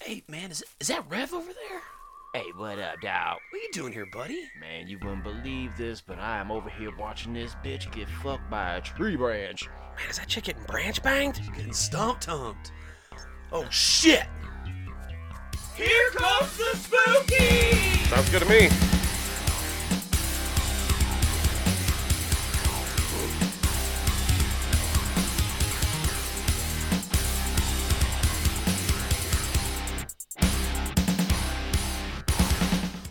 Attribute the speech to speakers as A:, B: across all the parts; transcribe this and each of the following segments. A: Hey, man, is, is that Rev over there?
B: Hey, what up, dawg?
A: What you doing here, buddy?
B: Man, you wouldn't believe this, but I am over here watching this bitch get fucked by a tree branch.
A: Man, is that chick getting branch banged? She's getting stomp tumped. Oh, shit!
C: Here comes the spooky!
D: Sounds good to me.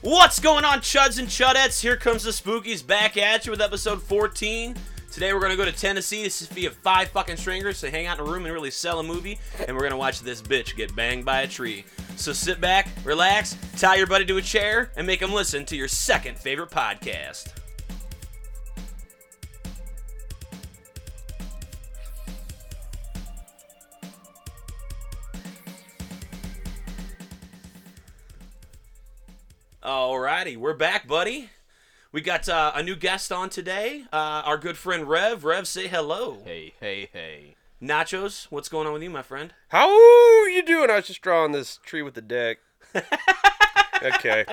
C: What's going on, Chuds and Chudettes? Here comes the spookies back at you with episode 14. Today we're gonna go to Tennessee. This is via five fucking stringers to hang out in a room and really sell a movie, and we're gonna watch this bitch get banged by a tree. So sit back, relax, tie your buddy to a chair, and make him listen to your second favorite podcast. Alrighty, we're back, buddy. We got uh, a new guest on today. Uh, our good friend Rev. Rev, say hello.
B: Hey, hey, hey.
C: Nachos, what's going on with you, my friend?
D: How you doing? I was just drawing this tree with the deck. okay,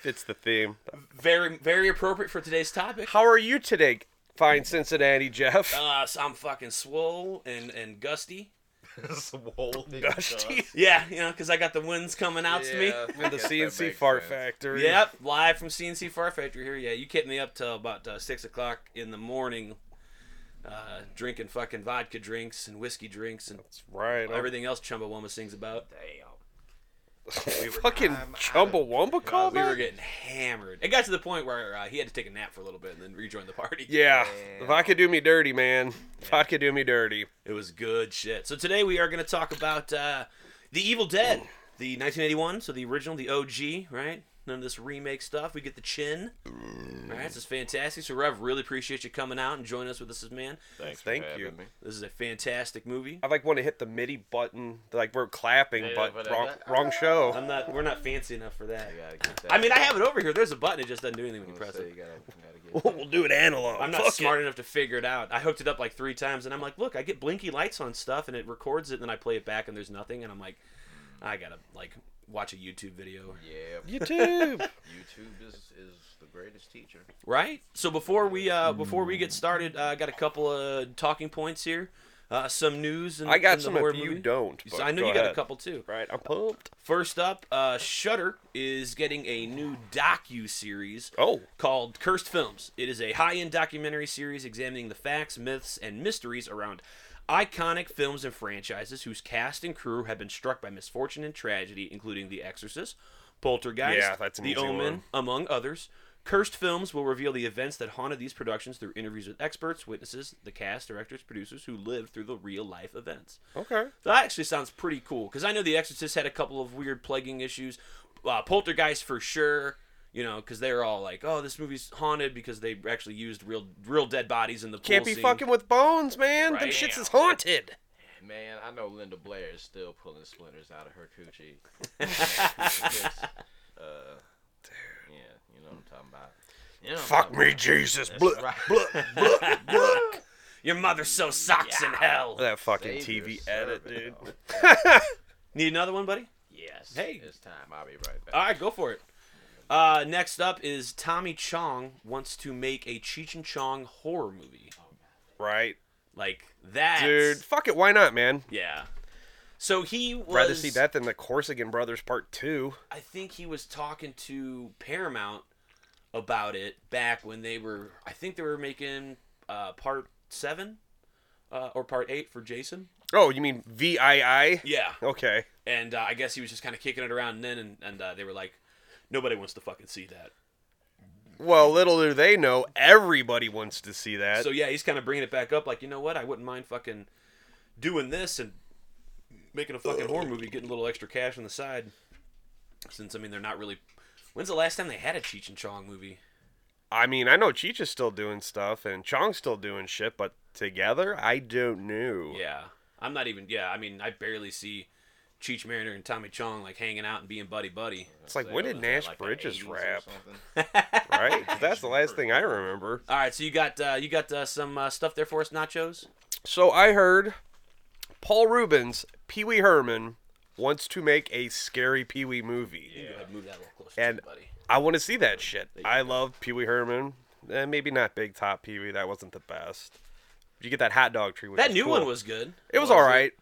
D: fits the theme.
C: Very, very appropriate for today's topic.
D: How are you today, fine Cincinnati Jeff?
C: Uh, so I'm fucking swole and and gusty.
D: Dusty.
C: Yeah, you know, because I got the winds coming out to me.
D: In the CNC Fart Factory.
C: Yep, live from CNC Far Factory here. Yeah, you kept me up till about uh, six o'clock in the morning, uh, drinking fucking vodka drinks and whiskey drinks and
D: That's right. I'm-
C: everything else Chumbawamba sings about.
D: Fucking Chumbawamba call
C: We were
D: that?
C: getting hammered. It got to the point where uh, he had to take a nap for a little bit and then rejoin the party.
D: Yeah. Vodka do me dirty, man. Vodka do me dirty.
C: It was good shit. So today we are going to talk about uh, The Evil Dead, the 1981, so the original, the OG, right? None of this remake stuff. We get the chin. All right, this is fantastic. So Rev, really appreciate you coming out and joining us with us, man.
B: Thanks
D: Thank you.
C: This is a fantastic movie.
D: I like want to hit the MIDI button, like we're clapping,
B: Yeah,
D: but uh,
B: but I-
D: wrong, wrong show.
C: I'm not. We're not fancy enough for that.
B: I gotta get that.
C: I mean, I have it over here. There's a button. It just doesn't do anything when you press
B: So you
C: it.
B: gotta, you gotta get
D: We'll do it analog.
C: I'm not
D: Fuck it.
C: smart enough to figure it out. I hooked it up like three times, and I'm like, look, I get blinky lights on stuff, and it records it, and then I play it back, and there's nothing, and I'm like, I gotta like watch a YouTube video.
B: Yeah,
D: YouTube.
B: YouTube is, is the greatest teacher.
C: Right. So before we uh before we get started, uh, I got a couple of talking points here, uh, some news. And
D: I got
C: and
D: some
C: the horror
D: if you
C: movie.
D: don't.
C: So
D: but
C: I know
D: go
C: you got a
D: ahead.
C: couple too.
D: Right, I'm pumped.
C: First up, uh, Shutter is getting a new docu series
D: Oh,
C: called Cursed Films. It is a high end documentary series examining the facts, myths, and mysteries around iconic films and franchises whose cast and crew have been struck by misfortune and tragedy, including The Exorcist, Poltergeist,
D: Yeah, that's an
C: The
D: easy
C: Omen,
D: one.
C: among others. Cursed Films will reveal the events that haunted these productions through interviews with experts, witnesses, the cast, directors, producers who lived through the real life events.
D: okay.
C: So that actually sounds pretty cool because I know The Exorcist had a couple of weird plaguing issues. Uh, Poltergeist for sure, you know, because they're all like, "Oh, this movie's haunted" because they actually used real, real dead bodies in the
D: Can't
C: pool
D: be
C: scene.
D: fucking with bones, man. Them
C: Right.
D: shits is haunted.
B: Man, I know Linda Blair is still pulling splinters out of her coochie. uh, yeah, you know what I'm talking about. You know what I'm
D: Fuck
B: talking
D: me,
B: about.
D: Jesus.
B: That's
D: Bluh,
B: right.
D: bluh, bluh, bluh.
C: Your mother so socks in hell.
D: That fucking
B: Save your
D: TV edit, dude.
B: servant,
C: Need another one, buddy?
B: Yes.
C: Hey.
B: It's time. I'll be right back.
C: All right, go for it. Uh, next up is Tommy Chong wants to make a Cheech and Chong horror movie.
D: Right,
C: Like that,
D: dude. Fuck it. Why not, man?
C: Yeah. So he was.
D: Rather see that than the Corsican Brothers Part Two.
C: I think he was talking to Paramount about it back when they were. I think they were making uh, part seven uh, or part eight for Jason.
D: Oh, you mean VII?
C: Yeah,
D: Okay.
C: and uh, I guess he was just kind of kicking it around then, and, and uh, they were like, nobody wants to fucking see that.
D: Well, little do they know, everybody wants to see that.
C: So yeah, he's kind of bringing it back up, like you know what? I wouldn't mind fucking doing this and making a fucking horror movie, getting a little extra cash on the side. Since I mean, they're not really. When's the last time they had a Cheech and Chong movie?
D: I mean, I know Cheech is still doing stuff and Chong's still doing shit, but together, I don't know.
C: Yeah, I'm not even. Yeah, I mean, I barely see Cheech Mariner and Tommy Chong like hanging out and being buddy buddy.
D: It's like,
B: Say, what
D: when did
B: was that,
D: Nash
B: like the
D: Bridges
B: 80s or
D: rap?
B: something?
D: Right? 'Cause That's the last thing I remember.
C: All right, so you got uh, you got uh, some uh, stuff there for us, Nachos.
D: So I heard Paul Rubens, Pee Wee Herman wants to make a scary Pee Wee movie.
C: Go ahead, move that a little closer,
D: And-
C: to you, buddy.
D: I want to see that shit. I love Pee Wee Herman. Eh, maybe not Big Top Pee Wee. That wasn't the best. You get that hot dog tree. Which
C: That
D: is
C: new
D: cool.
C: one was good.
D: It was,
B: Was
D: all
B: it?
D: right.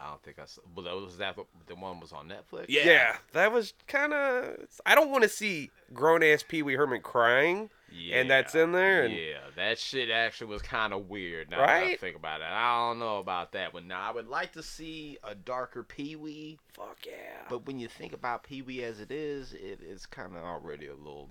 B: I don't think I saw. But that was that. The one was on Netflix.
C: Yeah.
D: Yeah. that was kind of. I don't want to see grown ass Pee Wee Herman crying, and that's
B: Yeah.
D: in there. And
B: Yeah, that shit actually was kind of weird. Now that I
D: Right?
B: think about it, I don't know about that one. Now I would like to see a darker Pee Wee,
D: fuck yeah.
B: but when you think about Pee Wee as it is, it, it's kind of already a little,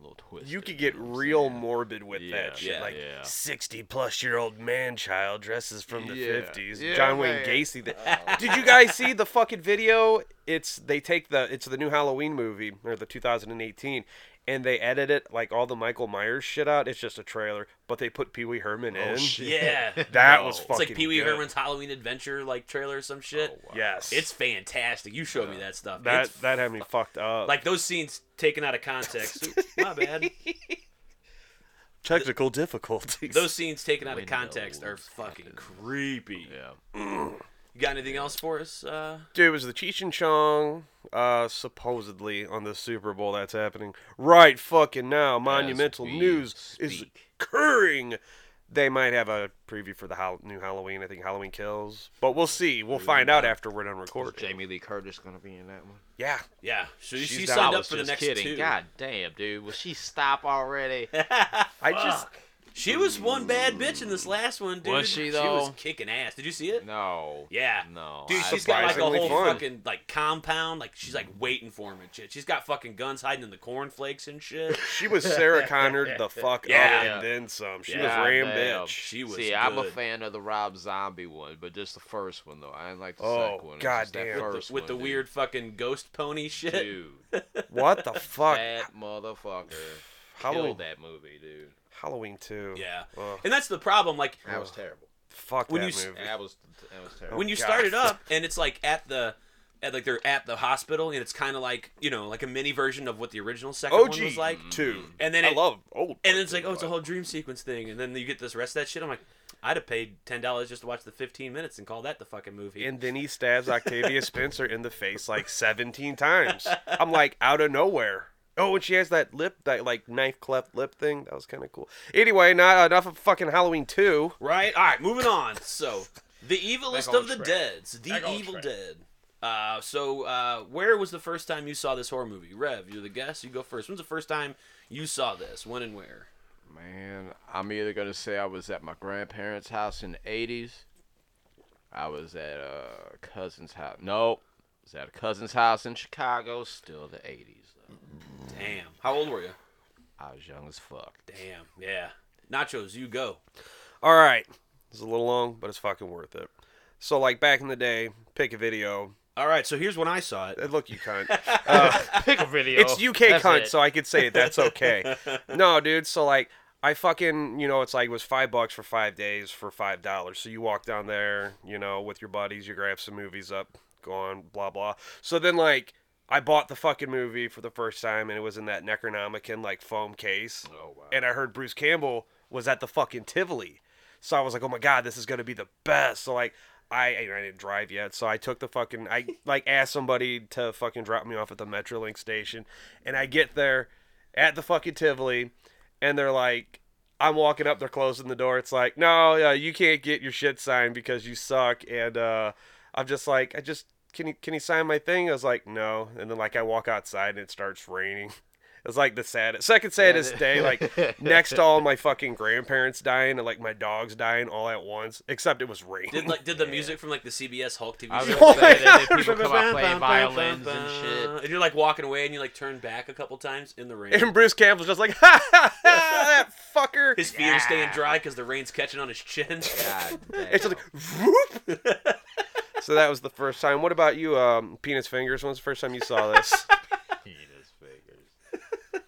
B: little twist.
D: You could get real morbid with
B: Yeah,
D: that shit.
C: yeah,
D: like
B: yeah.
D: sixty plus year old man child dresses from the
B: Yeah,
D: fifties.
B: yeah,
D: John Wayne
B: man. Oh.
D: Gacy. Th- Did you guys see the fucking video? It's they take the it's the new Halloween movie or the 2018, and they edit it like all the Michael Myers shit out. It's just a trailer, but they put Pee Wee Herman in.
B: Oh, shit.
C: Yeah.
D: That
B: No.
D: was
B: It's
D: fucking.
C: it's like Pee Wee
D: good.
C: Herman's Halloween Adventure like trailer or some shit.
B: Oh,
D: Yes,
C: It's fantastic. You showed me Oh. that stuff.
D: that
C: It's-
D: that had me fucked up.
C: like those scenes taken out of context. Oop, My bad.
D: technical difficulties.
C: Those scenes taken out of
B: Windows
C: context are fucking creepy.
B: Yeah.
C: You got anything else for us? Uh,
D: Dude, it was the Cheech and Chong, uh, supposedly on the Super Bowl that's happening right fucking now. Monumental
B: we
D: news is
B: speak.
D: occurring. They might have a preview for the hol- new Halloween. I think Halloween Kills, but we'll see. We'll find out after we're done recording.
B: Jamie Lee Curtis gonna be in that one.
D: Yeah,
C: yeah. So
D: She's
C: she
D: down.
C: signed
D: I
C: up for the
B: Just
C: next
B: kidding.
C: two.
B: God damn, dude. Will she stop already?
D: I just
C: She was one bad bitch in this last one, dude.
B: Was she,
C: She was
B: though?
C: kicking ass. Did you see it?
B: no.
C: Yeah.
B: No.
C: Dude,
B: I-
C: she's got like a
D: Surprisingly
C: whole
D: fun.
C: fucking like compound. Like she's like waiting for him and shit. She's got fucking guns hiding in the cornflakes and shit.
D: she was Sarah Connor the fuck
C: Yeah.
D: up and then some. She
B: Yeah,
D: was ram
B: damn.
D: bitch.
C: She was.
B: See, I'm a
C: good.
B: fan of the Rob Zombie one, but just the first one though. I didn't like the
D: Oh,
B: second one. It's just that
D: goddamn.
C: with,
B: first
C: the, with
B: one,
C: the
B: dude.
C: weird fucking ghost pony shit.
B: dude.
D: What the fuck?
B: That motherfucker
D: Halloween,
B: killed that movie, dude.
D: Halloween two.
C: Yeah,
D: Ugh.
C: and that's the problem. Like
B: That was terrible.
D: Fuck
C: When
D: that
C: you s-
D: movie.
B: That was that was terrible.
C: when you
D: God.
C: start it up, and it's like at the. At, like they're at the hospital, and it's kind of like you know, like a mini version of what the original second
D: OG
C: one was like.
B: Mm.
D: two.
C: And then
D: I
C: it-
D: love old.
C: And it's like,
D: fucking
C: oh, it's a whole dream sequence thing, and then you get this rest of that shit. I'm like, I'd have paid ten dollars just to watch the 15 minutes and call that the fucking movie.
D: and then he stabs Octavia Spencer in the face like 17 times. I'm like out of nowhere. Oh, and she has that lip, that like knife cleft lip thing. That was kind of cool. Anyway, not enough of fucking Halloween two.
C: Right? All right, moving on. So, the evilest
B: Back on
C: of the
B: track.
C: deads, the
B: Back on
C: evil
B: track.
C: dead. Uh, so, uh, where was the first time you saw this horror movie? Rev, you're the guest. You go first. When's the first time you saw this? When and where?
B: Man, I'm either gonna say I was at my grandparents' house in the '80s. I was at a cousin's house. Nope, was at a cousin's house in Chicago. Still the '80s. Though.
C: Damn. How old were you?
B: I was young as fuck.
C: Damn. Yeah. Nachos, you go.
D: All right, it's a little long, but it's fucking worth it. So like back in the day, pick a video.
C: All right. So here's when I saw it.
D: Uh, Look, you cunt.
B: Pick a video.
D: It's UK cunt, so I could say it. That's okay. no, dude. So like, I fucking, you know, it's like it was five bucks for five days for five dollars. So you walk down there, you know, with your buddies, you grab some movies up, go on, blah blah. So then like, I bought the fucking movie for the first time, and it was in that Necronomicon like foam case.
B: Oh, wow.
D: And I heard Bruce Campbell was at the fucking Tivoli, so I was like, oh my god, this is gonna be the best. So like. I, I didn't drive yet, so I took the fucking I like asked somebody to fucking drop me off at the Metrolink station, and I get there at the fucking Tivoli, and they're like, I'm walking up, they're closing the door. It's like, no, uh, you can't get your shit signed because you suck. And uh, I'm just like, I just can you can you sign my thing? I was like, no. And then like I walk outside and it starts raining. It's like the saddest, second saddest day. Like next to all my fucking grandparents dying and like my dogs dying all at once. Except it was raining.
C: Did like did the music from like the CBS Hulk TV
B: I was
C: show?
B: gonna say,
D: my
B: they had
D: God.
B: people come out playing violins and shit.
C: And you're like walking away, and you like turn back a couple times in the rain.
D: and Bruce Campbell's just like, ha ha ha, that fucker.
C: His feet are staying dry because the rain's catching on his chin.
B: God
D: It's
B: damn.
D: just like, whoop. so that was the first time. What about you, um, Penis Fingers? When was the first time you saw this?
B: penis fingers.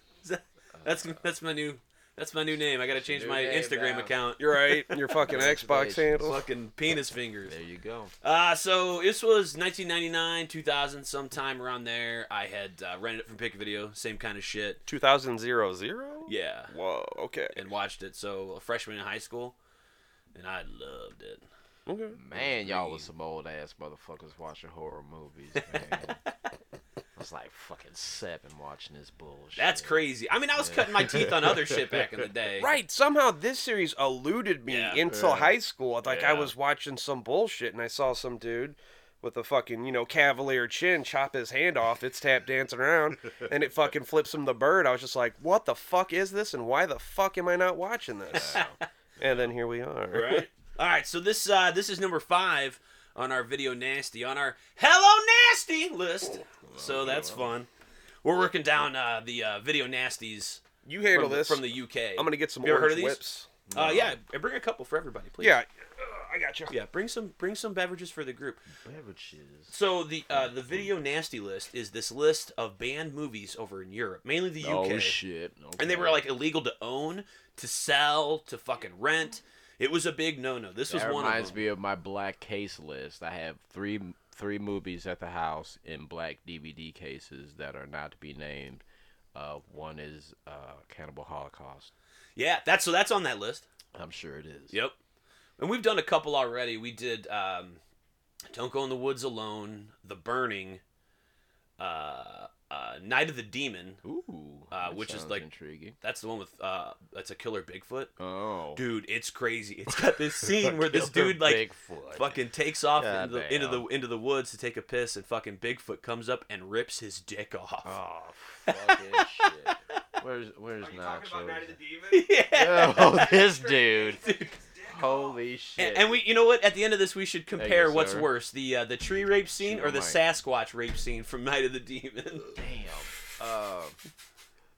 C: That's that's my new that's my new name. I gotta change
B: new
C: my
B: name
C: Instagram
B: now.
C: account. You're
D: You're right. Your fucking Xbox handle.
C: fucking penis fingers.
B: There you go.
C: Uh, so this was 1999, 2000, sometime around there. I had uh, rented it from Pick a Video, same kind of shit.
D: 2000 zero?
C: Yeah,
D: Whoa. Okay.
C: and watched it. So a freshman in high school, and I loved it.
D: Okay.
B: Man, y'all was some old ass motherfuckers watching horror movies, man. I was like fucking seven watching this bullshit.
C: That's crazy. I mean, I was cutting my teeth on other shit back in the day.
D: Right. Somehow this series eluded me
C: Yeah.
D: until
B: Yeah.
D: high school. It's Like I
C: Yeah.
D: was watching some bullshit and I saw some dude with a fucking, you know, cavalier chin chop his hand off. It's tap dancing around and it fucking flips him the bird. I was just like, what the fuck is this and why the fuck am I not watching this? and then here we are.
C: Right. All right. So this uh, this is number five on our video nasty on our hello nasty list. So that's fun. We're working down uh, the uh, video nasties
D: You handle
C: from, the-
D: this.
C: from the UK.
D: I'm going to get some
C: You ever heard
D: orange
C: of these?
D: whips.
C: Uh, yeah, and bring a couple for everybody, please.
D: Yeah. I got you.
C: Yeah, bring some bring some beverages for the group.
B: beverages.
C: So the uh, the video nasty list is this list of banned movies over in Europe, mainly the UK.
B: Oh shit. Okay.
C: and they were like illegal to own, to sell, to fucking rent. It was a big no-no. This was
B: That
C: one
B: reminds
C: of them.
B: me of my black case list. I have three three movies at the house in black DVD cases that are not to be named. Uh, one is uh, Cannibal Holocaust.
C: Yeah, that's so that's on that list.
B: I'm sure it is.
C: Yep. And we've done a couple already. We did um, Don't Go in the Woods Alone, The Burning, uh, uh, Night of the Demon.
B: Ooh.
C: Uh,
B: that
C: which is
B: sounds
C: like-
B: intriguing.
C: That's the one with uh, that's a killer Bigfoot.
B: Oh.
C: Dude, it's crazy. It's got this scene where this dude like
B: Bigfoot.
C: fucking takes off
B: God
C: into the,
B: damn.
C: into the into the woods to take a piss, and fucking Bigfoot comes up and rips his dick off.
B: Oh, fucking shit. Where's where's Nacho?
D: Demon?
C: yeah.
B: Oh, this dude. Holy shit.
C: And, and we, you know what? At the end of this, we should compare
B: you,
C: what's
B: sir.
C: worse: the uh, the tree rape scene
B: Sure
C: or the
B: might.
C: Sasquatch rape scene from Night of the Demon.
B: Damn. Uh,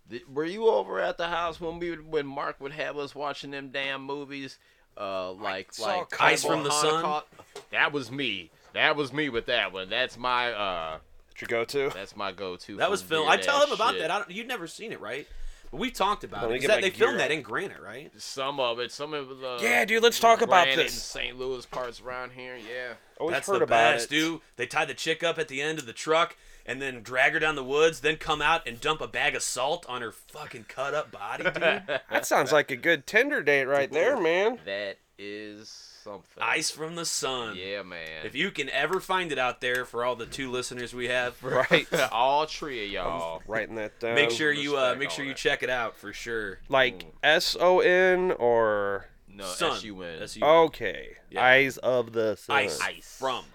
B: th- were you over at the house when we would, when Mark would have us watching them damn movies? Uh, like
D: saw
B: like
C: Ice
B: Cannibal
C: from the Sun?
B: Holocaust? That was me. That was me with that one. That's my uh.
D: your go to?
B: That's my go-to.
C: That
B: for
C: was filmed. I
B: weird
C: tell
B: ass
C: him about
B: shit.
C: that. I don't, you'd never seen it, right? But we talked about
D: Let me
C: it. 'cause
D: get
C: that-
D: my
C: they
D: gear
C: filmed that
D: out.
C: in Granite, right?
B: Some of it. Some of the
D: Yeah, dude, let's talk about
B: Granite
D: this.
B: and St. Louis parts around here. Yeah.
D: Always
C: That's
D: heard
C: the
D: about
C: best,
D: it.
C: dude. They tie the chick up at the end of the truck and then drag her down the woods, then come out and dump a bag of salt on her fucking cut up body, dude.
D: That sounds like a good Tinder date right there, man.
B: That is something.
C: Ice from the sun.
B: Yeah, man.
C: If you can ever find it out there for all the two listeners we have,
D: Right.
B: all three of y'all.
D: Writing that down.
C: make sure you uh,
B: respect
C: make
B: all
C: sure you
B: that.
C: check it out for sure.
D: Like S O N or
B: No,
C: sun.
B: S U N.
C: That's you.
D: Oh, okay.
C: Yeah.
D: Eyes of the sun.
C: ice,
B: Ice.
C: from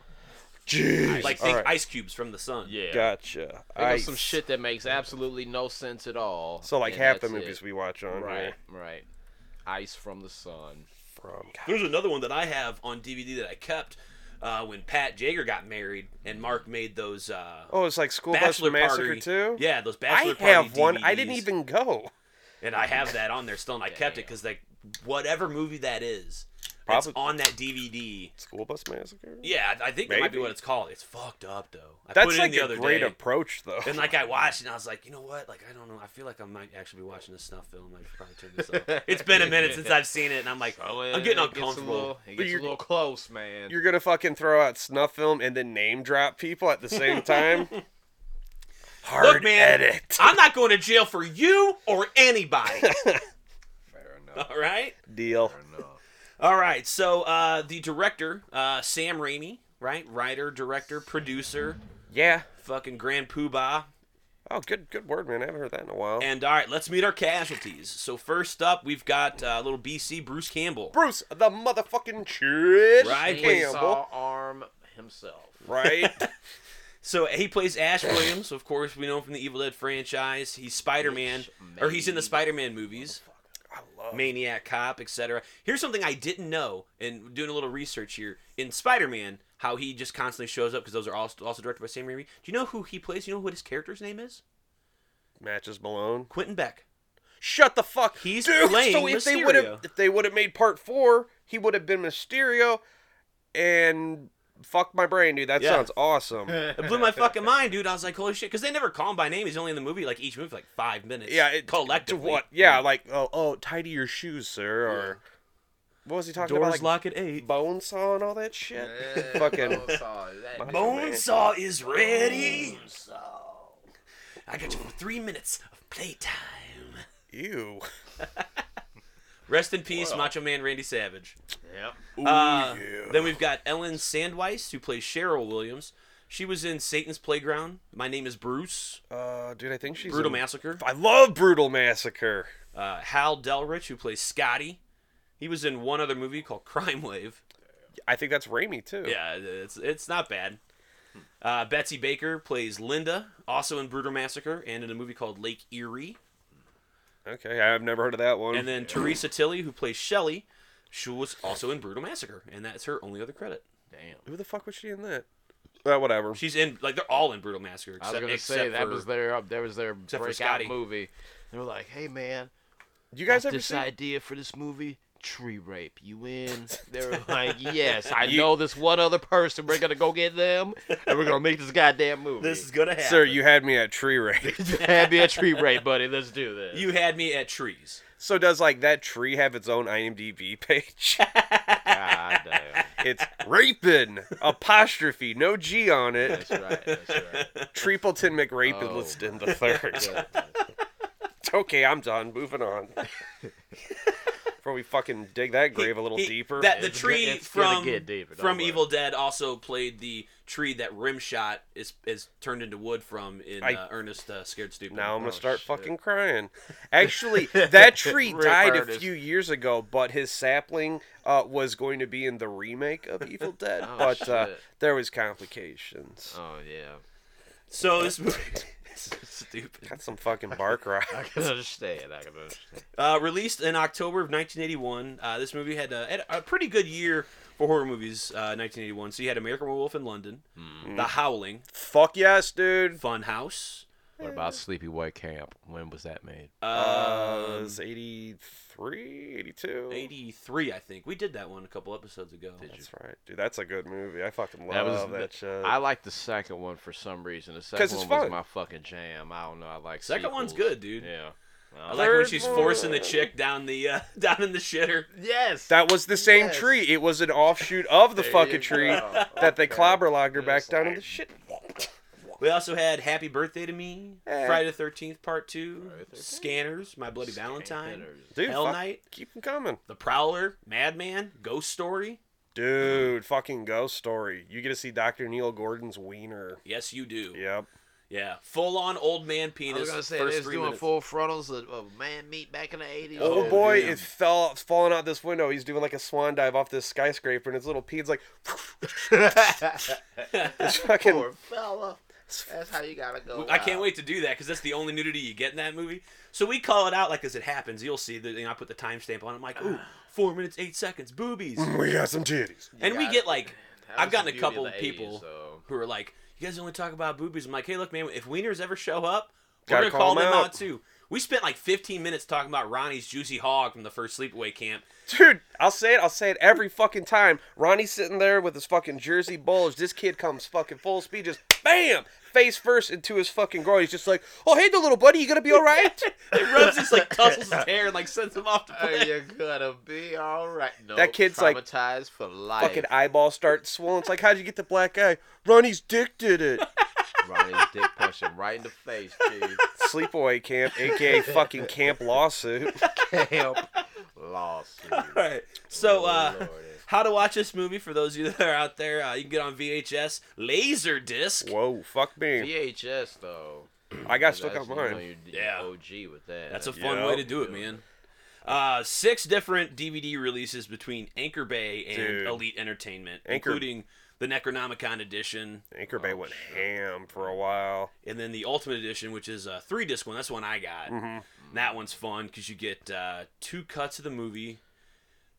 D: Jeez.
C: like
D: All
C: think
D: right.
C: ice cubes from the sun.
B: Yeah.
D: Gotcha.
B: They got some
D: Ice.
B: shit that makes absolutely no sense at all.
D: So like
B: and
D: half the
B: that's
D: movies
B: it.
D: we watch on
B: Right,
D: here
B: right. Ice from the sun.
D: from. God.
C: There's another one that I have on DVD that I kept uh, when Pat Jager got married and Mark made those uh,
D: Oh, it's like School Bus
C: bachelor
D: Massacre
C: party
D: too.
C: Yeah, those bachelor
D: I
C: party
D: have one. I didn't
C: DVDs,
D: even go.
C: and I have that on there still, and I kept it
B: Damn.
C: because like whatever movie that is,
D: Probably-
C: it's on that DVD.
D: School Bus Massacre.
C: Yeah, I I think that might be
D: Maybe.
C: what it's called. It's fucked up though. I put
D: That's
C: it
D: like
C: in the
D: a
C: other
D: great
C: day.
D: approach though.
C: and like I watched it, and I was like, you know what? Like I don't know. I feel like I might actually be watching a snuff film. I should probably turn this off. It's been a minute since I've seen it, and I'm like, I'm getting
B: It gets a
C: uncomfortable.
B: little- It gets a
D: you're-
B: little close, man.
D: You're gonna fucking throw out snuff film and then name drop people at the same time. Hard
C: Look, man,
D: edit.
C: I'm not going to jail for you or anybody.
B: Fair enough.
C: All right.
D: Deal.
B: Fair enough.
C: All right. So uh, the director, uh, Sam Raimi, right? Writer, director, producer,
D: Yeah.
C: fucking grand poobah.
D: Oh, good good word, man. I haven't heard that in a while.
C: And all right, let's meet our casualties. So first up, we've got uh, little BC Bruce Campbell.
D: Bruce, the motherfucking Trish
C: Right,
D: Campbell.
B: Saw arm himself.
D: Right.
C: So he plays Ash Williams, of course we know him from the Evil Dead franchise. He's Spider Man, or he's in the
B: made-
C: Spider Man movies,
D: I love.
C: Maniac Cop, etc. Here's something I didn't know, and doing a little research here in Spider Man, how he just constantly shows up because those are also, also directed by Sam Raimi. Do you know who he plays? You know what his character's name is?
D: Matches Malone.
C: Quentin Beck.
D: Shut the fuck.
C: He's
D: Dude,
C: playing
D: so if they
C: Mysterio.
D: would have if they would have made part 4, he would have been Mysterio and fuck my brain, dude. That
C: Yeah.
D: sounds awesome. yeah,
C: It blew my fucking mind, dude. I was like, holy shit, because they never call him by name. He's only in the movie like each movie for, like five minutes.
D: it to
C: collectively.
D: what? Yeah, like oh, oh, tidy your shoes, sir, or What was he talking
C: Doors
D: about? Like
C: lock at eight.
D: bone saw and all that shit.
B: Yeah,
D: Fucking-
B: Bone saw, that dude.
C: Bonesaw is ready. I got you for three minutes of playtime.
D: Ew.
C: Rest in peace, Macho Man Randy Savage.
B: Yep.
C: Uh, Then we've got Ellen Sandweiss, who plays Cheryl Williams. She was in Satan's Playground. My name is Bruce.
D: Uh, dude, I think she's
C: Brutal
D: in-
C: Massacre.
D: I love Brutal Massacre.
C: Uh, Hal Delrich, who plays Scotty. He was in one other movie called Crime Wave.
D: I think that's Raimi too.
C: Yeah, it's it's not bad. Uh, Betsy Baker plays Linda, also in Brutal Massacre and in a movie called Lake Erie.
D: Okay, I've never heard of that one.
C: And then Teresa Tilly, who plays Shelley, she was also in Brutal Massacre, and that's her only other credit.
B: Damn.
D: who the fuck was she in that? Uh, whatever.
C: She's in like they're all in Brutal Massacre.
B: I
C: Except,
B: was gonna
C: except
B: say that
C: for-
B: was their up. That was their
C: for
B: breakout
C: Scotty.
B: movie. They were like, "Hey man,
D: You guys ever
B: this
D: seen?
B: idea for this movie? Tree rape. You in?" They were like, "Yes, I know this one other person. We're gonna go get them, and we're gonna make this goddamn movie."
C: This is gonna happen.
D: Sir, you had me at tree rape.
B: Hand me a tree rape, buddy. Let's do this.
C: You had me at trees.
D: so does like that tree have its own IMDb page?
B: goddamn.
D: it's raping apostrophe, no G on it.
B: That's right. That's right.
D: Tripleton McRapin
B: Oh.
D: listed the third.
B: Yeah.
D: okay, I'm done. Moving on. Before we fucking dig that grave a little
C: He-
D: deeper.
C: That the
B: It's
C: tree
B: gonna- it's gonna
C: from
B: get deeper, don't
C: from
B: worry.
C: Evil Dead also played the tree that Rimshot is is turned into wood from in
D: I-
C: uh, Ernest uh, Scared Stupid.
D: Now I'm gonna
B: Oh,
D: start
B: shit.
D: fucking crying. Actually, that tree
B: Rip
D: died a
B: artist.
D: few years ago, but his sapling uh, was going to be in the remake of Evil Dead, but uh,
B: Oh, shit.
D: there was complications.
B: Oh yeah.
C: So this movie this is stupid.
D: Got some fucking bark
B: I
D: rock.
B: can understand. I can understand.
C: Uh, released in October of 1981, uh, this movie had a, had a pretty good year for horror movies. Uh, 1981. So you had American Werewolf in London,
D: Hmm.
C: The Howling,
D: Fuck yes, dude.
C: Funhouse.
B: What about Sleepy White Camp? When was that made? um,
D: Uh,
C: um,
D: it's 83, 82.
C: 83, I think. We did that one a couple episodes ago.
D: That's right, dude. That's a good movie. I fucking love
B: That
D: that,
B: was the-
D: shit.
B: I like the second one for some reason. The second
D: Uh, 'Cause
B: one
D: it's
B: was
D: fun.
B: my fucking jam. I don't know. I like
C: Second one's
B: sequels.
C: good, dude.
B: Yeah.
C: I like when
D: Third
C: she's
D: one.
C: forcing the chick down the uh, down in the shitter.
B: Yes.
D: that was the same
B: Yes.
D: tree. It was an offshoot of the
B: There you
D: fucking tree
B: go.
D: that they
B: Okay.
D: clobberlogged her back
B: Just
D: down
B: like-
D: in the shit.
C: We also had Happy Birthday to Me,
D: Eh.
C: Friday the Thirteenth Part Two,
B: Friday the 13th.
C: Scanners, My Bloody Valentine,
D: Dude,
C: Hell
D: fuck-
C: Knight,
D: Keep them coming.
C: The Prowler, Madman, Ghost Story.
D: Dude, fucking ghost story. You get to see Dr. Neil Gordon's wiener.
C: Yes, you do. Yeah,
D: Yep.
C: full on old man penis.
B: I was gonna say
C: first
B: they was
C: three
B: doing
C: minutes.
B: full frontals of, of man meat back in the eighties.
D: Old Oh, boy
C: damn.
D: is fell falling out this window. He's doing like a swan dive off this skyscraper, and his little pee's like, it's fucking.
B: poor fella. That's how you gotta go.
C: I can't
B: out.
C: wait to do that because that's the only nudity you get in that movie. So we call it out like as it happens. You'll see that you know, I put the timestamp on. it. I'm like, ooh, four minutes eight seconds, boobies,
D: We got some titties.
C: and we
B: got-
C: get like
B: That
C: I've
B: was
C: gotten
B: the
C: a
B: beauty
C: couple
B: of the
C: people
B: 80s, though.
C: who are like, "You guys only talk about boobies." I'm like, "Hey, look, man, if wieners ever show up, we're gonna
D: Gotta
C: call,
D: call
C: them
D: 'em
C: out.
D: out.
C: too." We spent like 15 minutes talking about Ronnie's juicy hog from the first sleepaway camp.
D: Dude, I'll say it. I'll say it every fucking time. Ronnie's sitting there with his fucking jersey bulge. This kid comes fucking full speed, just bam, face first into his fucking groin. He's just like, oh, hey, there, little buddy. You gonna be all right?
C: He rubs his like tussles his hair and like sends him off to
B: Are
C: play.
B: you gonna be all right? No,
D: That kid's like-
B: traumatized for life.
D: fucking eyeball starts swollen. It's like, how'd you get the black eye? Ronnie's dick did it.
B: Ronnie's dick punched him right in the face, dude.
D: Sleepaway camp, aka fucking camp lawsuit.
B: Camp lawsuit.
C: All right, so
B: Oh,
C: uh,
B: Lordy.
C: how to watch this movie for those of you that are out there? Uh, you can get on VHS, Laserdisc.
D: Whoa, fuck me.
B: VHS though.
D: I got stuck
B: That's-
D: on
B: You know,
D: mine.
B: you're, you're
C: Yeah.
B: OG with that.
C: That's a fun
D: Yeah.
C: way to do it, man. Uh, six different DVD releases between Anchor Bay and
D: Dude.
C: Elite Entertainment,
D: Anchor-
C: including the Necronomicon edition
D: Anchor Bay went ham for a while.
C: and then the Ultimate edition, which is a three disc one. That's the one I got.
D: Mm. Mm-hmm.
C: And That one's fun because you get uh, two cuts of the movie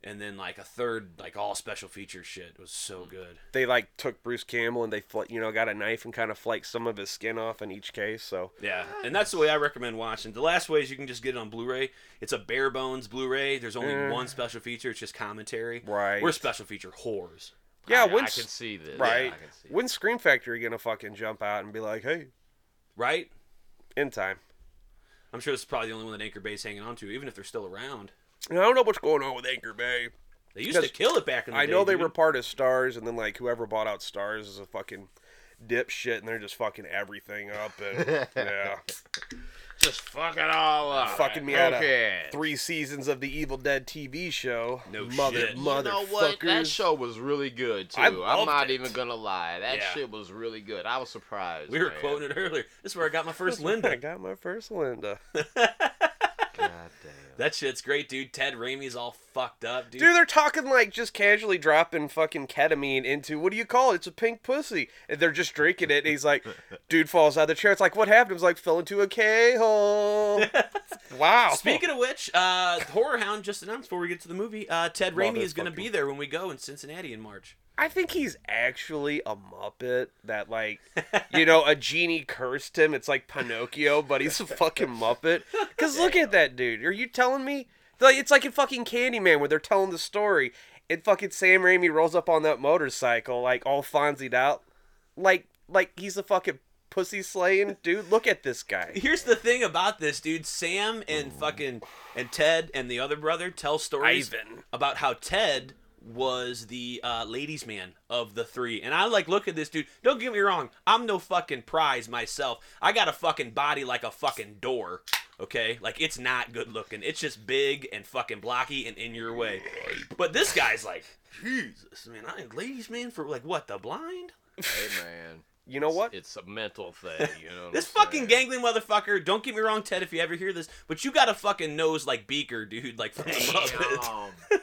C: and then like a third, like all special feature shit. It was so
D: Mm.
C: good.
D: They like took Bruce Campbell and they fl- you know got a knife and kind of flaked some of his skin off in each case. So
C: Yeah, and that's the way I recommend watching. The last way is you can just get it on Blu-ray. It's a bare bones Blu-ray. There's only
D: Eh.
C: one special feature. It's just commentary.
D: Right.
C: We're special feature whores.
D: yeah,
B: I, I
D: when
B: can see this.
D: right
B: I can see
D: when Scream Factory gonna fucking jump out and be like, hey,
C: Right?
D: in time.
C: I'm sure this is probably the only one that Anchor Bay's hanging on to, even if they're still around.
D: And I don't know what's going on with Anchor Bay.
C: They used to
D: Because
C: kill it back in the
D: I
C: day.
D: know they
C: dude.
D: were part of Stars, and then like whoever bought out Stars is a fucking dipshit, and they're just fucking everything up. And yeah,
B: Just fuck it all up.
D: fucking me out
B: Fuck
D: of
B: it.
D: three seasons of the Evil Dead TV show.
C: No
D: mother,
C: shit. You
B: You know what? That
D: motherfuckers.
B: show was really good too.
D: I
B: I'm
D: loved
B: not
D: it.
B: even gonna lie. That
C: Yeah.
B: shit was really good. I was surprised.
C: We were
B: man.
C: quoting it earlier. This is where I got my first
D: I
C: Linda.
D: got my first Linda.
B: God damn.
C: That shit's great, dude. Ted Raimi's all fucked up, dude.
D: Dude, they're talking like just casually dropping fucking ketamine into what do you call it? It's a pink pussy. And they're just drinking it. And he's like, dude falls out of the chair. It's like, what happened? It was like, fell into a K hole. wow.
C: Speaking of which, uh, Horror Hound just announced before we get to the movie, uh, Ted Raimi is going to be there when we go in Cincinnati in March.
D: I think he's actually a Muppet that, like, you know, a genie cursed him. It's like Pinocchio, but he's a fucking Muppet. Because look at that dude. Are you telling me? Like, it's like in fucking Candyman where they're telling the story. And fucking Sam Raimi rolls up on that motorcycle, like, all fonzied out. Like, like he's a fucking pussy slaying dude. Look at this guy.
C: Here's the thing about this, dude. Sam and fucking and Ted and the other brother tell stories
D: Ivan.
C: about how Ted was the uh, ladies' man of the three. And I like look at this dude. Don't get me wrong. I'm no fucking prize myself. I got a fucking body like a fucking door. Okay, like it's not good looking. It's just big and fucking blocky and in your way. But this guy's like, Jesus, man, I ain't ladies' man for like what the blind.
B: Hey man,
D: You know what?
B: it's a mental thing. You know. what
C: This
B: I'm
C: fucking
B: saying?
C: gangling motherfucker. Don't get me wrong, Ted. If you ever hear this, but you got a fucking nose like Beaker, dude. Like from the Muppets.
B: Oh,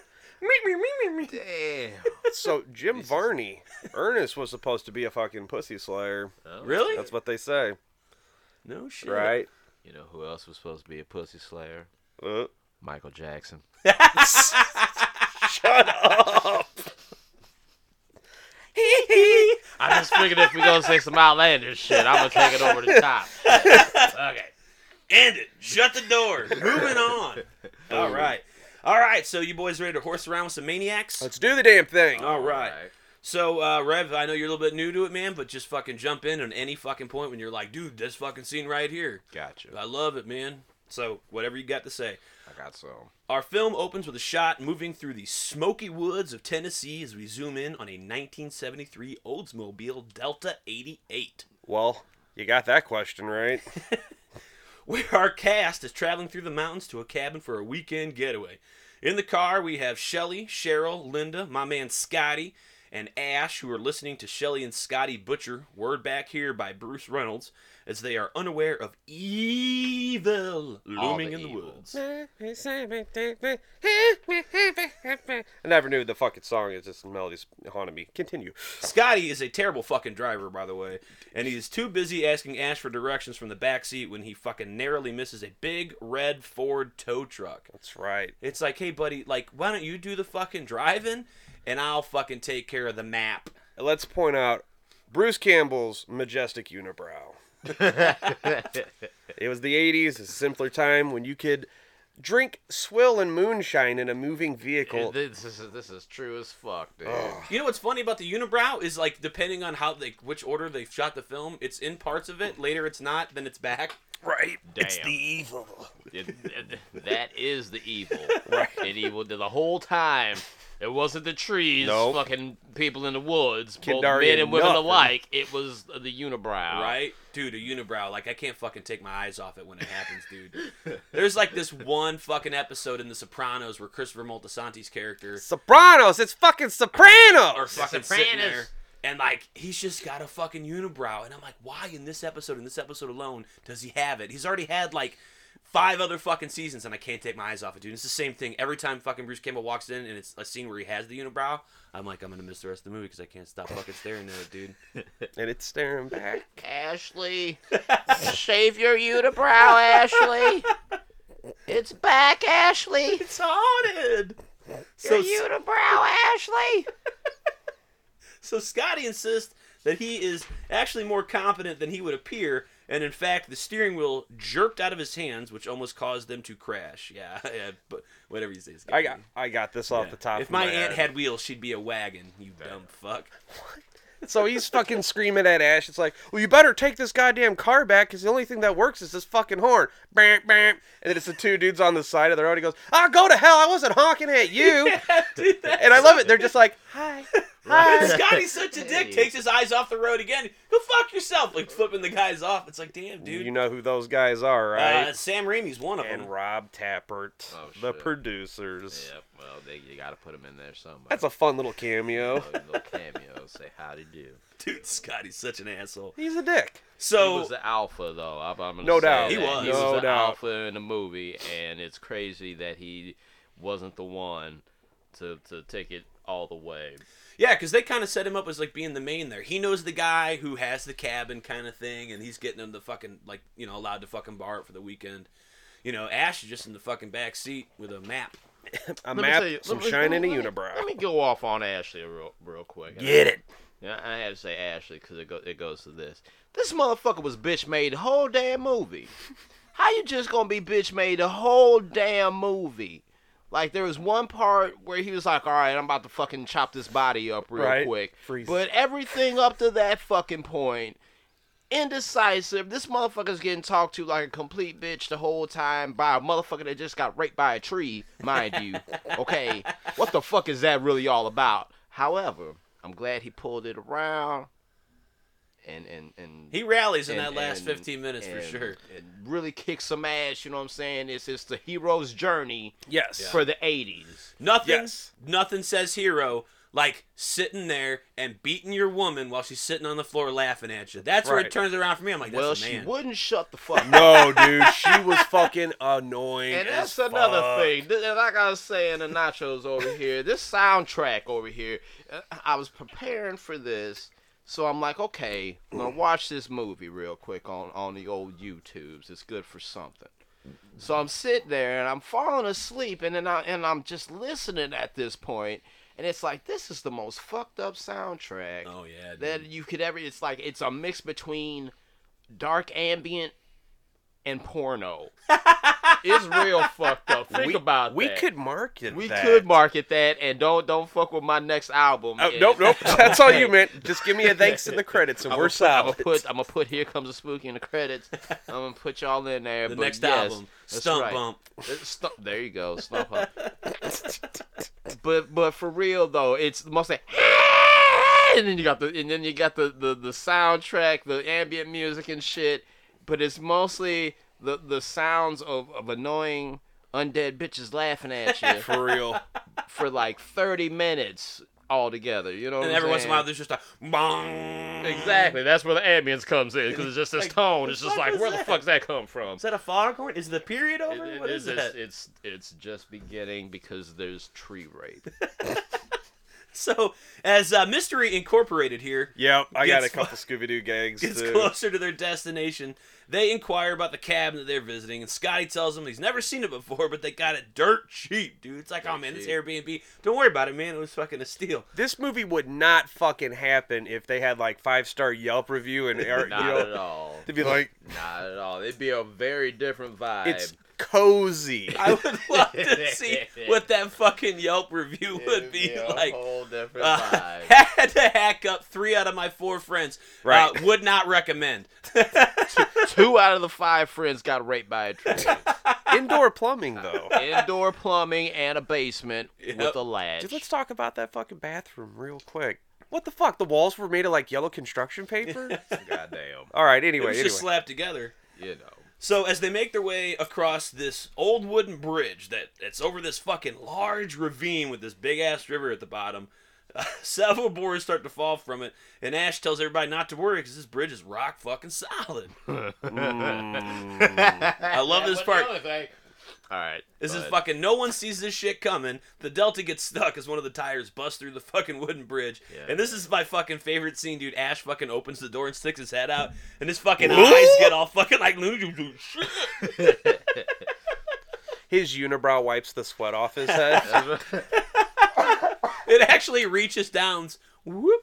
B: Damn.
D: So, Jim Varney, Ernest was supposed to be a fucking pussy slayer.
B: Well,
C: Really?
D: That's what they say,
C: no shit.
D: right?
B: You know who else was supposed to be a pussy slayer?
D: Uh,
B: Michael Jackson. I just figured if we gonna say some outlandish shit, I'm gonna take it over the top.
C: Okay. End it. Shut the door. Moving on. All right. All right. So you boys ready to horse around with some maniacs?
D: let's do the damn thing.
C: All right. So uh, Rev, I know you're a little bit new to it, man, but just fucking jump in on any fucking point when you're like, dude, this fucking scene right here.
B: Gotcha.
C: I love it, man. So whatever you got to say.
B: I got some.
C: Our film opens with a shot moving through the smoky woods of Tennessee as we zoom in on a 1973 Oldsmobile Delta 88.
D: Well, you got that question right.
C: where our cast is traveling through the mountains to a cabin for a weekend getaway. In the car, we have Shelly, Cheryl, Linda, my man Scotty, and Ash, who are listening to Shelly and Scotty Butcher, Word Back Here by Bruce Reynolds, as they are unaware of evil looming
B: the
C: in the
B: evil.
C: woods.
D: I never knew the fucking song. It's just the melodies haunted me. Continue.
C: Scotty is a terrible fucking driver, by the way, and he is too busy asking Ash for directions from the backseat when he fucking narrowly misses a big red Ford tow truck.
D: That's right.
C: It's like, hey, buddy, like, why don't you do the fucking driving, and I'll fucking take care of the map.
D: Let's point out Bruce Campbell's majestic unibrow. It was the 80s, a simpler time when you could drink swill and moonshine in a moving vehicle.
B: This is this is true as fuck, dude.
D: Oh.
C: You know what's funny about the unibrow is like, depending on how like which order they shot the film, it's in parts of it. Later, it's not. Then it's back.
D: Right.
B: It's the
D: evil.
B: It, it- that is the evil. Right. And evil did the whole time. It wasn't the trees,
D: Nope.
B: fucking people in the woods, both
D: Kandarian
B: men and women
D: nothing.
B: alike. It was the unibrow.
C: Right, dude, a unibrow. Like I can't fucking take my eyes off it when it happens, dude. There's like this one fucking episode in The Sopranos where Christopher Moltisanti's character
D: Sopranos. It's fucking
C: are
D: Sopranos.
C: fucking sitting
B: Sopranos.
C: there. And like he's just got a fucking unibrow, and I'm like, why in this episode, in this episode alone, does he have it? He's already had like five other fucking seasons, and I can't take my eyes off it, dude. It's the same thing every time fucking Bruce Campbell walks in, and it's a scene where he has the unibrow. I'm like, I'm gonna miss the rest of the movie because I can't stop fucking staring at it, dude.
D: And it's staring back.
B: Ashley, shave your unibrow, Ashley. It's back, Ashley.
C: It's haunted. So
B: unibrow, Ashley.
C: So Scotty insists that he is actually more competent than he would appear, and in fact, the steering wheel jerked out of his hands, which almost caused them to crash. Yeah, yeah but whatever you say. Scotty.
D: I got I got this off
C: Yeah.
D: the top.
C: If
D: of
C: my,
D: my
C: aunt
D: head.
C: had wheels, she'd be a wagon. You dumb fuck.
D: So he's fucking screaming at Ash. It's like, well, you better take this goddamn car back because the only thing that works is this fucking horn. Bam, bam. And then it's the two dudes on the side of the road. He goes, ah, go to hell. I wasn't honking at you. and I love it. They're just like, hi.
C: And Scotty's such a dick. Takes his eyes off the road again. Go fuck yourself. Like flipping the guys off. It's like, damn, dude.
D: You know who those guys are, right?
C: uh, Sam Raimi's one of
D: and
C: them.
D: Rob Tappert,
B: Oh,
D: the
B: shit.
D: producers.
B: Yep. Well, they, you got to put him in there somewhere.
D: That's a fun little cameo.
B: Little- little cameo. Say howdy do.
C: Dude, Scotty's such an asshole.
D: He's a dick.
C: So
B: he was the alpha though. I'm, I'm gonna
D: No
B: say
D: doubt.
C: He
B: that.
C: was.
B: He
C: No
B: was the
D: doubt.
B: alpha in the movie, and it's crazy that he wasn't the one to to take it all the way.
C: Yeah, because they kind of set him up as like being the main there. He knows the guy who has the cabin kind of thing, and he's getting him the fucking like you know allowed to fucking borrow it for the weekend. You know, Ash is just in the fucking back seat with a map.
D: A
B: Let me
D: map,
B: tell you-
D: some
B: let me-
D: shine in a
B: let me-
D: unibrow.
B: Let me go off on Ashley real real quick.
D: it.
B: Yeah, I had to say Ashley because it, go, it goes to this. This motherfucker was bitch made the whole damn movie. How you just gonna be bitch made the whole damn movie? Like there was one part where he was like, "All right, I'm about to fucking chop this body up real
D: Right.
B: quick,"
D: Freeze.
B: but everything up to that fucking point, indecisive. This motherfucker's getting talked to like a complete bitch the whole time by a motherfucker that just got raped by a tree, mind you. Okay, what the fuck is that really all about? However, I'm glad he pulled it around. And and and
C: He rallies in
B: and-
C: that last
B: and-
C: fifteen minutes for
B: and-
C: sure.
B: and really kicks some ass. You know what I'm saying? It's it's the hero's journey
D: Yes.
B: for the '80s.
C: Nothing,
D: Yes.
C: nothing says hero like sitting there and beating your woman while she's sitting on the floor laughing at you. That's where
D: Right.
C: it turns around for me. I'm like, that's
B: well,
C: a
B: she
C: man.
B: wouldn't shut the fuck up.
D: no, dude, she was fucking annoying.
B: And
D: as
B: that's another
D: fuck.
B: thing. Th- Like I was saying, the nachos over here, this soundtrack over here, uh, I was preparing for this. So I'm like, okay, I'm gonna watch this movie real quick on, on the old YouTubes. It's good for something. So I'm sitting there and I'm falling asleep and then I and I'm just listening at this point, and it's like this is the most fucked up soundtrack
C: Oh yeah, dude.
B: that you could ever. It's like it's a mix between dark ambient and porno. it's real fucked up. Think
D: we,
B: about
D: we
B: that.
D: could market
B: we
D: that.
B: could market that, and don't don't fuck with my next album.
D: Oh,
B: It-
D: nope, nope. That's all you meant. Just give me a thanks in the credits, and
B: I'm
D: we're
B: gonna put, I'm gonna
D: solid.
B: put I'm gonna put here comes the spooky in the credits. I'm gonna put y'all in there.
C: the
B: but
C: next
B: yes,
C: album,
B: that's
C: Stump
B: right.
C: Bump.
B: It's stu- there you go, stump up. but but for real though, it's mostly and then you got the and then you got the, the the soundtrack, the ambient music and shit. But it's mostly the the sounds of, of annoying undead bitches laughing at you
D: For real.
B: for like thirty minutes altogether. You know, what
C: And
B: I'm
C: every once in a while,
B: saying?
C: there's just a bong.
B: Exactly. That's where the ambience comes in because it's just this tone. It's just
C: fuck
B: like,
C: was
B: where the
C: that?
B: fuck's that come from?
C: Is that a foghorn? Is the period over?
B: It- it-
C: what
B: it's,
C: is that?
B: It's, it's it's just beginning because there's tree rape.
C: So as uh, Mystery Incorporated here
D: Yep, I got a
C: Gets
D: couple Scooby Doo gags.
C: gets
D: too.
C: closer to their destination, they inquire about the cabin that they're visiting, and Scotty tells them he's never seen it before, but they got it dirt cheap, dude. It's like, oh man, this
B: cheap.
C: Airbnb. Don't worry about it, man. It was fucking a steal.
D: This movie would not fucking happen if they had like five star Yelp review and or, you
B: Not
D: know,
B: at all.
D: they'd be like,
B: Not at all. It'd be a very different vibe.
D: it's cozy.
C: I would love to see what that fucking Yelp review would
B: It'd
C: be
B: a
C: like.
B: whole different
C: Uh,
B: vibe.
C: had to hack up three out of my four friends.
D: Right.
C: Uh, would not recommend.
B: Two out of the five friends got raped by a tree.
D: Indoor plumbing though.
B: Indoor plumbing and a basement
C: Yep.
B: with a latch.
D: Dude, let's talk about that fucking bathroom real quick. What the fuck? The walls were made of like yellow construction paper.
B: Goddamn.
D: All right.
C: it
D: Anyway,
C: was
D: anyway.
C: just slapped together.
B: You know.
C: So as they make their way across this old wooden bridge that that's over this fucking large ravine with this big ass river at the bottom, uh, several boards start to fall from it, and Ash tells everybody not to worry because this bridge is rock fucking solid.
B: Mm.
C: I love this part.
B: All right.
C: This is
B: but-
C: fucking no one sees this shit coming. The Delta gets stuck as one of the tires busts through the fucking wooden bridge.
B: Yeah.
C: and this is my fucking favorite scene, dude. Ash fucking opens the door and sticks his head out, and his fucking eyes get all fucking like shit.
D: His unibrow wipes the sweat off his head.
C: It actually reaches down. Whoop.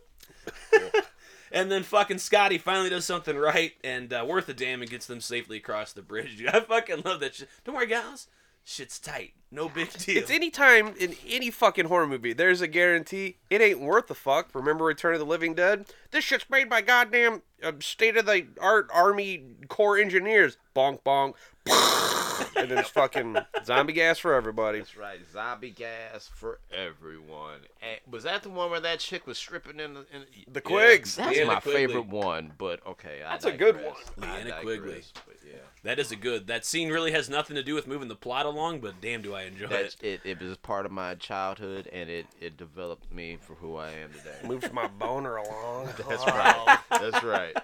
C: and then fucking Scotty finally does something right and uh, worth a damn and gets them safely across the bridge. Dude, I fucking love that shit. Don't worry, guys. Shit's tight. No big deal.
D: It's any time in any fucking horror movie. There's a guarantee it ain't worth the fuck. Remember Return of the Living Dead? This shit's made by goddamn uh, state of the art army corps engineers. Bonk bonk. and then it's fucking zombie gas for everybody.
B: That's right, zombie gas for everyone. And was that the one where that chick was stripping in the, in the,
D: The Quigs.
B: That's
C: Leanna
B: my
C: Quigley.
B: favorite one, but okay, I
D: That's a good
B: digress.
D: one.
B: I
C: Leanna
B: digress,
C: Quigley.
B: but yeah.
C: That is a good. That scene really has nothing to do with moving the plot along, but damn, do I enjoy
B: That's
C: it.
B: it. It was part of my childhood, and it, it developed me for who I am today.
D: Move my boner along.
B: That's right. That's right.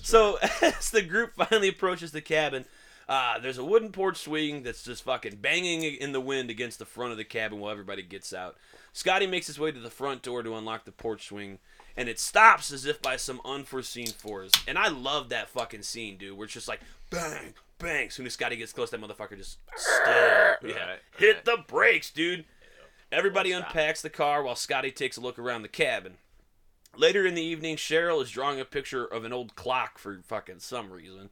C: So as the group finally approaches the cabin, uh, there's a wooden porch swing that's just fucking banging in the wind against the front of the cabin while everybody gets out. Scotty makes his way to the front door to unlock the porch swing, and it stops as if by some unforeseen force. And I love that fucking scene, dude, where it's just like bang, bang. Soon as Scotty gets close, that motherfucker just still. Yeah.
B: Right,
C: Hit
B: right.
C: the brakes, dude. Everybody
B: Won't stop.
C: unpacks the car while Scotty takes a look around the cabin. Later in the evening, Cheryl is drawing a picture of an old clock for fucking some reason.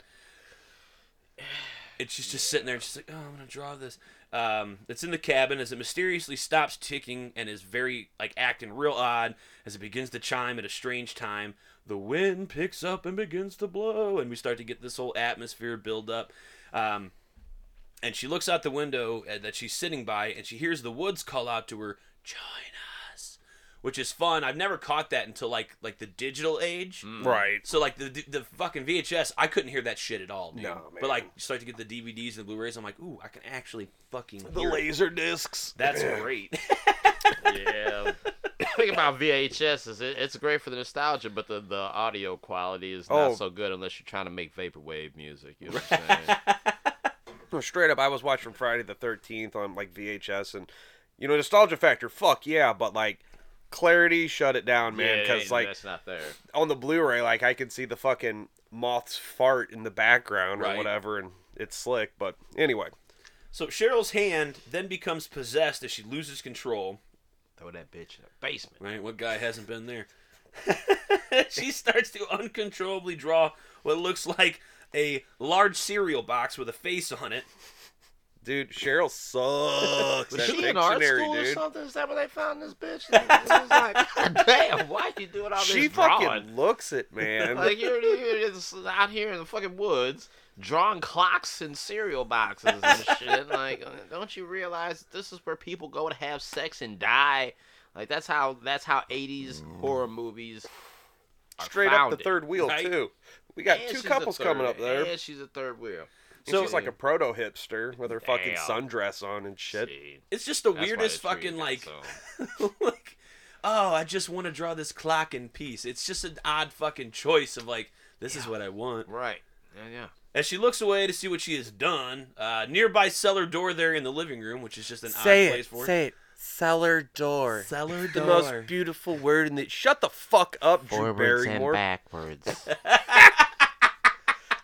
C: And she's just sitting there, and she's like, "Oh, I'm gonna draw this." Um, it's in the cabin as it mysteriously stops ticking and is very like acting real odd as it begins to chime at a strange time. The wind picks up and begins to blow, and we start to get this whole atmosphere build up. Um, and she looks out the window uh, that she's sitting by and she hears the woods call out to her join us which is fun i've never caught that until like like the digital age
D: Right.
C: so like the the fucking vhs i couldn't hear that shit at all dude.
D: No,
C: but
D: man.
C: like you start to get the dvds and the blu-rays i'm like ooh i can actually fucking
D: The
C: hear it.
D: laser discs.
C: that's great
B: Yeah. Think about VHS. Is it, it's great for the nostalgia, but the, the audio quality is not
D: Oh.
B: so good unless you're trying to make vaporwave music. You know what I'm saying?
D: No, straight up, I was watching Friday the Thirteenth on like VHS, and you know, nostalgia factor. Fuck yeah, but like clarity, shut it down, man.
B: Yeah,
D: Because
B: yeah,
D: like
B: that's not there.
D: on the Blu-ray, like I could see the fucking moth's fart in the background
C: Right.
D: or whatever, and it's slick. But anyway,
C: so cheryl's hand then becomes possessed as she loses control
B: Throw that bitch in the basement.
C: Right? What guy hasn't been there? she starts to uncontrollably draw what looks like a large cereal box with a face on it.
D: dude, Cheryl sucks.
B: Was
D: at
B: she in art
D: Pictionary,
B: school or
D: dude.
B: something? Is that where they found this bitch? It was like, God damn, why you doing all this
D: She
B: drawing?
D: fucking looks it, man.
B: Like you're, you're just out here in the fucking woods drawing clocks and cereal boxes and shit. Like, don't you realize this is where people go to have sex and die? Like that's how that's how '80s horror movies are
D: Mm. Straight up the
B: founded.
D: third wheel
C: right?
D: too. We got
B: And
D: two
B: she's a
D: couples
B: third-
D: coming up there.
B: And she's a third wheel.
D: And
C: So-
D: she's like a proto hipster with her fucking
B: Damn.
D: sundress on and shit.
B: See,
C: It's just the
B: that's why
C: weirdest
B: the tree
C: fucking
B: got
C: like,
B: so-
C: like, oh, I just want to draw this clock in peace. It's just an odd fucking choice of like, this is what I want.
B: right. Yeah, yeah.
C: As she looks away to see what she has done, uh, nearby cellar door there in the living room, which is just an
D: Say
C: odd
D: it,
C: place for
D: say it. Cellar door.
C: Cellar
D: The most beautiful word in the. Shut the fuck up, Drew Barrymore.
B: backwards.
D: I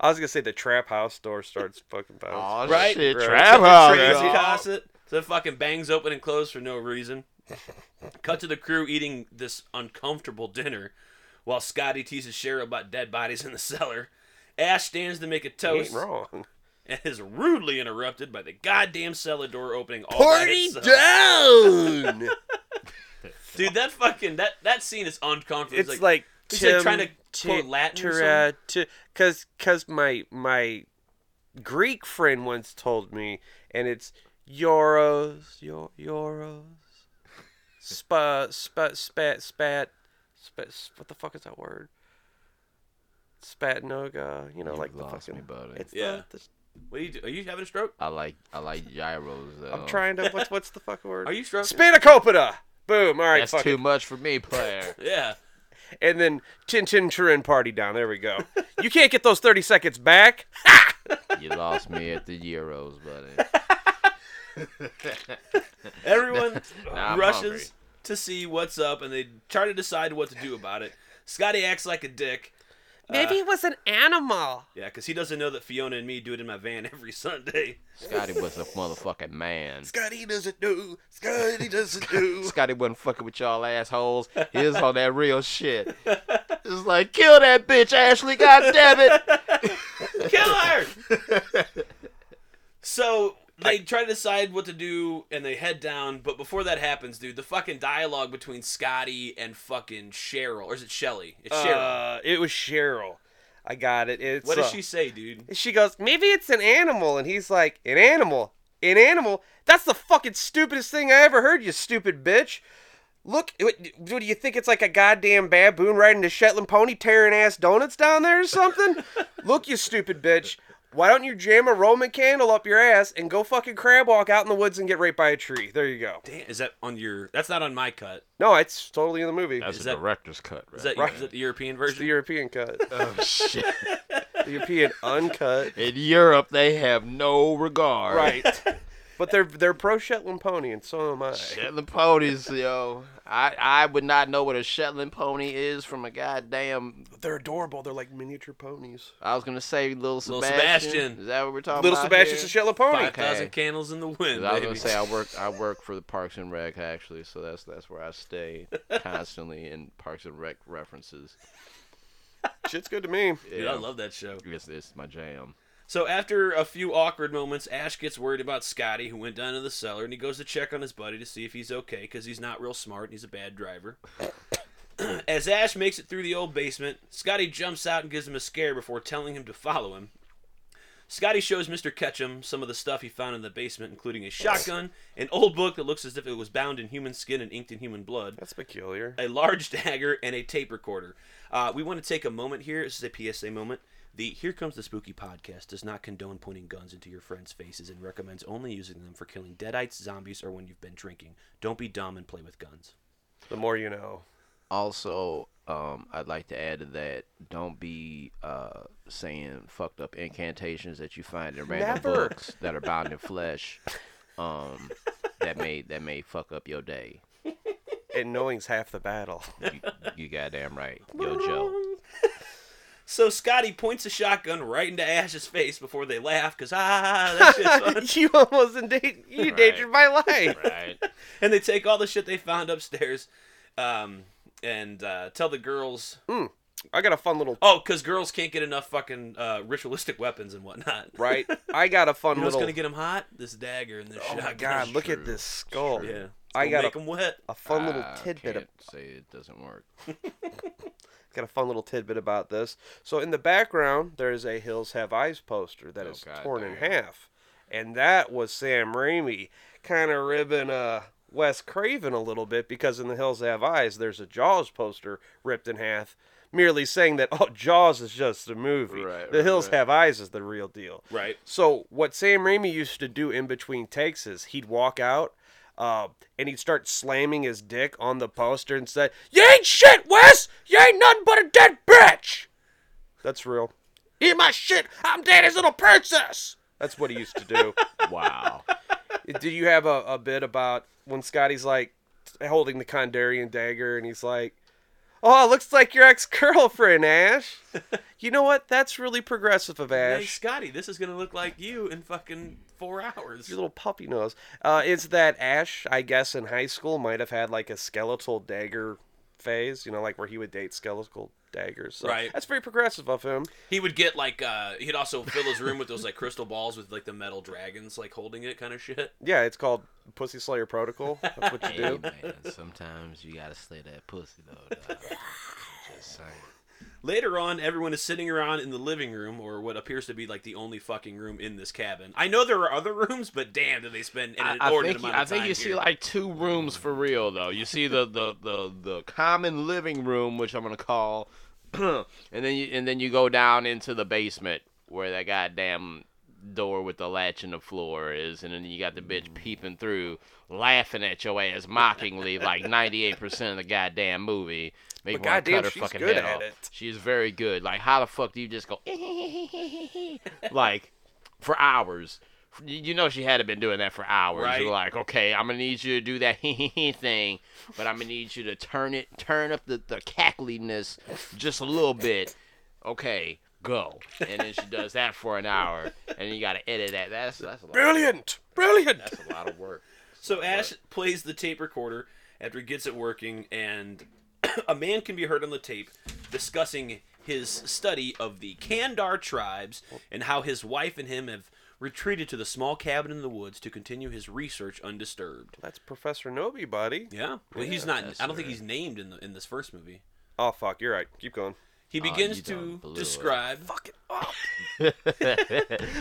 D: was gonna say the trap house door starts fucking bouncing.
B: Oh
C: Right?
B: shit,
D: Right.
B: trap
C: crazy
B: house.
C: faucet. So it fucking bangs open and closed for no reason. Cut to the crew eating this uncomfortable dinner while Scotty teases Cheryl about dead bodies in the cellar. Ash stands to make a
D: You
C: toast
D: ain't wrong.
C: and is rudely interrupted by the goddamn cellar door opening
B: Oh,
C: all by
D: Party
C: itself.
D: down.
C: Dude, that fucking that that scene is uncomfortable.
D: it's like
C: he's like
D: Tim
C: trying to
D: Ti-
C: quote Latin or
D: Tira- Ti- cause cause my my Greek friend once told me, and it's euros, your euros, spa spa spat spat spat. What the fuck is that word? Spatnoga, you know, like the
B: lost
D: fucking.
B: me, buddy.
D: It's
C: Yeah.
D: The, the,
C: what are you do? Are you having a stroke?
B: I like I like gyros. Though.
D: I'm trying to. What's what's the fucking word?
C: Are you stroking?
D: Spanakopita. Boom. All right.
B: That's
D: fuck
B: too
D: it.
B: much for me, player.
C: yeah.
D: And then Chin Chin Chirin party down. There we go. you can't get those 30 seconds back.
B: you lost me at the Euros, buddy.
C: Everyone
B: Nah, I'm
C: rushes
B: hungry.
C: to see what's up, and they try to decide what to do about it. Scotty acts like a dick.
D: Maybe it was an animal.
C: Yeah, because he doesn't know that Fiona and me do it in my van every Sunday.
B: Scotty was a motherfucking man.
D: Scotty doesn't do. Scotty doesn't do.
B: Scotty wasn't fucking with y'all assholes. He was on that real shit. It's like, kill that bitch, Ashley. God damn it.
C: Kill her! so they try to decide what to do, and they head down. But before that happens, dude, the fucking dialogue
B: Uh,
C: between Scotty and fucking Cheryl, or is it Shelly? It's Cheryl.
D: Uh, it was Cheryl. I got it. It's
C: What does
D: uh,
C: she say, dude?
D: She goes, maybe it's an animal, and he's like, an animal, an animal. That's the fucking stupidest thing I ever heard. You stupid bitch. Look, what, what do you think? It's like a goddamn baboon riding a Shetland pony, tearing ass donuts down there or something. Look, you stupid bitch. Why don't you jam a Roman candle up your ass and go fucking crab walk out in the woods and get raped by a tree? There you go.
C: Damn, is that on your? That's not on my cut.
D: No, it's totally in the movie.
B: That's
C: Is
B: a
C: that-
B: director's cut, right?
C: Is that,
D: Right.
C: is that the European
D: It's the
C: version?
D: European cut,
B: oh shit!
D: the European uncut.
B: In Europe, they have no regard.
D: Right. But they're they're pro Shetland pony, and so am I.
B: Shetland ponies, yo. I I would not know what a Shetland pony is from a goddamn.
D: They're adorable. They're like miniature ponies.
B: I was gonna say little Sebastian.
C: Sebastian.
B: Is that what we're talking
D: Little
B: about?
D: Sebastian's
B: here?
D: a Shetland pony.
C: Five thousand
B: Okay.
C: candles in the wind.
B: 'Cause I was
C: baby.
B: gonna say I work I work for the Parks and Rec actually, so that's that's where I stay constantly in Parks and Rec references.
D: Shit's good to me.
C: Dude, I love that show.
B: It's, it's my jam.
C: So after a few awkward moments, Ash gets worried about Scotty, who went down to the cellar, and he goes to check on his buddy to see if he's okay, because he's not real smart and he's a bad driver. As Ash makes it through the old basement, Scotty jumps out and gives him a scare before telling him to follow him. Scotty shows Mr. Ketchum some of the stuff he found in the basement, including a shotgun, an old book that looks as if it was bound in human skin and inked in human blood,
D: That's peculiar.
C: a large dagger, and a tape recorder. Uh, we want to take a moment here. This is a PSA moment. The Here Comes the Spooky podcast does not condone pointing guns into your friends' faces and recommends only using them for killing deadites, zombies, or when you've been drinking. Don't be dumb and play with guns.
D: The more you know.
B: Also, um, I'd like to add to that: don't be uh, saying fucked up incantations that you find in random
D: Never.
B: books that are bound in flesh. Um, that may that may fuck up your day.
D: And knowing's half the battle.
B: You, you goddamn right, yo Joe.
C: So Scotty points a shotgun right into Ash's face before they laugh because, ah, that shit's fun.
D: you almost endangered, you endangered my life.
B: Right.
C: and they take all the shit they found upstairs um, and uh, tell the girls
D: I got a fun little.
C: Oh, because girls can't get enough fucking uh, ritualistic weapons and whatnot.
D: Right? I got a fun
C: You know what's
D: little.
C: gonna get them hot? This dagger and this
D: oh
C: shotgun.
D: my god, look
B: true.
D: at this skull.
C: Yeah, It's
D: I
C: gonna make
D: got
C: Ah,
D: a-
C: them wet.
D: A fun little
B: I
D: tidbit. Of,
B: Can't say it doesn't work.
D: got a fun little tidbit about this. So in the background, there is a Hills Have Eyes poster that
B: Oh,
D: is
B: God
D: torn in
B: damn.
D: half, and that was Sam Raimi kind of ribbing uh Wes Craven a little bit because in the Hills Have Eyes, there's a Jaws poster ripped in half, merely saying that oh Jaws is just a movie.
B: Right,
D: the
B: right,
D: Hills
B: right.
D: Have Eyes is the real deal.
C: Right.
D: So what Sam Raimi used to do in between takes is he'd walk out. Uh, and he'd start slamming his dick on the poster and say, "You ain't shit, Wes. You ain't nothing but a dead bitch." That's real. Eat my shit. I'm daddy's little princess. That's what he used to do.
B: Wow.
D: do you have a, a bit about when Scotty's like holding the Kondarian dagger and he's like, "Oh, it looks like your ex-girlfriend, Ash." you know what? That's really progressive of Ash.
C: Hey, Scotty, this is gonna look like you in fucking four hours.
D: your little puppy nose. Uh, it's that Ash, I guess, in high school might have had like a skeletal dagger phase, you know, like where he would date skeletal daggers. So
C: Right.
D: That's very progressive of him.
C: He would get like uh, he'd also fill his room with those like crystal balls with like the metal dragons like holding it kind of shit.
D: Yeah, it's called Pussy Slayer Protocol. That's what you
B: Hey,
D: do.
B: man, sometimes you gotta slay that pussy though. dog. Just saying.
C: Later on, everyone is sitting around in the living room or what appears to be like the only fucking room in this cabin. I know there are other rooms, but damn, do they spend an
B: I, I
C: inordinate
B: think you,
C: amount
B: I
C: of
B: think
C: time
B: you
C: here.
B: see like two rooms for real though. You see the the the, the common living room, which I'm gonna call, and then you and then you go down into the basement where that goddamn door with the latch in the floor is, and then you got the bitch peeping through, laughing at your ass mockingly like 98% of the goddamn movie. Make
D: But
B: me wanna
D: goddamn,
B: cut her
D: she's
B: fucking
D: good
B: head
D: at
B: off.
D: it.
B: She's very good. Like how the fuck do you just go like for hours. You you know she had been doing that for hours.
C: Right.
B: You're like, okay, I'm gonna need you to do that thing, but I'm gonna need you to turn it, turn up the the cackliness just a little bit. Okay, go. And then she does that for an hour, and you gotta edit that. That's that's a lot.
D: Brilliant. Brilliant.
B: That's a lot of work.
C: So Ash plays the tape recorder after he gets it working, and a man can be heard on the tape discussing his study of the Kandar tribes and how his wife and him have retreated to the small cabin in the woods to continue his research undisturbed.
D: That's Professor Nobi, buddy.
C: Yeah, well, he's not. I don't think
B: Professor.
C: he's named in the in this first movie.
D: Oh, fuck. You're right. Keep going.
C: He begins
B: you done
C: to
B: blew it.
C: describe.
D: Fucking up.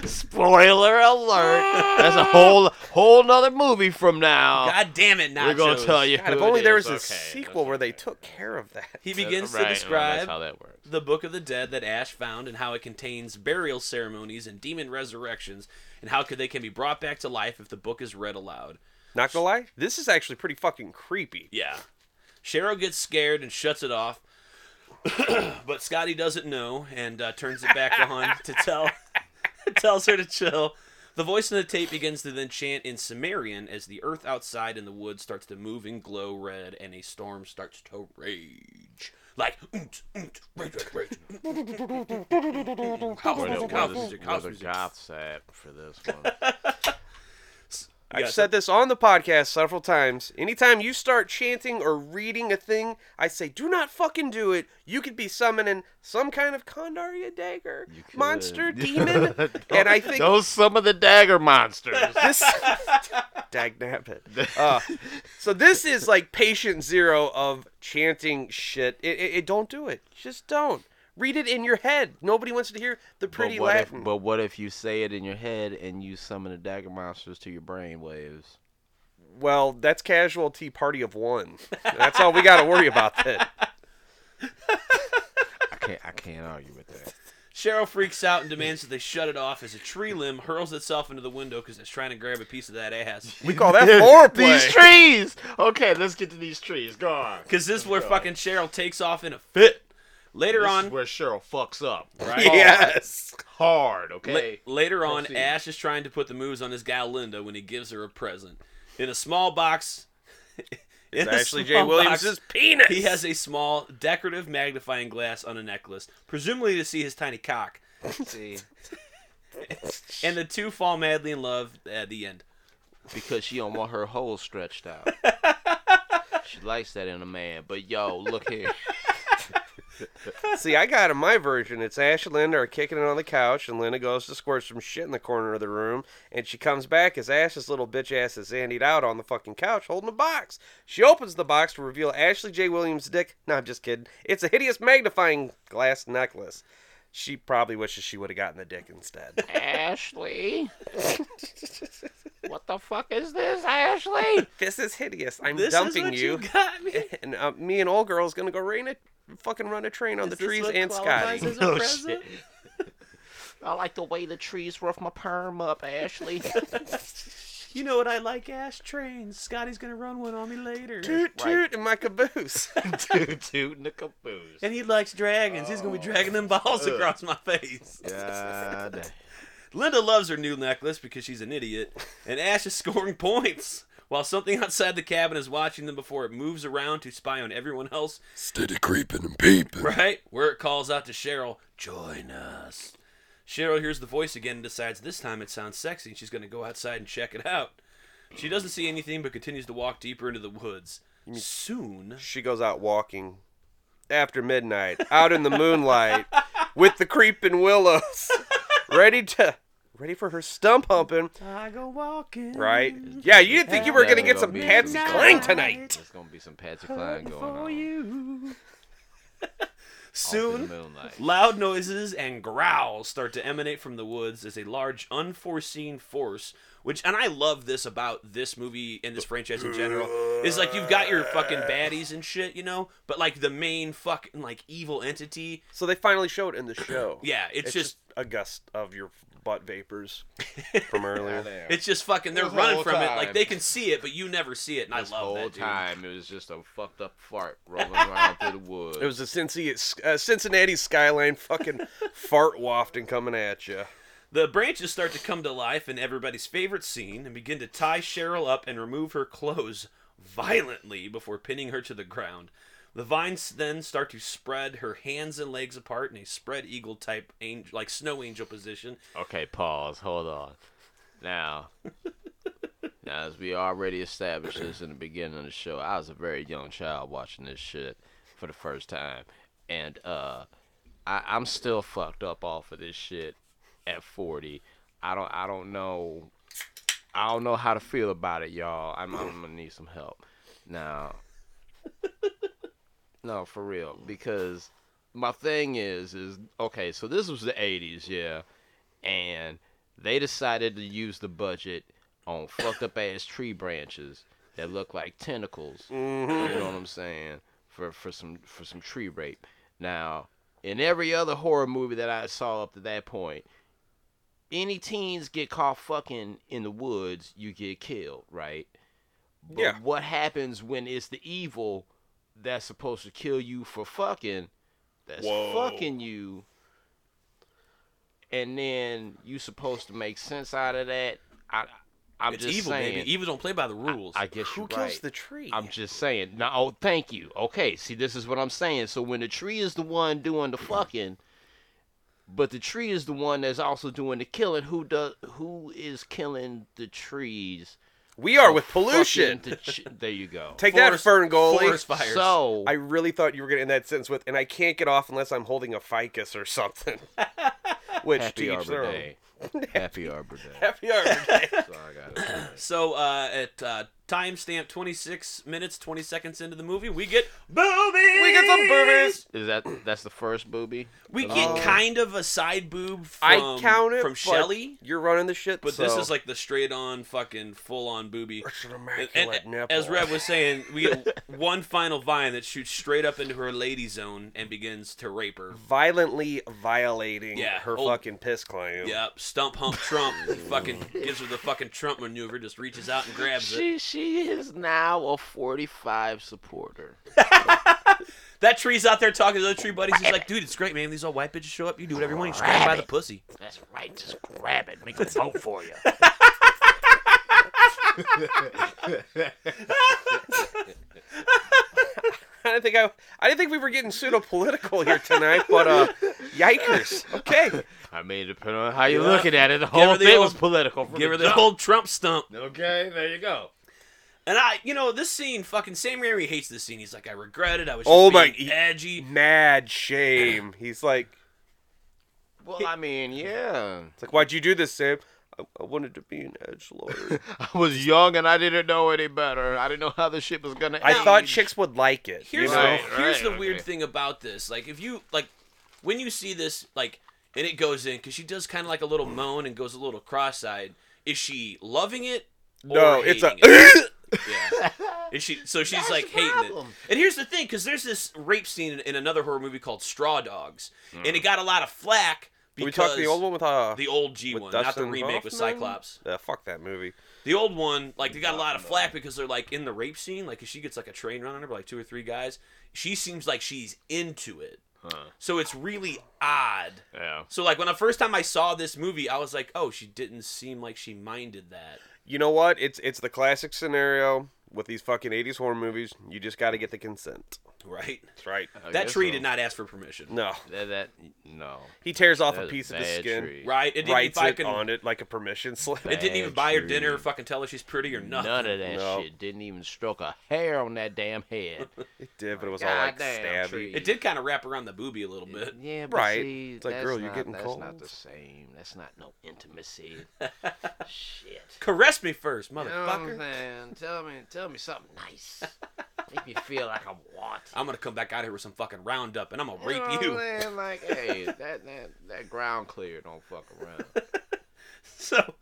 B: Spoiler alert! That's a
D: Ah.
B: whole whole nother movie from now.
C: God damn it, Nachos.
B: We're gonna tell you.
D: God, if
B: who
D: only
B: it
D: there
B: is.
D: was a
B: Okay,
D: sequel
B: that's
D: where they
B: okay.
D: took care of that.
C: He begins
B: Right,
C: to
B: well,
C: describe
B: that's how that works.
C: the Book of the Dead that Ash found and how it contains burial ceremonies and demon resurrections and how could they can be brought back to life if the book is read aloud.
D: Not gonna lie, this is actually pretty fucking creepy.
C: Yeah. Cheryl gets scared and shuts it off, but Scotty doesn't know and uh, turns it back on to tell tells her to chill. The voice in the tape begins to then chant in Sumerian as the earth outside in the woods starts to move and glow red and a storm starts to rage. Like, "Oont, oont, rage, rage, rage."
D: Oh,
C: House
B: Where the,
C: music,
B: where
C: house
B: the,
C: music,
B: where
C: house
B: the
C: music.
B: goths at for this one?
D: I've
C: Yeah, so-
D: said this on the podcast several times. Anytime you start chanting or reading a thing, I say, do not fucking do it. You could be summoning some kind of Condaria dagger, monster, demon. and I think
B: Those some of the dagger monsters.
D: this. Dag nabbit. Uh, so this is like patient zero of chanting shit. It, it, it- don't do it. Just don't. Read it in your head. Nobody wants to hear the pretty
B: but what
D: Latin.
B: If, but what if you say it in your head and you summon the dagger monsters to your brain waves?
D: well, that's casual tea party of one. That's all we got to worry about that.
B: I can't. I can't argue with that.
C: Cheryl freaks out and demands that they shut it off as a tree limb hurls itself into the window because it's trying to grab a piece of that ass.
D: We call that foreplay.
B: These trees. Okay, let's get to these trees. Go on.
C: Because this is where fucking Cheryl takes off in a fit. Later
B: This
C: on,
B: is where Cheryl fucks up. Right.
D: yes.
B: Hard.
C: la-
B: Okay.
C: later on,
B: proceed.
C: Ash is trying to put the moves on his gal Linda when he gives her a present in a small box.
D: It's actually Jay Williams' penis.
C: He has a small decorative magnifying glass on a necklace, presumably to see his tiny cock.
B: See,
C: And the two fall madly in love at the end.
B: because she don't want her hole stretched out. she likes that in a man. But yo, look here.
D: See, I got in my version. It's Ash and Linda are kicking it on the couch, and Linda goes to squirt some shit in the corner of the room, and she comes back as Ash's little bitch ass is zandied out on the fucking couch holding a box. She opens the box to reveal Ashley J. Williams' dick. No, I'm just kidding. It's a hideous magnifying glass necklace. She probably wishes she would have gotten the dick instead.
B: Ashley. what the fuck is this, Ashley?
D: this is hideous. I'm
C: This is
D: dumping
C: what
D: you.
C: you. got me.
D: and uh, me and old girl's gonna go rain a fucking run a train on the
C: this
D: trees
C: what
D: and
C: qualifies as
D: Scotty.
C: a present?
B: I like the way the trees rough my perm up, Ashley.
C: You know what I like, Ash? Trains. Scotty's gonna run one on me later.
D: Toot toot in my caboose.
B: Dude, tooting the caboose.
C: And he likes dragons. He's gonna be dragging them balls across my face.
B: God.
C: Linda loves her new necklace because she's an idiot, and Ash is scoring points while something outside the cabin is watching them before it moves around to spy on everyone else.
A: Steady creeping and peeping.
C: Right where it calls out to Cheryl, "Join us." Cheryl hears the voice again and decides this time it sounds sexy, and she's gonna go outside and check it out. She doesn't see anything but continues to walk deeper into the woods. Soon,
D: she goes out walking after midnight, out in the moonlight, with the creeping willows, ready to ready for her stump humping.
C: I go walking.
D: Right? Yeah, you didn't think you were gonna get
B: Definitely
D: some
B: gonna be
D: Patsy
B: some
D: Cline
B: Patsy-
D: tonight.
B: There's gonna be some Patsy Cline going on.
C: Soon,
B: In the moonlight.
C: Loud noises and growls start to emanate from the woods as a large unforeseen force, which and I love this about this movie and this franchise in general, is like you've got your fucking baddies and shit, you know, but like the main fucking like evil entity,
D: So they finally showed in the show.
C: yeah, it's,
D: It's
C: just,
D: just a gust of your butt vapors from earlier.
B: There.
C: it's just fucking they're
B: This
C: running
B: whole
C: from it like
B: time.
C: they can see it but you never see it and
B: This
C: I love
B: whole
C: that dude.
B: time it was just a fucked up fart rolling around through the woods.
D: It was a Cincy, uh, Cincinnati skyline fucking fart wafting coming at you.
C: The branches start to come to life in everybody's favorite scene and begin to tie Cheryl up and remove her clothes violently before pinning her to the ground. The vines then start to spread her hands and legs apart in a spread eagle type, angel, like snow angel position.
B: Okay, pause. Hold on. Now, now, as we already established this in the beginning of the show, I was a very young child watching this shit for the first time, and uh, I, I'm still fucked up off of this shit at 40. I don't, I don't know, I don't know how to feel about it, y'all. I'm, I'm gonna need some help. Now, no, for real, because my thing is is okay. So this was the '80s, yeah, and they decided to use the budget on fucked up ass tree branches that look like tentacles.
D: Mm-hmm.
B: You know what I'm saying? For for some for some tree rape. Now, in every other horror movie that I saw up to that point, any teens get caught fucking in the woods, you get killed, right? But
D: Yeah.
B: what happens when it's the evil that's supposed to kill you for fucking that's
C: Whoa.
B: fucking you and then you supposed to make sense out of that. I I'm
C: it's
B: just
C: evil,
B: saying
C: baby. Evil don't play by the rules.
B: I guess
D: Who
B: you're
D: kills
B: right.
D: the tree?
B: I'm just saying. No, oh, thank you. Okay, see, this is what I'm saying. So when the tree is the one doing the fucking, but the tree is the one that's also doing the killing. Who does? Who is killing the trees?
D: we are with pollution.
B: Fucking the ch- there you go.
D: Take
C: Forest-
D: that, Ferngully.
C: forest fires.
B: So
D: I really thought you were gonna end that sentence with, and I can't get off unless I'm holding a ficus or something. Which to
B: happy
D: each their
B: Arbor
D: own.
B: Day. happy Arbor Day.
D: Happy Arbor Day.
B: So I got it.
C: So uh, at uh, timestamp 26 minutes 20 seconds into the movie, we get boobies.
D: we get some boobies.
B: Is that that's the first booby?
C: We
B: Of the
C: get
B: movie?
C: kind of a side boob from
D: Oh. I count it
C: from
D: but
C: Shelly,
D: You're running the shit.
C: but this
D: so-
C: is like the straight on fucking full on boobie.
D: It's an
C: And-
D: immaculate
C: and-
D: nipple.
C: as Rev was saying, we get one final vine that shoots straight up into her lady zone and begins to rape her.
D: violently violating
C: Yeah, oh,
D: her
C: old-
D: fucking piss clam.
C: Yep, stump hump Trump fucking gives her the fucking Trump maneuver, just reaches out and grabs it.
B: She she is now a 45 supporter.
C: That tree's out there talking to the other tree buddies. He's like, dude, it's great, man. These all white bitches show up. You do whatever you want. You just grab 'em by the pussy.
B: That's right. Just grab it. Make a vote for you.
D: I didn't think I, I didn't think we were getting pseudo political here tonight, but uh, yikers. Okay,
B: I mean, depending on how you're looking at it, the whole
C: her the
B: thing
C: old-
B: was political. From
C: Give her the
B: jump.
C: old Trump stump.
B: Okay, there you go.
C: And I, you know, this scene, fucking Sam Raimi hates this scene. He's like, I regret it. I was just
D: Oh my-
C: being edgy.
D: mad shame. He's like,
B: Well, I mean, yeah.
D: it's like, why'd you do this, Sam? I, I wanted to be an edge lord.
B: I was young and I didn't know any better. I didn't know how the shit was gonna.
D: I
B: end.
D: thought chicks would like it.
C: Here's
D: you
C: the,
D: know?
B: Right,
C: here's
B: right,
C: the
B: okay.
C: weird thing about this. Like, if you like, when you see this, like, and it goes in because she does kind of like a little moan and goes a little cross-eyed. Is she loving it? Or
D: no, it's a.
C: hating it? Yeah. And she, so she's
B: That's
C: like
B: the
C: hating
B: problem.
C: it. And here's the thing, because there's this rape scene in, in another horror movie called Straw Dogs, and
B: Mm.
C: it got a lot of flack because
D: we talked the old one with uh,
C: the old G
D: with
C: one, not the
D: Dustin
C: remake with
D: Hoffman?
C: Cyclops.
D: uh, fuck that movie.
C: The old one, like they got a lot of flack because they're like in the rape scene, like 'cause she gets like a train run on her by like two or three guys. She seems like she's into it,
B: Huh.
C: so it's really odd.
B: Yeah.
C: So like when the first time I saw this movie, I was like, oh, she didn't seem like she minded that.
D: You know what? It's it's the classic scenario with these fucking '80s horror movies. You just got to get the consent.
C: Right?
D: That's right.
B: I
C: that
B: guess
C: tree
B: so.
C: did not ask for permission.
D: No,
B: That, that no.
D: he tears off
B: That
D: a
B: is
D: piece of his
B: bad
D: skin.
B: tree.
C: Right? It didn't
D: writes
C: even
D: it
C: fucking.
D: on it like a permission slip.
C: It didn't even buy her
B: Bad
C: dinner or
B: tree.
C: fucking tell her she's pretty or nothing.
B: None of that
D: No.
B: shit. Didn't even stroke a hair on that damn head.
D: It did, but it was all like
B: Goddamn
D: stabby.
B: tree.
C: It did kind of wrap around the boobie a little bit.
B: Yeah, but
D: Right.
B: See,
D: It's like,
B: that's
D: girl,
B: not,
D: you're getting
B: that's not
D: cold.
B: the same. That's not no intimacy. shit.
C: Caress me first,
B: You know what I'm
C: motherfucker.
B: saying? Tell me, tell me something nice. Make me feel like I want.
C: I'm gonna come back out here with some fucking roundup and I'm gonna
B: You know
C: rape
B: what I'm
C: you.
B: saying? Like, hey, that, that that ground clear don't fuck around.
C: So,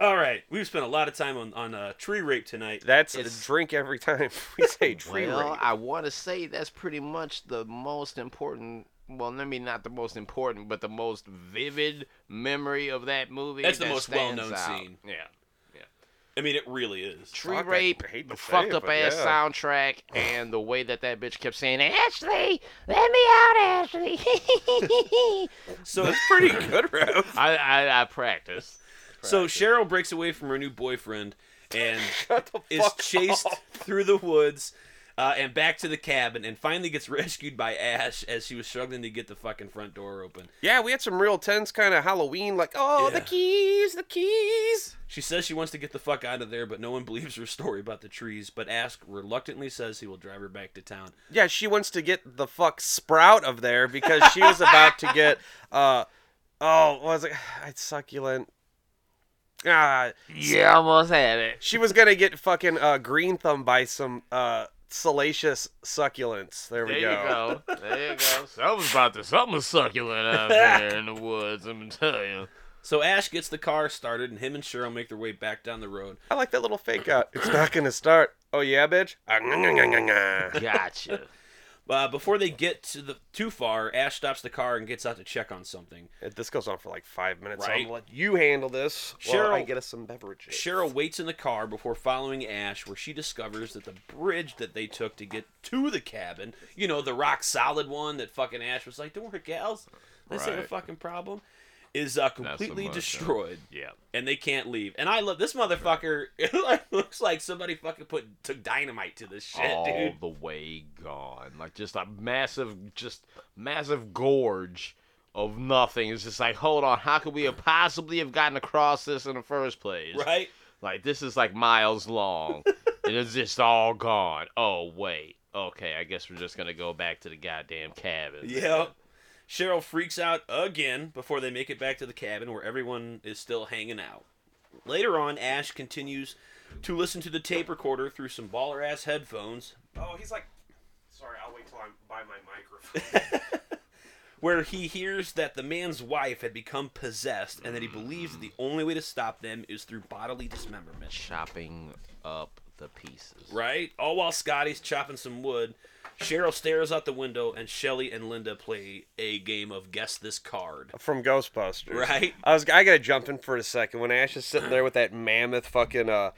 C: all right, we've spent a lot of time on on uh, tree rape tonight.
D: That's
B: It's-
D: a drink every time we say tree
B: well,
D: rape.
B: I want to say that's pretty much the most important. Well, maybe not the most important, but the most vivid memory of that movie.
C: That's the
B: that
C: most well-known
B: stands out.
C: scene.
B: Yeah.
C: I mean, it really is.
B: Tree
D: Fuck, I
B: rape,
D: hate
B: the
D: to say
B: fucked
D: it,
B: up
D: but
B: ass
D: yeah.
B: soundtrack, and the way that that bitch kept saying, "Ashley, let me out, Ashley."
C: So,
D: Pretty good, Rev.
B: I, I I practiced.
C: so Cheryl breaks away from her new boyfriend and
D: Shut the
C: is
D: fuck
C: chased
D: up.
C: through the woods. Uh, and back to the cabin, and finally gets rescued by Ash as she was struggling to get the fucking front door open.
D: Yeah, we had some real tense kind of Halloween, like, oh,
C: Yeah.
D: the keys, the keys.
C: She says she wants to get the fuck out of there, but no one believes her story about the trees. But Ash reluctantly says he will drive her back to town.
D: Yeah, she wants to get the fuck sprout of there because she was about to get, uh, oh, what was it? It's succulent. Ah,
B: Yeah, almost had it.
D: she was gonna get fucking uh, green thumb by some uh salacious succulents. There
B: There
D: we
B: you
D: go.
B: go. There you go. Something's about to something succulent out there in the woods. I'm gonna tell you.
C: So Ash gets the car started, and him and Cheryl make their way back down the road.
D: I like that little fake out. It's not gonna start. Oh yeah, bitch. Ah, nga, nga, nga, nga, nga.
B: Gotcha.
C: Uh, before they get to the too far, Ash stops the car and gets out to check on something.
D: this goes on for like five minutes.
C: Right.
D: So I'm gonna let you handle this. Sure. I
C: Cheryl-
D: get us some beverages.
C: Cheryl waits in the car before following Ash, where she discovers that the bridge that they took to get to the cabin, you know, the rock solid one that fucking Ash was like, "Don't worry, gals, this ain't a
B: Right.
C: fucking problem," is uh,
B: a
C: completely
B: mushroom.
C: destroyed.
B: yeah.
C: and they can't leave. And I love this motherfucker. It like, looks like somebody fucking put took dynamite to this shit,
B: All
C: dude.
B: the way gone. Like just a massive, just massive gorge of nothing. It's just like, hold on, how could we have possibly have gotten across this in the first place?
C: Right?
B: Like this is like miles long, and it's just all gone. Oh wait, okay, I guess we're just gonna go back to the goddamn cabin.
C: Yep. Cheryl freaks out again before they make it back to the cabin where everyone is still hanging out. Later on, Ash continues to listen to the tape recorder through some baller ass headphones
D: Oh, he's like. Sorry, I'll wait till I'm by my microphone.
C: where he hears that the man's wife had become possessed and that he believes that the only way to stop them is through bodily dismemberment.
B: chopping up the pieces.
C: right? All while Scotty's chopping some wood, Cheryl stares out the window, and Shelly and Linda play a game of guess this card.
D: From Ghostbusters.
C: Right?
D: I was I gotta jump in for a second when Ash is sitting there with that mammoth fucking uh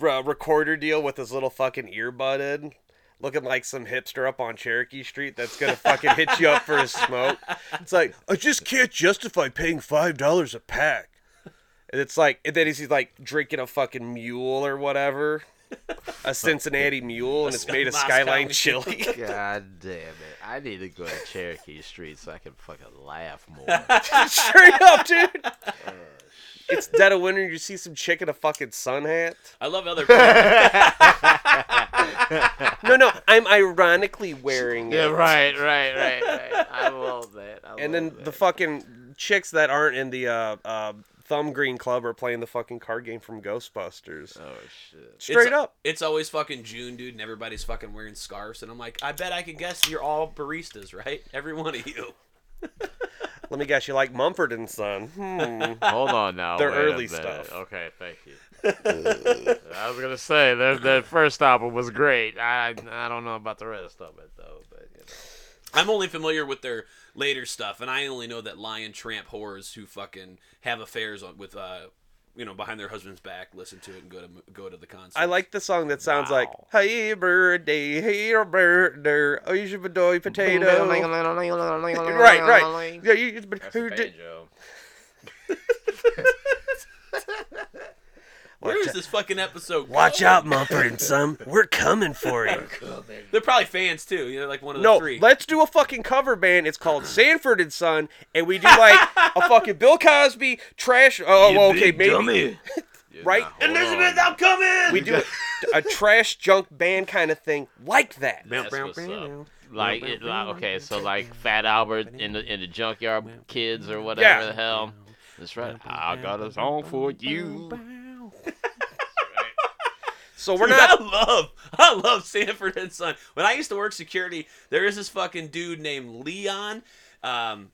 D: r- recorder deal with his little fucking earbud in, looking like some hipster up on Cherokee Street that's gonna fucking hit you up for a smoke. It's like I just can't justify paying five dollars a pack. And it's like and then he's he's like drinking a fucking mule or whatever. A Cincinnati mule and it's made of
C: Moscow
D: skyline
C: Mule.
D: chili.
B: God damn it! I need to go to Cherokee Street so I can fucking laugh more.
D: Straight up, dude. It's dead of winter. You see some chick in a fucking sun hat.
C: I love other people.
D: No, no, I'm ironically wearing
B: yeah,
D: it.
B: right, right, right, right. I love that. I
D: And then
B: love
D: the
B: that.
D: fucking chicks that aren't in the uh, uh, Thumb Green Club are playing the fucking card game from Ghostbusters.
B: Oh shit!
D: Straight
C: It's-
D: up.
C: It's always fucking June, dude, and everybody's fucking wearing scarves. And I'm like, I bet I can guess you're all baristas, right? Every one of you.
D: Let me guess, you like Mumford and Son? Hmm.
B: Hold on now.
D: They're
B: wait a
D: early
B: minute.
D: stuff.
B: Okay, thank you. I was gonna say that that first album was great. I I don't know about the rest of it though, but you know.
C: I'm only familiar with their later stuff, and I only know that lion tramp whores who fucking have affairs on, with, uh, you know, behind their husband's back, listen to it and go to go to the concert.
D: I like the song that sounds like
B: Wow.
D: Hey birthday, hey birthday, oh you should be doing potato. right, right. Yeah, you, you, who did,
C: Where is this fucking episode?
D: watch
C: going?
D: out, Mumford and Son. We're coming for you.
C: They're probably fans too. You know, like one of the
D: No,
C: 3
D: let's do a fucking cover band. It's called Sanford and Son, and we do like a fucking Bill Cosby trash. Oh, well, okay, maybe right.
B: Elizabeth,
C: I'm coming.
D: we do a, a trash junk band kind of thing like that.
C: Mount
B: That's what's up. Like, it, like, okay, so like Fat Albert in the in the junkyard kids or whatever
D: Yeah.
B: the hell. That's right. I got a song for you.
D: So we're
C: Dude, I
D: not.
C: love, I love Sanford and Son. When I used to work security, there is this fucking dude named Leon, um,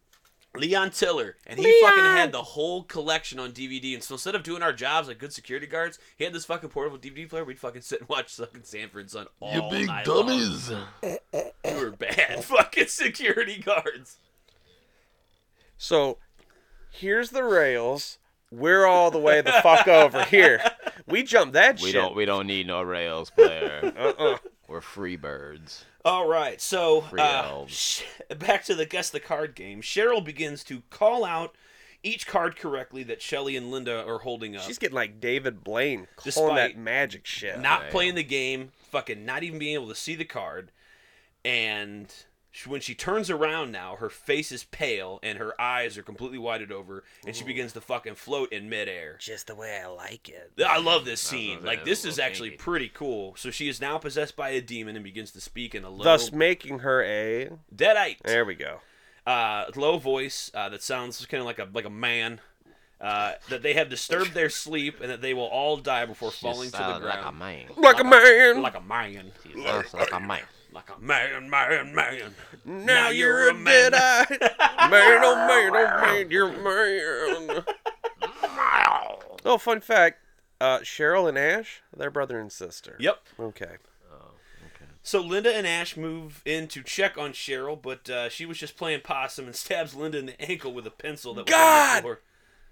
C: Leon Tiller, and he fucking had the whole collection on DVD. And so instead of doing our jobs like good security guards, he had this fucking portable DVD player. We'd fucking sit and watch fucking Sanford and Son all
B: You big
C: night long.
B: dummies.
C: We were bad fucking security guards.
D: So here's the rails. We're all the way the fuck over here. We jump that
B: We
D: shit.
B: don't we don't need no rails player.
D: Uh-uh.
B: We're free birds.
C: All right, so
B: Free
C: uh,
B: elves.
C: sh- back to the guess the card game. Cheryl begins to call out each card correctly that Shelly and Linda are holding up.
D: She's getting like David Blaine calling
C: Despite-
D: that magic shit.
C: not
B: Damn.
C: playing the game, fucking not even being able to see the card. And she, when she turns around now, her face is pale and her eyes are completely widened over, and she begins to fucking float in midair.
D: just the way I like it.
C: I love this scene.
B: that
C: Like
B: is
C: this
B: a
C: is
B: little
C: actually
B: kinky.
C: pretty cool. So she is now possessed by a demon and begins to speak in a low,
D: Thus making her a.
C: deadite,
D: There we go.
C: uh, low voice uh, that sounds kind of like a like a man. uh, that they have disturbed their sleep and that they will all die before falling to the
B: sounds Like a
C: ground.
B: man.
D: Like a man.
C: Like a man.
B: She sounds like a man.
C: Like a man, man, man.
D: now you're a dead eye. man, oh man, oh man, you're a man. oh, fun fact. Uh, Cheryl and Ash, they're brother and sister.
C: Yep.
D: Okay.
B: Oh.
C: So Linda and Ash move in to check on Cheryl, but uh, she was just playing possum and stabs Linda in the ankle with a pencil that was on the
D: God!
C: floor.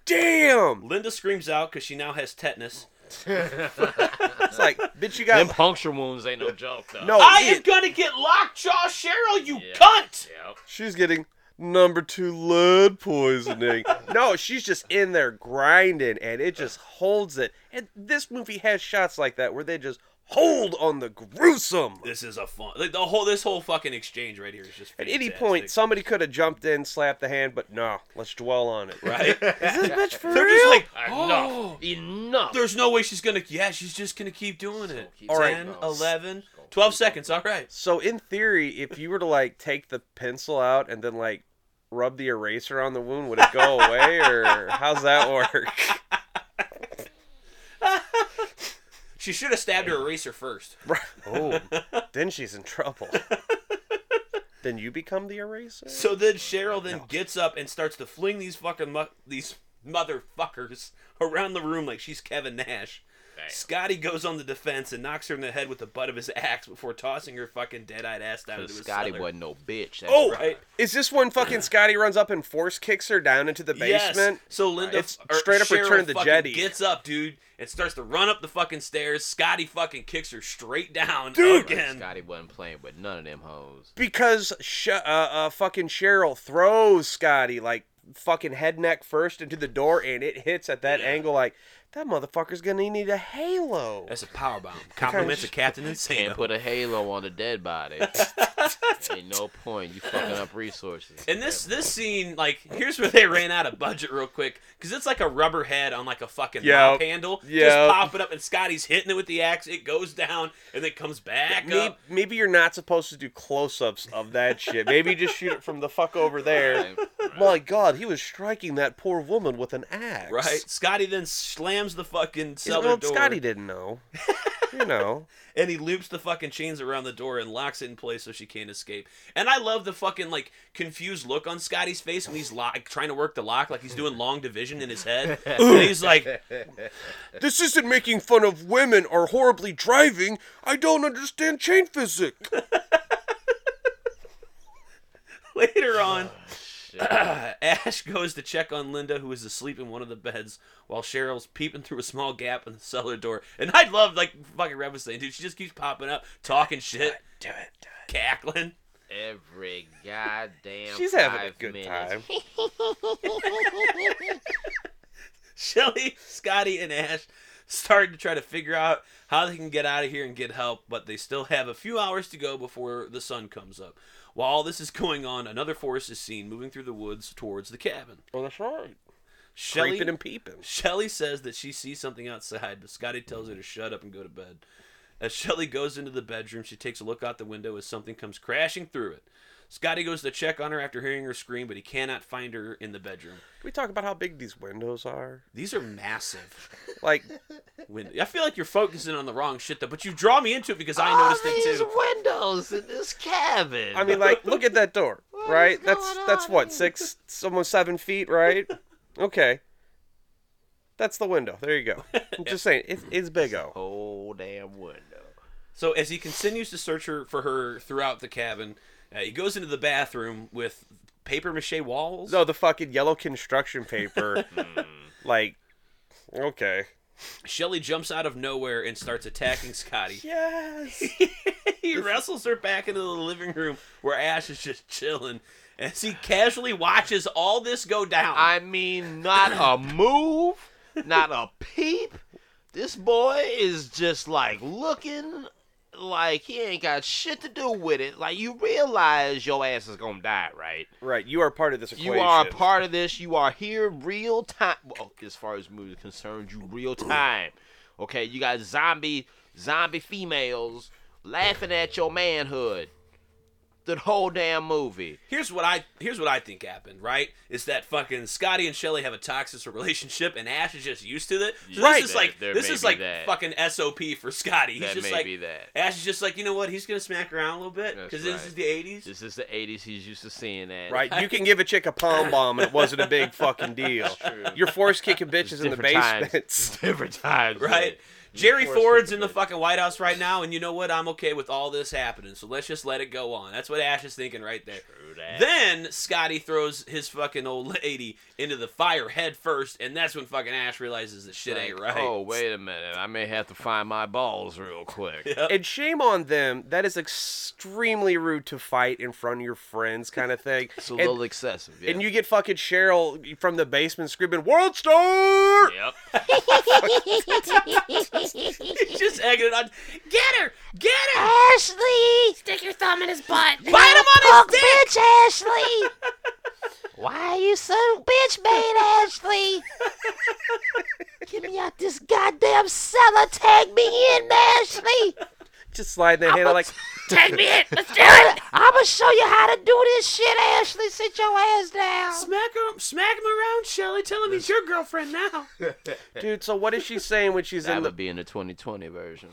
D: Damn.
C: Linda screams out because she now has tetanus.
D: It's like, bitch, you got.
B: Them puncture wounds ain't no joke though.
D: no,
C: I
D: you-
C: am gonna get lockjaw, Cheryl, you
B: Oh, Yeah.
C: cunt!
B: Yep.
D: She's getting number two lead poisoning. no, she's just in there grinding, and it just holds it. And this movie has shots like that where they just hold on the gruesome.
C: This is a fun. Like the whole this whole fucking exchange right here is just.
D: At any
C: fantastic.
D: point, somebody could have jumped in, slapped the hand, but no, let's dwell on it. Right?
C: right?
D: Is this bitch for
C: They're just
D: real?
C: like,
B: Enough.
C: oh,
B: Enough.
C: there's no way she's gonna. Yeah, she's just gonna keep doing it.
B: keep
D: All right.
C: 10,
B: going.
C: 11, 12 seconds. All right.
D: so, in theory, if you were to like take the pencil out and then like rub the eraser on the wound, would it go away, or how's that work?
C: She should have stabbed her eraser first.
D: Right. Oh, then she's in trouble. then you become the eraser.
C: So then Cheryl then gets up and starts to fling these fucking mu- these motherfuckers around the room like she's Kevin Nash.
B: Damn.
C: Scotty goes on the defense and knocks her in the head with the butt of his axe before tossing her fucking dead-eyed ass down into
B: Cause
C: his
B: Scotty
C: cellar.
B: wasn't no bitch. That's
D: Oh,
C: Right?
D: is this when fucking Scotty runs up and force kicks her down into the
C: Yes.
D: basement?
C: So Linda
D: It's
C: or
D: straight up
C: Cheryl
D: Return of the
C: fucking
D: Jedi.
C: Gets up, dude, and starts to run up the fucking stairs. Scotty fucking kicks her straight down
D: Dude!
C: again.
B: Scotty wasn't playing with none of them hoes.
D: Because sh- uh, uh, fucking Cheryl throws Scotty like fucking head neck first into the door, and it hits at that angle like that motherfucker's gonna need a halo.
C: That's a power bomb. Compliments of Captain Insano.
B: Can't put a halo on a dead body. ain't no point. You fucking up resources.
C: And this this scene, like, here's where they ran out of budget real quick, because it's like a rubber head on like a fucking
D: Yep.
C: mop handle. Just
D: Yep.
C: pop it up, and Scotty's hitting it with the axe. It goes down, and then comes back
D: Maybe,
C: up.
D: maybe you're not supposed to do close-ups of that shit. Maybe just shoot it from the fuck over there. My God, he was striking that poor woman with an axe.
C: Right. Scotty then slams the fucking
D: Well,
C: cellar door,
D: Scotty didn't know. you know.
C: and he loops the fucking chains around the door and locks it in place so she can't escape. And I love the fucking like confused look on Scotty's face when he's lock, trying to work the lock, like he's doing long division in his head. and he's like,
D: This isn't making fun of women or horribly driving. I don't understand chain physics.
C: Later on, Ash goes to check on Linda, who is asleep in one of the beds, while Cheryl's peeping through a small gap in the cellar door. And I love, like, fucking Rev was saying, dude, she just keeps popping up, talking shit,
D: Do it, do it.
C: cackling.
B: Every goddamn.
D: She's having a
B: five
D: good
B: minutes.
D: time.
C: Shelly, Scotty, and Ash start to try to figure out how they can get out of here and get help, but they still have a few hours to go before the sun comes up. While all this is going on, another forest is seen moving through the woods towards the cabin.
D: Well, that's right.
C: Shelly
D: Creeping and peeping.
C: Shelly says that she sees something outside, but Scotty tells her to shut up and go to bed. As Shelly goes into the bedroom, she takes a look out the window as something comes crashing through it. Scotty goes to check on her after hearing her scream, but he cannot find her in the bedroom.
D: Can we talk about how big these windows are?
C: These are massive.
D: Like,
C: Window. I feel like you're focusing on the wrong shit though, but you draw me into it because
B: Oh,
C: I noticed it
B: these
C: too.
B: windows in this cabin.
D: I mean, like, look at that door, right?
B: is
D: That's
B: going
D: that's
B: on
D: what
B: here?
D: six, almost seven feet, right? Okay. That's the window. There you go. I'm just saying, it's it's big O.
B: whole damn window.
C: So as he continues to search her for her throughout the cabin, uh, he goes into the bathroom with paper mache walls.
D: No, the fucking yellow construction paper.
B: Hmm.
D: like, okay.
C: Shelly jumps out of nowhere and starts attacking Scotty.
D: Yes.
C: he wrestles her back into the living room where Ash is just chilling as he casually watches all this go down.
B: I mean, not a move, not a peep. This boy is just like looking like he ain't got shit to do with it. Like you realize your ass is gonna die, right?
D: Right, you are part of this equation.
B: You are a part of this. You are here real time. Well, as far as movie is concerned, you real time. Okay, you got zombie zombie females laughing at your manhood. the whole damn movie.
C: Here's what I here's what I think happened, right? Is that fucking Scotty and Shelly have a toxic relationship and Ash is just used to it. So
B: Right.
C: This is like
B: There- there
C: this
B: may
C: is
B: be
C: like
B: that.
C: fucking SOP for Scotty. He's
B: That
C: just
B: may
C: like
B: be that.
C: Ash is just like, you know what, he's gonna smack around a little bit
B: That's
C: because this
B: right.
C: is the eighties.
B: This is the 80s. He's used to seeing that.
D: Right, you can give a chick a palm bomb and it wasn't a big fucking deal. You're force kicking bitches in the
B: Different times.
D: basements.
B: Different times.
C: Right?
B: man.
C: Jerry
B: forced
C: Ford's
B: it,
C: in the
B: but-
C: fucking White House right now, and you know what? I'm okay with all this happening, so let's just let it go on. That's what Ash is thinking right there.
B: True that.
C: Then Scotty throws his fucking old lady into the fire head first, and that's when fucking Ash realizes that shit ain't right.
B: Oh, wait a minute. I may have to find my balls real quick.
D: And shame on them. That is extremely rude to fight in front of your friends, kind of thing.
B: It's a
D: and,
B: little excessive. Yeah.
D: and you get fucking Cheryl from the basement screaming, "World Star!"
B: Yep.
C: He's just egging it on. Get her! Get her!
E: Ashley! Stick your thumb in his butt.
C: Oh,
E: Bite him
C: on his
E: bitch, Ashley! Why are you so bitch made, Ashley? Get me out this goddamn cellar. Tag me in, Ashley.
D: Just slide their hand out like,
E: Tag me in. Let's do it. I'm going to show you how to do this shit, Ashley. Sit your ass down.
C: Smack him! Smack him around, Shelly. Tell him he's your girlfriend now.
D: dude. So what is she saying when she's
B: That
D: in the
B: would be in the 2020 version.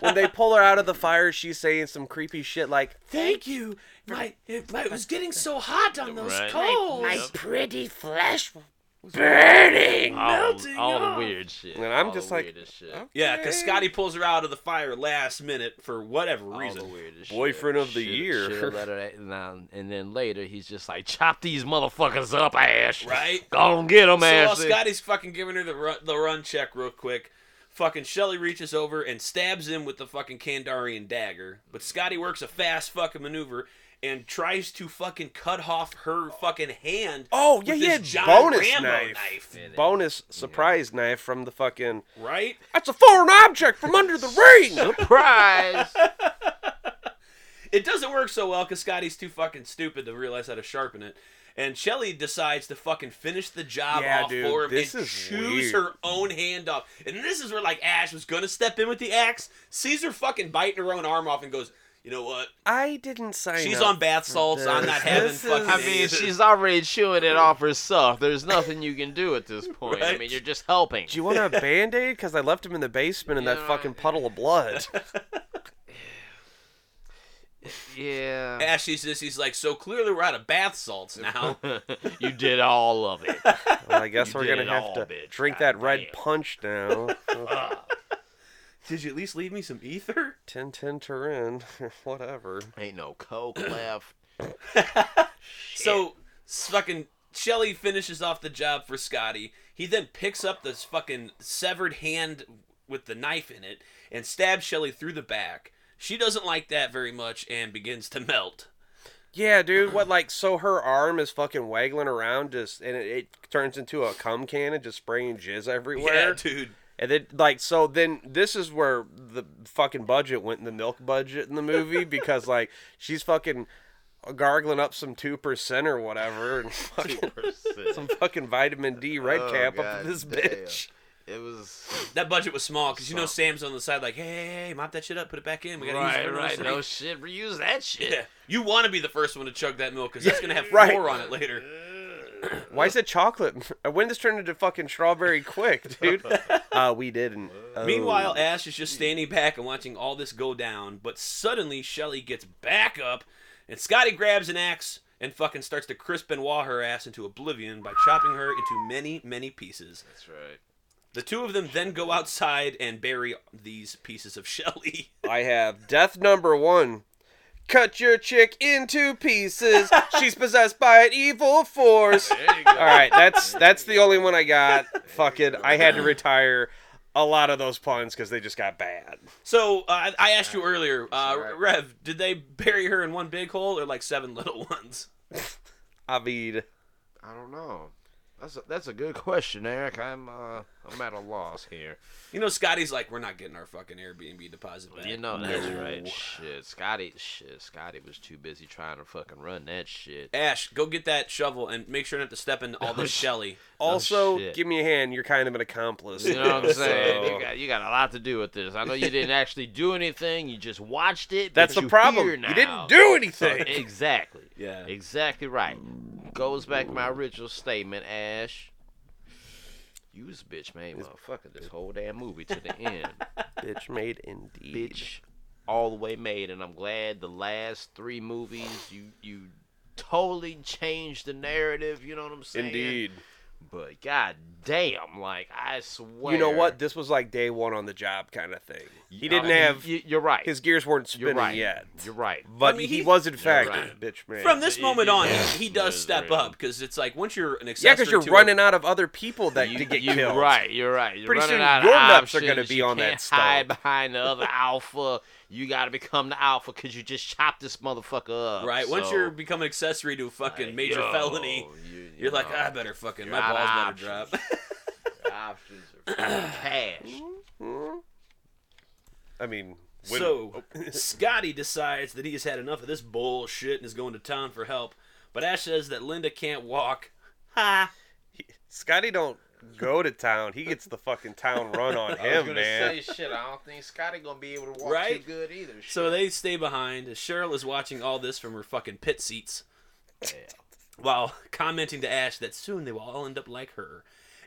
D: when they pull her out of the fire? She's saying some creepy shit like,
C: Thank you. My it, my- it was getting so hot on those
B: Right.
C: coals.
E: My pretty flesh burning.
B: All,
C: Melting
B: all
C: off.
B: the weird shit.
D: And I'm
B: All
D: just
B: the
D: like,
B: weirdest shit.
D: "Oh,
C: Yeah, because Scotty pulls her out of the fire last minute for whatever
B: All the
C: reason.
B: weirdest
D: Boyfriend
B: shit.
D: of the
B: Should've-
D: year.
B: should've let her that- and, then- and then later he's just like, chop these motherfuckers up, Ash.
C: Right?
B: Go and get them,
C: So while
B: Ashley.
C: Scotty's fucking giving her the run, the run check real quick, fucking Shelly reaches over and stabs him with the fucking Kandarian dagger. But Scotty works a fast fucking maneuver and tries to fucking cut off her fucking hand.
D: "Oh yeah,
C: with
D: yeah,
C: this giant
D: bonus
C: Rambo
D: knife,
B: And it-
D: bonus surprise knife from the fucking."
C: right?
D: That's a foreign object from under the ring.
B: Surprise!
C: It doesn't work so well because Scotty's too fucking stupid to realize how to sharpen it. And Shelly decides to fucking finish the job
D: Yeah,
C: off
D: dude,
C: for him
D: this
C: and
D: is
C: choose
D: weird.
C: her own hand off. And this is where like Ash was gonna step in with the axe, sees her fucking biting her own arm off, and goes, "You know what?
D: I didn't sign.
C: She's
D: up
C: on bath
D: for
C: salts. I'm
D: this.
C: not having
D: This
C: fucking
D: is-
B: I mean,
C: Jesus.
B: she's already chewing it off herself. There's nothing you can do at this point. I
C: Right.
B: mean, you're just helping.
D: Do you want a band aid? Because I left him in the basement in that
B: Yeah.
D: fucking puddle of blood.
B: Yeah.
C: Ash sees this. He's like, so clearly we're out of bath salts now.
B: you did all of it.
D: Well, I guess
B: You
D: we're
B: did
D: gonna
B: it
D: have
B: all,
D: to
B: bitch.
D: drink
B: God
D: that red
B: damn.
D: punch now.
C: Did you at least leave me some ether?
D: Ten ten Turin, whatever.
B: Ain't no coke left.
C: So s- fucking Shelly finishes off the job for Scotty. He then picks up this fucking severed hand with the knife in it and stabs Shelly through the back. She doesn't like that very much and begins to melt.
D: Yeah, dude. What like so? Her arm is fucking waggling around, just and it, it turns into a cum cannon, just spraying jizz everywhere.
C: Yeah, dude.
D: And then, like, so then this is where the fucking budget went in the milk budget in the movie because, like, she's fucking gargling up some 2% or whatever and fucking, some fucking vitamin D red
B: Oh,
D: cap up
B: God
D: this
B: damn.
D: bitch.
B: It was
C: That budget was small because you know Sam's on the side like, hey, hey, hey, mop that shit up, put it back in. We gotta use it
B: right,
C: for
B: right.
C: another
B: No
C: scene."
B: shit. Reuse that shit.
C: Yeah. You want to be the first one to chug that milk because that's gonna have
D: right.
C: flour on it later.
D: Why is it chocolate? When this turned into fucking strawberry quick, dude? Uh, we didn't. Oh.
C: Meanwhile, Ash is just standing back and watching all this go down, but suddenly Shelly gets back up, and Scotty grabs an axe and fucking starts to crisp Benoit her ass into oblivion by chopping her into many, many pieces.
B: That's right.
C: The two of them then go outside and bury these pieces of Shelly.
D: I have death number one. Cut your chick into pieces. She's possessed by an evil force.
B: There you go.
D: All right, that's that's the only one I got. Fuck it, I had to retire a lot of those puns because they just got bad.
C: So uh, I- I asked you earlier, uh,
B: right.
C: Rev, did they bury her in one big hole or like seven little ones?
D: Avid.
B: I don't know. That's a, that's a good question, Eric. I'm uh, I'm at a loss here.
C: You know, Scotty's like, we're not getting our fucking Airbnb deposit back.
B: You know that's right. Shit, Scotty. Shit, Scotty was too busy trying to fucking run that shit.
C: Ash, go get that shovel and make sure not to step into all this
B: sh-
C: jelly.
D: Also,
B: Oh, shit.
D: give me a hand. You're kind of an accomplice.
B: You know what I'm
D: So-
B: saying? You, got, you got a lot to do with this. I know you didn't actually do anything. You just watched it.
D: That's
B: but
D: the
B: you're
D: problem.
B: here
D: You
B: now.
D: didn't do anything.
B: Exactly.
C: Yeah.
B: Exactly right. Goes back to my original statement, Ash. You was bitch made motherfucker this whole damn movie to the end.
D: Bitch made indeed.
B: bitch all the way made and I'm glad the last three movies you you totally changed the narrative, you know what I'm saying?
D: Indeed.
B: But god damn, like I swear
D: You know what? This was like day one on the job kind of thing. He
B: I
D: didn't
B: mean,
D: have
B: you, you're right.
D: his gears weren't
B: you're
D: spinning
B: right.
D: yet.
B: You're right.
D: But
C: I mean,
D: he,
C: he-
D: was in fact
B: right.
D: a bitch made.
C: From this
B: Yeah,
C: moment on,
B: yeah.
C: he does
B: Yeah,
C: step
B: right.
C: up because it's like once you're an accessory
D: yeah, because you're
C: to a-
D: running out of other people that
B: You,
D: to get
B: you
D: killed.
B: right. You're right. You're
D: Pretty
B: running
D: soon
B: out of
D: your nuts are
B: options.
D: gonna be
B: You
D: on that
B: can't
D: stove.
B: hide behind the other alpha. You got to become the alpha because you just chopped this motherfucker up.
C: right? Once
B: so,
C: you become an accessory to a fucking
B: like,
C: major
B: yo,
C: felony,
B: you- you
C: you're like,
B: know.
C: "Ah, I better fucking
B: you're
C: my
B: out of
C: balls better
B: options.
C: drop.
B: options are fucking cash.
D: Hmm? I mean, when- oh,
C: so
B: oh.
C: Scotty decides that he has had enough of this bullshit and is going to town for help. But Ash says that Linda can't walk. Ha!
D: Scotty don't go to town. He gets the fucking town run
B: I
D: on
B: was
D: him,
B: gonna
D: man.
B: say shit. I don't think Scotty gonna be able to walk
C: Right?
B: too good either. Shit.
C: So they stay behind. as Cheryl is watching all this from her fucking pit seats while commenting to Ash that soon they will all end up like her.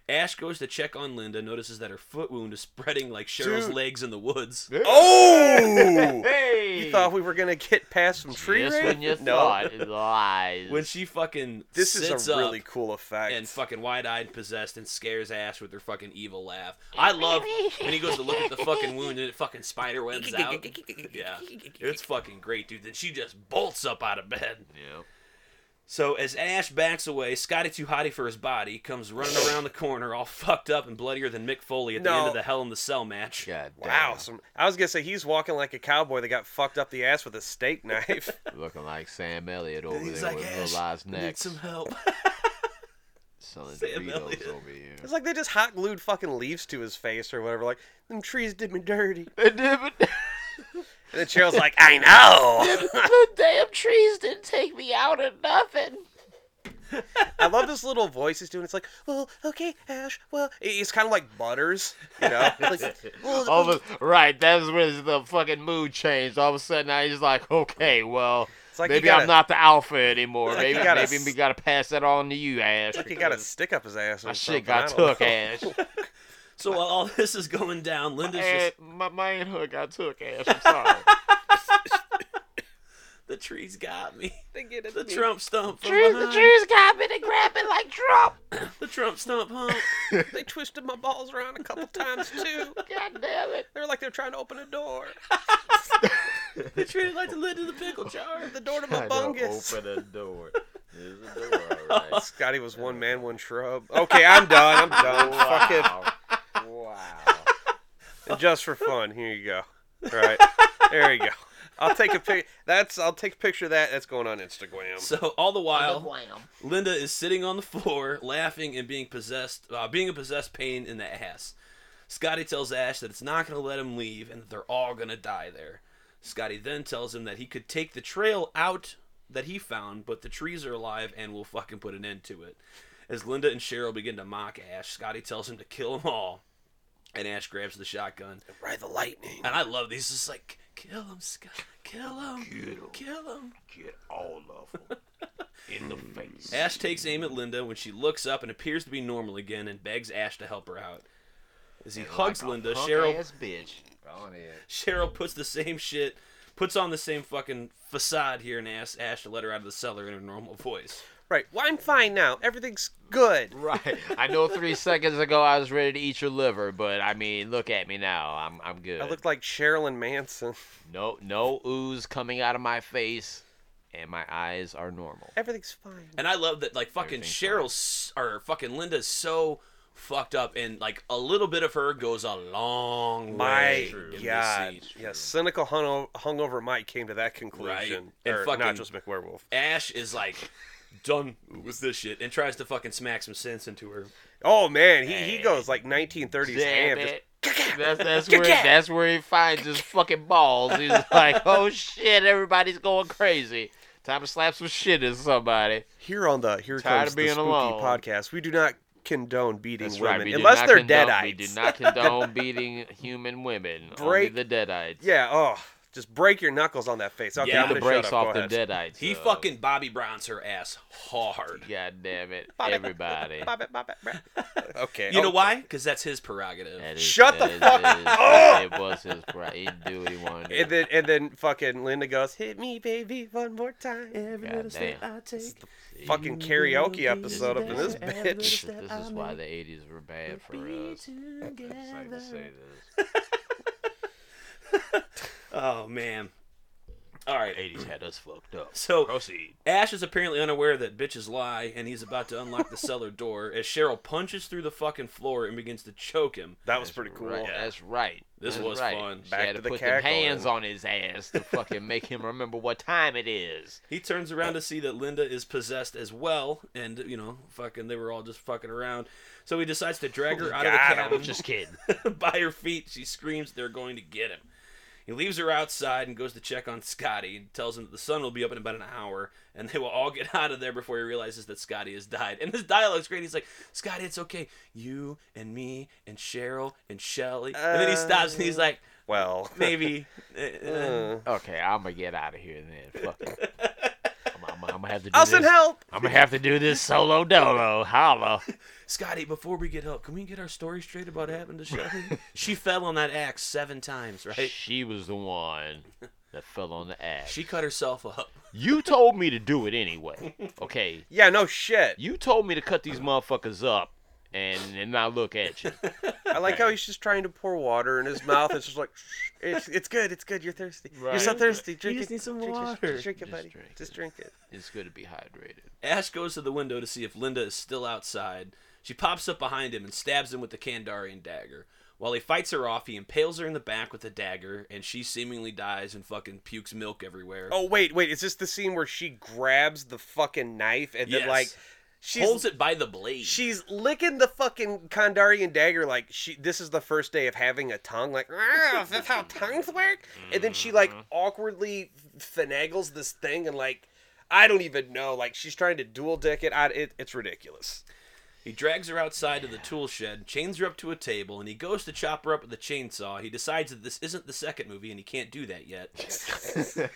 C: Ash goes to check on Linda, notices that her foot wound is spreading like Cheryl's
D: Dude.
C: legs in the woods.
D: oh,
B: hey,
D: you thought we were gonna get past some tree
B: Just
D: rape?
B: when you
D: no,
B: thought it lies.
C: When she fucking
D: this
C: sits
D: is a really
C: up
D: cool effect.
C: and fucking wide-eyed and possessed and scares Ash with her fucking evil laugh. I love when he goes to look at the fucking wound and it fucking spider webs out. Yeah, it's fucking great, dude. Then she just bolts up out of bed.
B: yeah.
C: So as Ash backs away, Scotty too hotty for his body comes running around the corner, all fucked up and bloodier than Mick Foley at the
D: No.
C: end of the Hell in the Cell match.
B: God
D: wow, some, I was gonna say he's walking like a cowboy that got fucked up the ass with a steak knife.
B: damn. looking like Sam Elliott over
C: He's
B: there
C: like,
B: with
C: Ash, I
B: realized
C: need
B: necks
C: some help.
B: selling
C: Sam
B: Doritos
C: Elliott.
B: over here.
D: it's like they just hot glued fucking leaves to his face or whatever. Like them trees did me dirty. And then Cheryl's like, I know.
E: the damn trees didn't take me out of nothing.
D: I love this little voice he's doing. It's like, well, okay, Ash. Well, It- it's kind of like Butters, you know. It's like, well,
B: Over, right, that's when the fucking mood changed. All of a sudden, I was like, okay, well,
D: It's like you
B: maybe
D: gotta-
B: I'm not the alpha anymore.
D: like you
B: Maybe,
D: gotta
B: maybe
D: s-
B: we gotta pass that on to you, Ash.
D: like he got a
B: because
D: stick up his ass. Or
B: my
D: something.
B: shit got
D: I don't
B: took,
D: know.
B: Ash.
C: so while all this is going down, Linda's just
E: Eh.
B: Aunt- my, my aunt hook I took ass. I'm sorry.
C: the trees got me.
D: They get it.
C: The Trump stump. from
E: Trees, the
C: behind.
E: trees got me to grab it like Trump.
C: The Trump stump, huh?
D: They twisted my balls around a couple times too.
E: God damn it.
D: They're like they're trying to open a door.
C: they treated like the lid to the pickle jar.
D: The door to my
B: Trying to
D: bungus.
B: Open a door. There's a door. All right.
D: Scotty was one man, one shrub. Okay, I'm done. I'm done. Fuck it.
B: Wow.
D: And just for fun, here you go. All right, there you go. I'll take a pic. That's I'll take a picture of that. That's going on Instagram.
C: So all the while,
E: Wham.
C: Linda is sitting on the floor, laughing and being possessed, uh, being a possessed pain in the ass. Scotty tells Ash that it's not going to let him leave and that they're all going to die there. Scotty then tells him that he could take the trail out that he found, but the trees are alive and will fucking put an end to it. As Linda and Cheryl begin to mock Ash, Scotty tells him to kill them all, and Ash grabs the shotgun.
D: ride the lightning.
C: And I love these. Just like kill him, Scott. Kill him. Kill him.
B: Get all of them in the face.
C: Ash takes aim at Linda when she looks up and appears to be normal again and begs Ash to help her out. As he hugs Linda, Cheryl
B: Ass bitch. On it.
C: Cheryl puts the same shit, puts on the same fucking facade here and asks Ash to let her out of the cellar in her normal voice.
D: Right. Well, I'm fine now. Everything's good.
B: Right. I know three seconds ago I was ready to eat your liver, but I mean, look at me now. I'm I'm good.
D: I looked like Sherilyn Manson.
B: No no ooze coming out of my face, and my eyes are normal.
D: Everything's fine.
C: And I love that like fucking
B: Everything's
C: Cheryl's or fucking Linda's so fucked up and like a little bit of her goes a long way.
D: My
C: in this
D: God.
C: scene.
D: Yeah, cynical hungo- hungover Mike came to that conclusion.
C: And
D: Or
C: fucking-
D: not just McWerewolf.
C: Ash is like done with this shit, and tries to fucking smack some sense into her.
D: Oh man, he, he goes like 1930s ham.
B: Damn
D: Just,
B: it. That's, that's where that's where he finds his fucking balls. He's like, oh shit, everybody's going crazy. Time to slap some shit into somebody.
D: here on the here
B: Tired
D: comes
B: of
D: the
B: being
D: spooky
B: alone.
D: podcast. We do not condone beating
B: That's right.
D: women
B: We do
D: unless
B: not
D: they're
B: condone, We
D: deadites.
B: do not condone beating human women.
D: Break-
B: Only the deadites.
D: Yeah. Oh, just break your knuckles on that face. Okay,
C: Yeah.
D: I'm
B: Beat
D: gonna
B: the brakes
D: shut up.
B: off
D: Go
B: the
D: ahead.
B: deadites.
C: He
B: uh,
C: fucking Bobby Browns her ass hard.
B: God damn it,
D: Bop it,
B: everybody.
D: bop it, bop it, bop it. Okay.
C: You know
D: oh,
C: why? Because that's his prerogative.
B: That
D: Shut
B: that
D: the
B: his-
D: up.
B: It was his right. He do what he wanted. to
D: And
B: do.
D: then and then fucking Linda goes, "Hit me, baby, one more time."
B: God damn.
D: Fucking karaoke episode up in this
B: This,
D: bitch.
B: is- this is why the 80s were bad for us. It's safe to say this.
C: Oh man. All right.
B: 80s had us fucked up.
C: So
B: Proceed.
C: Ash is apparently unaware that bitches lie, and he's about to unlock the cellar door as Cheryl punches through the fucking floor and begins to choke him.
D: That was pretty cool.
B: Right, That's right.
C: This
B: That's
C: was
B: right.
C: fun.
B: She
D: Back
B: had
D: to
B: to,
D: the
B: put them
D: cackle
B: hands
D: and-
B: on his ass to fucking make him remember what time it is.
C: He turns around to see that Linda is possessed as well, and you know, fucking, they were all just fucking around. So he decides to drag her out of the
D: got
C: cabin.
B: I'm just kidding.
C: by her feet, she screams they're going to get him. He leaves her outside and goes to check on Scotty and tells him that the sun will be up in about an hour and they will all get out of there before he realizes that Scotty has died. And this dialogue's great. He's like, Scotty, it's okay. You and me and Cheryl and Shelly. and then he stops and he's like,
D: Well,
C: maybe. uh, uh,
D: uh,
B: Okay, I'm gonna get out of here then. Fuck it. I'm, I'm, I'm gonna have to do
D: I'll
B: this.
D: send help.
B: I'm gonna have to do this solo dolo. Holla.
C: Scotty, before we get help, can we get our story straight about what happened to Shelly? she fell on that axe seven times, right?
B: She was the one that fell on the ass.
C: She cut herself up.
B: You told me to do it anyway. Okay.
D: Yeah, no shit.
B: You told me to cut these motherfuckers up and, and not look at you.
D: I like how he's just trying to pour water in his mouth. It's just like, "Shh, it's, it's good, it's good. You're thirsty. You're so
B: Right.
D: thirsty. Drink
C: just
D: it.
C: need some
D: drink it,
C: water."
D: Just, drink it,
B: Just
D: buddy.
B: drink
D: just
B: it.
D: drink it.
B: It's good to be hydrated.
C: Ash goes to the window to see if Linda is still outside. She pops up behind him and stabs him with the Kandarian dagger. While he fights her off, he impales her in the back with the dagger, and she seemingly dies and fucking pukes milk everywhere.
D: Oh wait, wait. Is this the scene where she grabs the fucking knife and
C: Yes.
D: then like she's
C: holds it by the blade.
D: she's licking the fucking Kandarian dagger like she this is the first day of having a tongue like "Ah, is this how tongues work? And then she
B: Mm-hmm.
D: like awkwardly finagles this thing and like I don't even know. Like she's trying to dual dick it. I, it it's ridiculous.
C: He drags her outside to the tool shed, chains her up to a table, and he goes to chop her up with a chainsaw. He decides that this isn't the second movie, and he can't do that yet.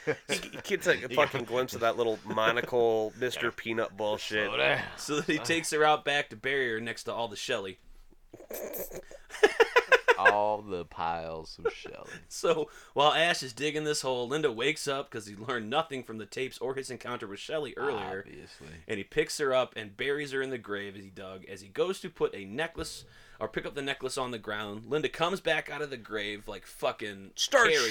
D: You, you can take a fucking glimpse of that little monocle Mr. Peanut bullshit.
B: Slow down.
C: so that he takes her out back to bury her next to all the Shelly.
B: All the piles of shelling.
C: So while Ash is digging this hole, Linda wakes up because he learned nothing from the tapes or his encounter with Shelly
B: Ah,
C: earlier.
B: Obviously.
C: and he picks her up and buries her in the grave as he dug as he goes to put a necklace or pick up the necklace on the ground linda comes back out of the grave like fucking
D: Start
C: Carrie.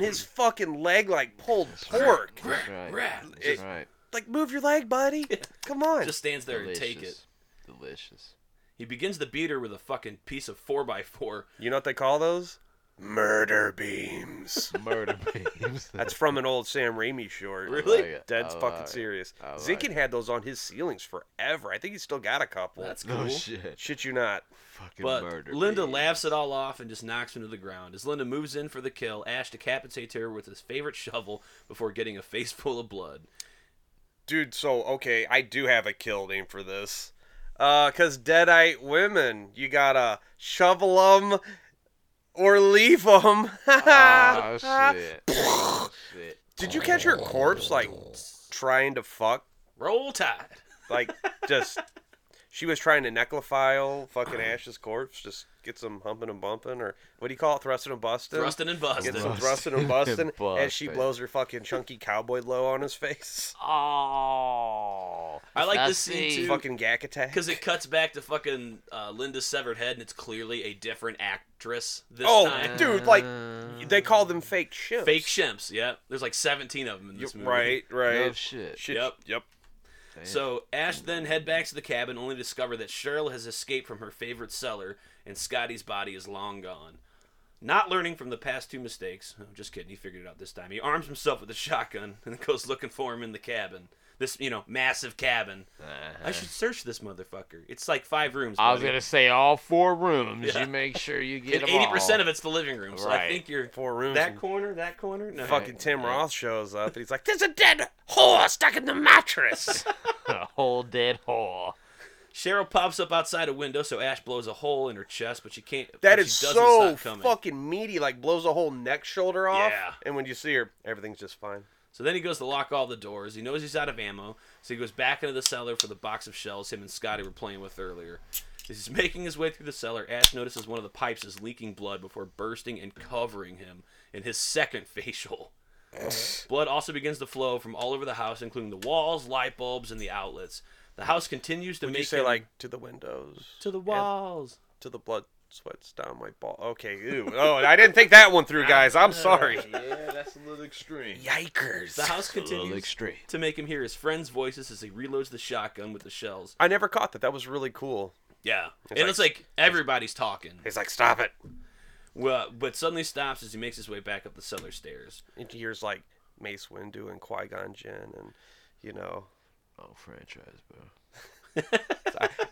D: his fucking leg like pulled pork.
B: That's right.
C: Rat.
B: That's right.
D: Like move your leg, buddy. Come on.
C: just stands there
B: Delicious.
C: and take it
B: Delicious.
C: he begins to beat her with a fucking piece of 4x4
D: You know what they call those? Murder beams.
B: Murder beams.
D: That's from an old Sam Raimi short.
C: Really?
B: it.
D: Dead's
B: I
D: fucking
B: like it.
D: serious.
B: I like
D: Zinkin had those on his ceilings forever. I think he's still got a couple.
C: that's cool
B: No Oh, shit.
D: Shit you not.
B: Fucking
C: but
B: murder.
C: Linda
B: beams.
C: laughs it all off and just knocks him to the ground. As Linda moves in for the kill, Ash decapitates her with his favorite shovel before getting a face full of blood.
D: Dude, so okay, I do have a kill name for this. Uh, cause deadite women, you gotta shovel them or leave them.
B: Ah, Oh, shit. shit.
D: Did you catch her corpse like trying to fuck?
C: Roll Tide.
D: Like just she was trying to necrophile fucking Ash's corpse, just get some humping and bumping or what do you call it, thrusting and busting?
C: Thrusting and busting.
D: Get some
B: Busting
D: thrusting and
B: and
D: busting as she
B: busting.
D: blows her fucking chunky cowboy blow on his face.
B: Oh.
C: I like this
B: see.
C: scene too.
D: Fucking gack attack.
C: Because it cuts back to fucking uh, Linda's severed head, and it's clearly a different actress this
D: Oh,
C: time.
D: dude, like
B: Uh, oh,
D: they call them fake shit.
C: Fake shimps, yeah. There's like 17 of them in this movie.
D: Right, right.
B: No shit.
D: Shit.
C: Yep.
D: Yep.
C: So Ash then head back to the cabin, only to discover that Cheryl has escaped from her favorite cellar, and Scotty's body is long gone. Not learning from the past two Oh, mistakes, I'm just kidding, he figured it out this time. He arms himself with a shotgun and goes looking for him in the cabin. this you know massive cabin.
B: Uh-huh.
C: I should search this motherfucker. It's like five rooms.
B: I was gonna say all four rooms.
C: Yeah.
B: You make sure you
C: and
B: get them
C: eighty percent
B: all.
C: of it's the living room. So I
B: Right.
C: think you're
D: Four rooms.
C: that
D: and
C: corner, that corner. No,
D: fucking Tim Roth shows up and he's like, "There's a dead whore stuck in the mattress."
B: a whole dead whore.
C: Cheryl pops up outside a window, so Ash blows a hole in her chest, but she can't.
D: That
C: but
D: is
C: she doesn't
D: so
C: stop coming.
D: fucking meaty. Like blows a whole neck shoulder off.
C: Yeah.
D: And when you see her, everything's just fine.
C: So then he goes to lock all the doors. He knows he's out of ammo, so he goes back into the cellar for the box of shells him and Scotty were playing with earlier. As he's making his way through the cellar, Ash notices one of the pipes is leaking blood before bursting and covering him in his second facial. blood also begins to flow from all over the house, including the walls, light bulbs, and the outlets. The house continues to
D: Would
C: make
D: you say
C: him-
D: like to the windows,
C: to the walls.
D: to the blood sweats down my ball? Okay. Ew. Oh, I didn't think that one through, guys. I'm sorry.
B: Yeah, that's a little extreme.
D: Yikers.
C: The house
B: A little
C: continues
B: extreme.
C: to make him hear his friends' voices as he reloads the shotgun with the shells.
D: I never caught that. That was really cool.
C: Yeah, and
D: like-
C: it's like everybody's talking.
D: He's like, "Stop it."
C: Well, but suddenly stops as he makes his way back up the cellar stairs.
D: And he hears like Mace Windu and Qui Gon Jinn, and you know,
B: Oh, franchise, bro.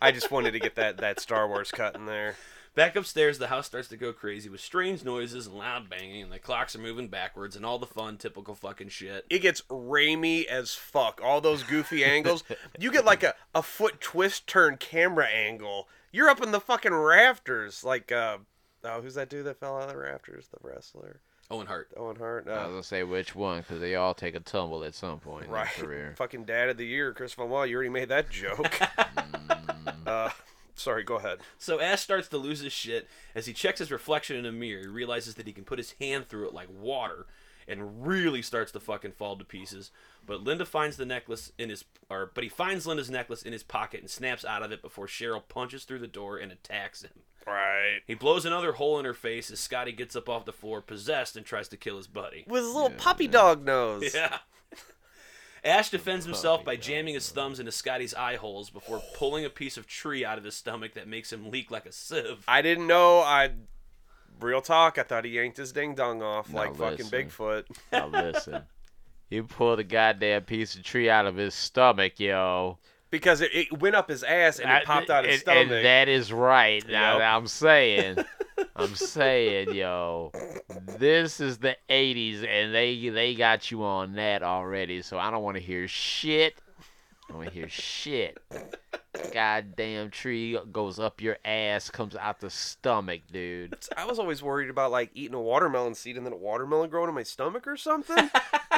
D: I just wanted to get that that Star Wars cut in there.
C: Back upstairs, the house starts to go crazy with strange noises and loud banging, and the clocks are moving backwards and all the fun, typical fucking shit.
D: it gets ramy as fuck. All those goofy angles. You get like a, a foot twist turn camera angle. You're up in the fucking rafters. Like, uh, oh, who's that dude that fell out of the rafters? The wrestler?
C: Owen Hart.
D: Owen Hart?
B: I was
D: Uh,
B: gonna say which one, because they all take a tumble at some point in
D: right.
B: their career.
D: Fucking dad of the year, Chris Van Wall. You already made that joke. uh, sorry, go ahead.
C: So Ash starts to lose his shit as he checks his reflection in a mirror. He realizes that he can put his hand through it like water and really starts to fucking fall to pieces. But Linda finds the necklace in his or but he finds Linda's necklace in his pocket and snaps out of it before Cheryl punches through the door and attacks him.
D: Right.
C: He blows another hole in her face as Scotty gets up off the floor possessed and tries to kill his buddy.
D: With his little puppy dog nose.
C: Yeah. Ash defends himself by jamming his thumbs into Scotty's eye holes before pulling a piece of tree out of his stomach that makes him leak like a sieve.
D: I didn't know. I. Real talk. I thought he yanked his ding dong off
B: Now
D: like fucking
B: listen.
D: Bigfoot.
B: Now listen, he pulled a goddamn piece of tree out of his stomach, yo.
D: Because it, it went up his ass and
B: I-
D: it popped out his
B: and-
D: stomach.
B: And that is right. Now
D: Yep.
B: I'm saying, I'm saying, yo, this is the '80s, and they they got you on that already. So I don't want to hear shit. I don't want to hear shit. Goddamn tree goes up your ass, comes out the stomach, dude.
D: I was always worried about like eating a watermelon seed and then a watermelon growing in my stomach or something.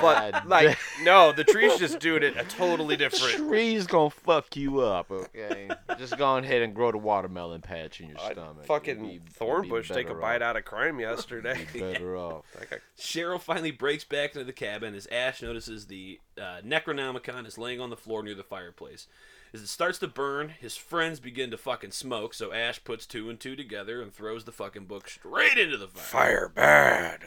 B: God
D: But like, no, the tree's just doing it a totally different.
B: Tree's gonna fuck you up, okay? Just go ahead and grow the watermelon patch in your stomach. You'll be-
D: Fucking
B: you'll
D: thorn
B: be
D: bush take a
B: better
D: bite
B: off.
D: out of crime yesterday.
B: Better off.
D: Like, I-
C: Cheryl finally breaks back into the cabin as Ash notices the uh, Necronomicon is laying on the floor near the fireplace. As it starts to burn, his friends begin to fucking smoke, so Ash puts two and two together and throws the fucking book straight into the fire.
D: Fire bad.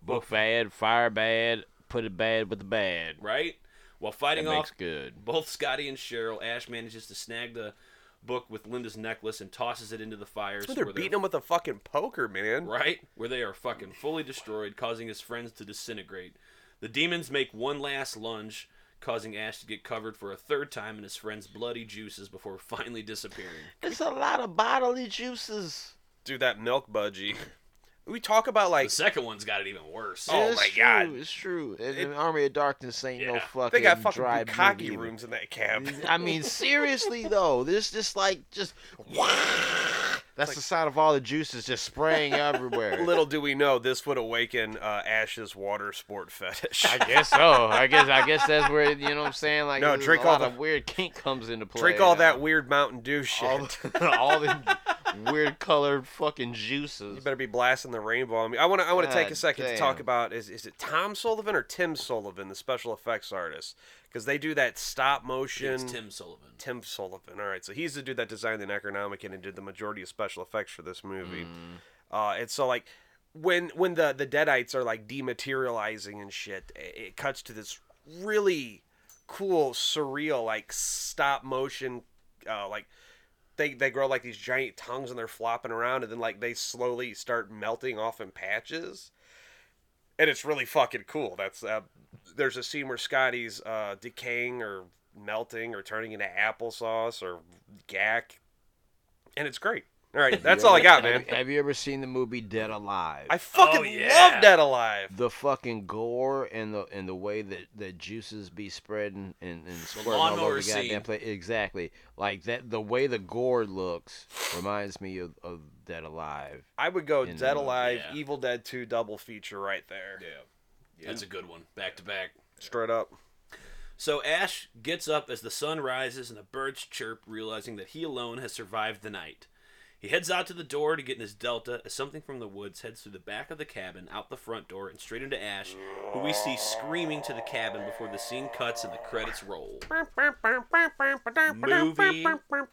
B: Book bad, fire bad, put it bad with the bad.
C: Right? While
B: That
C: fighting
B: makes
C: off
B: good.
C: both Scotty and Cheryl, Ash manages to snag the book with Linda's necklace and tosses it into the fire. so
D: They're
C: where
D: beating him with a fucking poker, man.
C: Right? Where they are fucking fully destroyed, causing his friends to disintegrate. The demons make one last lunge, causing Ash to get covered for a third time in his friend's bloody juices before finally disappearing.
B: It's a lot of bodily juices.
D: Dude, that milk budgie. We talk about like
C: The second one's got it even worse.
D: Oh my God.
B: It's true. And the Army of Darkness ain't no
C: Yeah.
B: fucking
D: they got fucking
B: dry
D: cocky
B: movie.
D: rooms in that camp.
B: I mean, seriously though, this just like just. That's the sound of all the juices just spraying everywhere.
D: Little do we know, this would awaken uh, Ash's water sport fetish.
B: I guess so. I guess I guess that's where you know what I'm saying. Like
D: No,
B: there's
D: drink
B: a
D: all
B: lot
D: the-
B: of weird kink comes into play.
D: Drink all that
B: now.
D: weird Mountain Dew shit.
B: all, the, all the weird colored fucking juices.
D: You better be blasting the rainbow on me. I want to. I want to take a
B: God
D: second to
B: damn.
D: talk about is is it Tom Sullivan or Tim Sullivan, the special effects artist? Because they do that stop motion.
C: It's Tim Sullivan.
D: Tim Sullivan. All right, so he's the dude that designed the Necronomicon and did the majority of special effects for this movie.
B: Mm. Hmm.
D: Uh, and so like when when the the Deadites are like dematerializing and shit, it, it cuts to this really cool, surreal, like stop motion, uh, like. They, they grow like these giant tongues and they're flopping around and then like they slowly start melting off in patches and it's really fucking cool that's uh, there's a scene where Scotty's uh, decaying or melting or turning into applesauce or gack, and it's great. All right, that's all I got, man.
B: Have, have you ever seen the movie Dead Alive?
D: I fucking
C: Oh, yeah.
D: love Dead Alive.
B: the fucking gore and the and the way that the juices be spreading and, and squirting all over
C: lawnmower
B: the goddamn
C: scene.
B: place. Exactly. Like that the way the gore looks reminds me of, of Dead Alive.
D: I would go
B: In the
D: Dead
B: movie.
D: Alive,
C: Yeah.
D: Evil Dead 2 double feature right there.
C: That's a good one. Back to back.
D: Straight up.
C: So Ash gets up as the sun rises and the birds chirp, realizing that he alone has survived the night. He heads out to the door to get in his Delta as something from the woods heads through the back of the cabin, out the front door, and straight into Ash, who we see screaming to the cabin before the scene cuts and the credits roll. Movie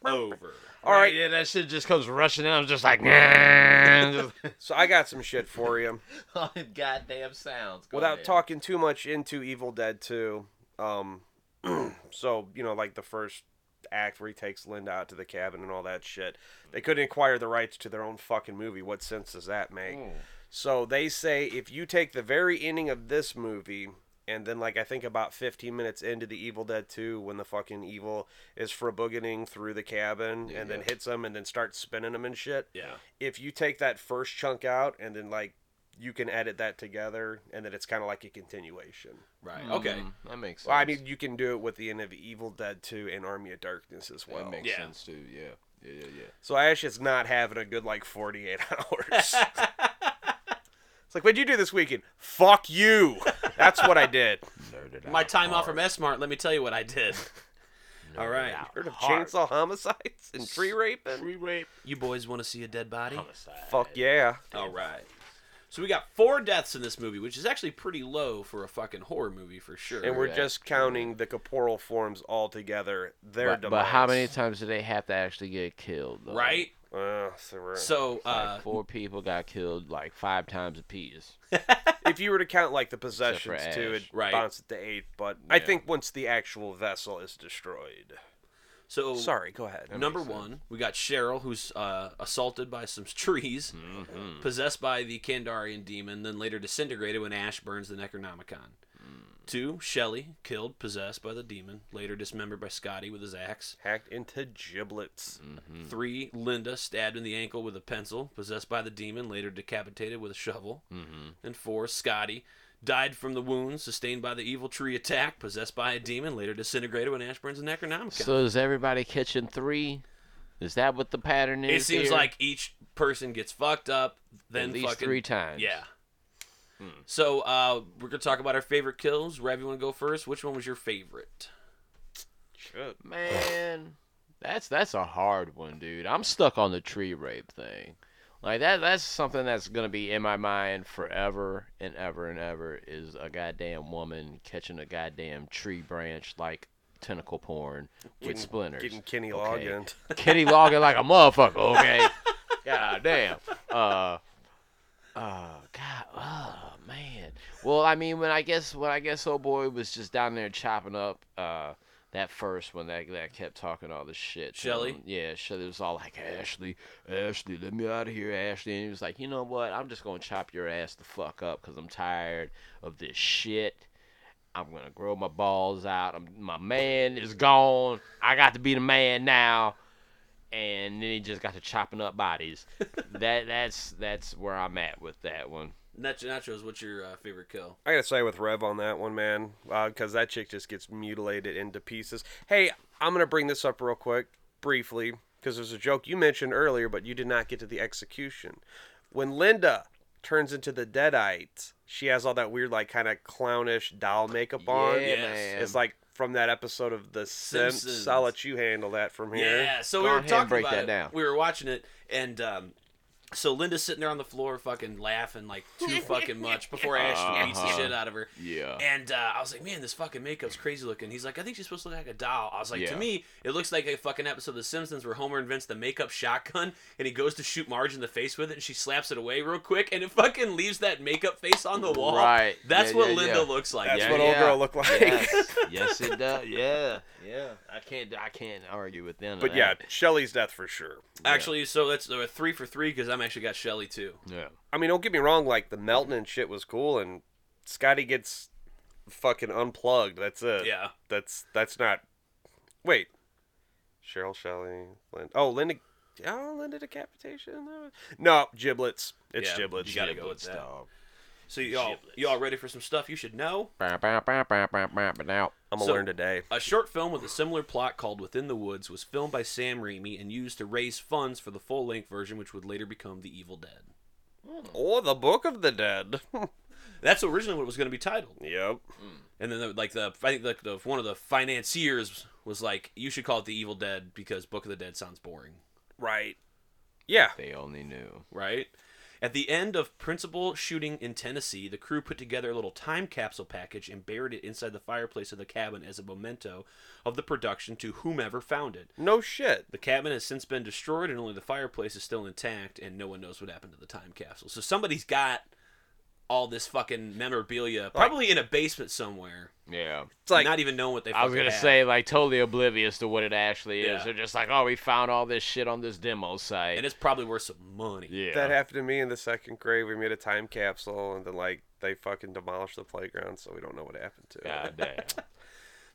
C: over.
D: All right,
B: Yeah, that shit just comes rushing out. I'm just like, nah.
D: so I got some shit for you.
B: goddamn sounds. Go
D: without
B: ahead.
D: talking too much into Evil Dead 2. Um, so you know, like the first act where he takes Linda out to the cabin and all that shit. They couldn't acquire the rights to their own fucking movie. What sense does that make?
C: Mm,
D: So they say if you take the very ending of this movie. And then, like, I think about 15 minutes into the Evil Dead 2, when the fucking evil is froboogening through the cabin and then hits them and then starts spinning them and shit
C: Yeah.
D: if you take that first chunk out and then like you can edit that together and then it's kind of like a continuation.
C: Right. Okay.
B: Mm, that makes sense.
D: Well, I mean, you can do it with the end of Evil Dead 2 and Army of Darkness as
B: that
D: well.
B: makes
C: yeah.
B: sense too. Yeah. Yeah, yeah, yeah.
D: So Ash is not having a good like 48 hours. it's like, what'd you do this weekend? Fuck you. That's what I did.
B: Nerded
C: My
B: out
C: time off
B: hard.
C: from S-Mart, let me tell you what I did. All right.
D: Heard of chainsaw homicides and tree raping?
B: Free rape.
C: You boys want to see a dead body?
D: Fuck yeah.
C: All right. So we got four deaths in this movie, which is actually pretty low for a fucking horror movie for sure.
D: And we're
B: Yeah.
D: just counting the corporal forms all together. Their
B: But, but how many
D: demise.
B: times do they have to actually get killed? Though?
C: right.
D: Uh, so we're-
C: So uh,
B: Like four people got killed like five times apiece.
D: if you were to count like the possessions
B: Except for
D: too, it
B: Ash.
C: Right.
D: bounced at the eight. But I
B: Yeah.
D: think once the actual vessel is destroyed,
C: so
D: sorry, go ahead.
C: number one, we got Cheryl, who's uh, assaulted by some trees, possessed by the Kandarian demon, then later disintegrated when Ash burns the Necronomicon. Two, Shelley, killed, possessed by the demon, later dismembered by Scotty with his axe.
D: Hacked into giblets.
C: Three, Linda, stabbed in the ankle with a pencil, possessed by the demon, later decapitated with a shovel. Mm-hmm. And four, Scotty, died from the wounds sustained by the evil tree attack, possessed by a demon, later disintegrated when Ash burns the Necronomicon.
B: So is everybody catching three? Is that what the pattern
C: it
B: is?
C: seems
B: here?
C: like each person gets fucked up, then
B: at least
C: fucking
B: three times. Hmm.
C: Yeah. So uh, we're gonna talk about our favorite kills. Rev, you wanna go first? Which one was your favorite?
B: Man, that's that's a hard one, dude. I'm stuck on the tree rape thing. Like that that's something that's gonna be in my mind forever and ever and ever is a goddamn woman catching a goddamn tree branch like tentacle porn with splinters.
D: Getting Kenny
B: Okay.
D: Loggins.
B: Kitty logging like a motherfucker, okay? God damn. Uh Oh God! Oh man. Well, I mean, when I guess when I guess old boy was just down there chopping up uh, that first one that that kept talking all this shit. to
C: Shelley?
B: him. Yeah, Shelly was all like, "Ashley, Ashley, let me out of here, Ashley." And he was like, "You know what? I'm just gonna chop your ass the fuck up because I'm tired of this shit. I'm gonna grow my balls out. I'm, my man is gone. I got to be the man now." And then he just got to chopping up bodies. that that's that's where I'm at with that one.
C: Nach- Nachos, what's your uh, favorite kill?
D: I gotta say with Rev on that one, man, because that chick just gets mutilated into pieces. Hey, I'm gonna bring this up real quick, briefly, because there's a joke you mentioned earlier, but you did not get to the execution. When Linda turns into the Deadite, she has all that weird, like, kind of clownish doll makeup on.
B: Yeah,
C: Yes.
B: man.
D: It's like from that episode of The Simpsons.
C: Simpsons.
D: I'll let you handle that from here.
C: Yeah, so
B: Go
C: we were
B: ahead and
C: talking
B: break
C: about
B: that
C: it.
B: down.
C: We were watching it, and um, so Linda's sitting there on the floor, fucking laughing like too fucking much before Ashley beats the
B: Uh-huh.
C: shit out of her.
B: Yeah.
C: And uh, I was like, man, this fucking makeup's crazy looking. He's like, I think she's supposed to look like a doll. I was like, to
B: Yeah.
C: me, it looks like a fucking episode of The Simpsons where Homer invents the makeup shotgun and he goes to shoot Marge in the face with it and she slaps it away real quick and it fucking leaves that makeup face on the wall.
B: Right.
C: That's
B: Yeah,
C: what
B: yeah,
C: Linda
B: yeah.
C: looks like.
D: That's
B: Yeah,
D: what old
B: yeah.
D: girl looked like.
B: Yes, yes, it does. Yeah, yeah. I can't, I can't argue with them. on
D: But yeah,
B: that.
D: Shelly's death for sure.
C: Actually, so that's uh, three for three because I'm actually got Shelly too.
B: yeah.
D: I mean, don't get me wrong. Like the melting and shit was cool, and Scotty gets fucking unplugged. That's it.
C: Yeah.
D: That's that's not. Wait, Cheryl Shelley. Lynn, oh, Linda. Oh, Linda decapitation. No, giblets. It's
C: Yeah,
D: giblets.
C: you gotta go with that. So y'all,
B: Giblets.
C: y'all ready for some stuff you should know?
B: But now,
D: I'm gonna
C: So-
D: learn today.
C: A short film with a similar plot called Within the Woods was filmed by Sam Raimi and used to raise funds for the full-length version, which would later become The Evil Dead.
D: Or the Book of the Dead.
C: That's originally what it was going to be titled.
D: yep.
C: And then, the, like the I think like the one of the financiers was like, "You should call it The Evil Dead because Book of the Dead sounds boring."
D: Right. Yeah.
B: they only knew.
C: right? At the end of principal shooting in Tennessee, the crew put together a little time capsule package and buried it inside the fireplace of the cabin as a memento of the production to whomever found it.
D: No shit.
C: The cabin has since been destroyed and only the fireplace is still intact and no one knows what happened to the time capsule. So somebody's got all this fucking memorabilia probably in a basement somewhere.
B: Yeah.
D: It's like
C: not even knowing what they
B: I was
C: fucking
B: gonna
C: had.
B: say like totally oblivious to what it actually is.
C: Yeah.
B: They're just like, oh, we found all this shit on this demo site.
C: and it's probably worth some money.
B: yeah.
D: that happened to me in the second grade. We made a time capsule, and then like they fucking demolished the playground, so we don't know what happened to it.
B: God damn.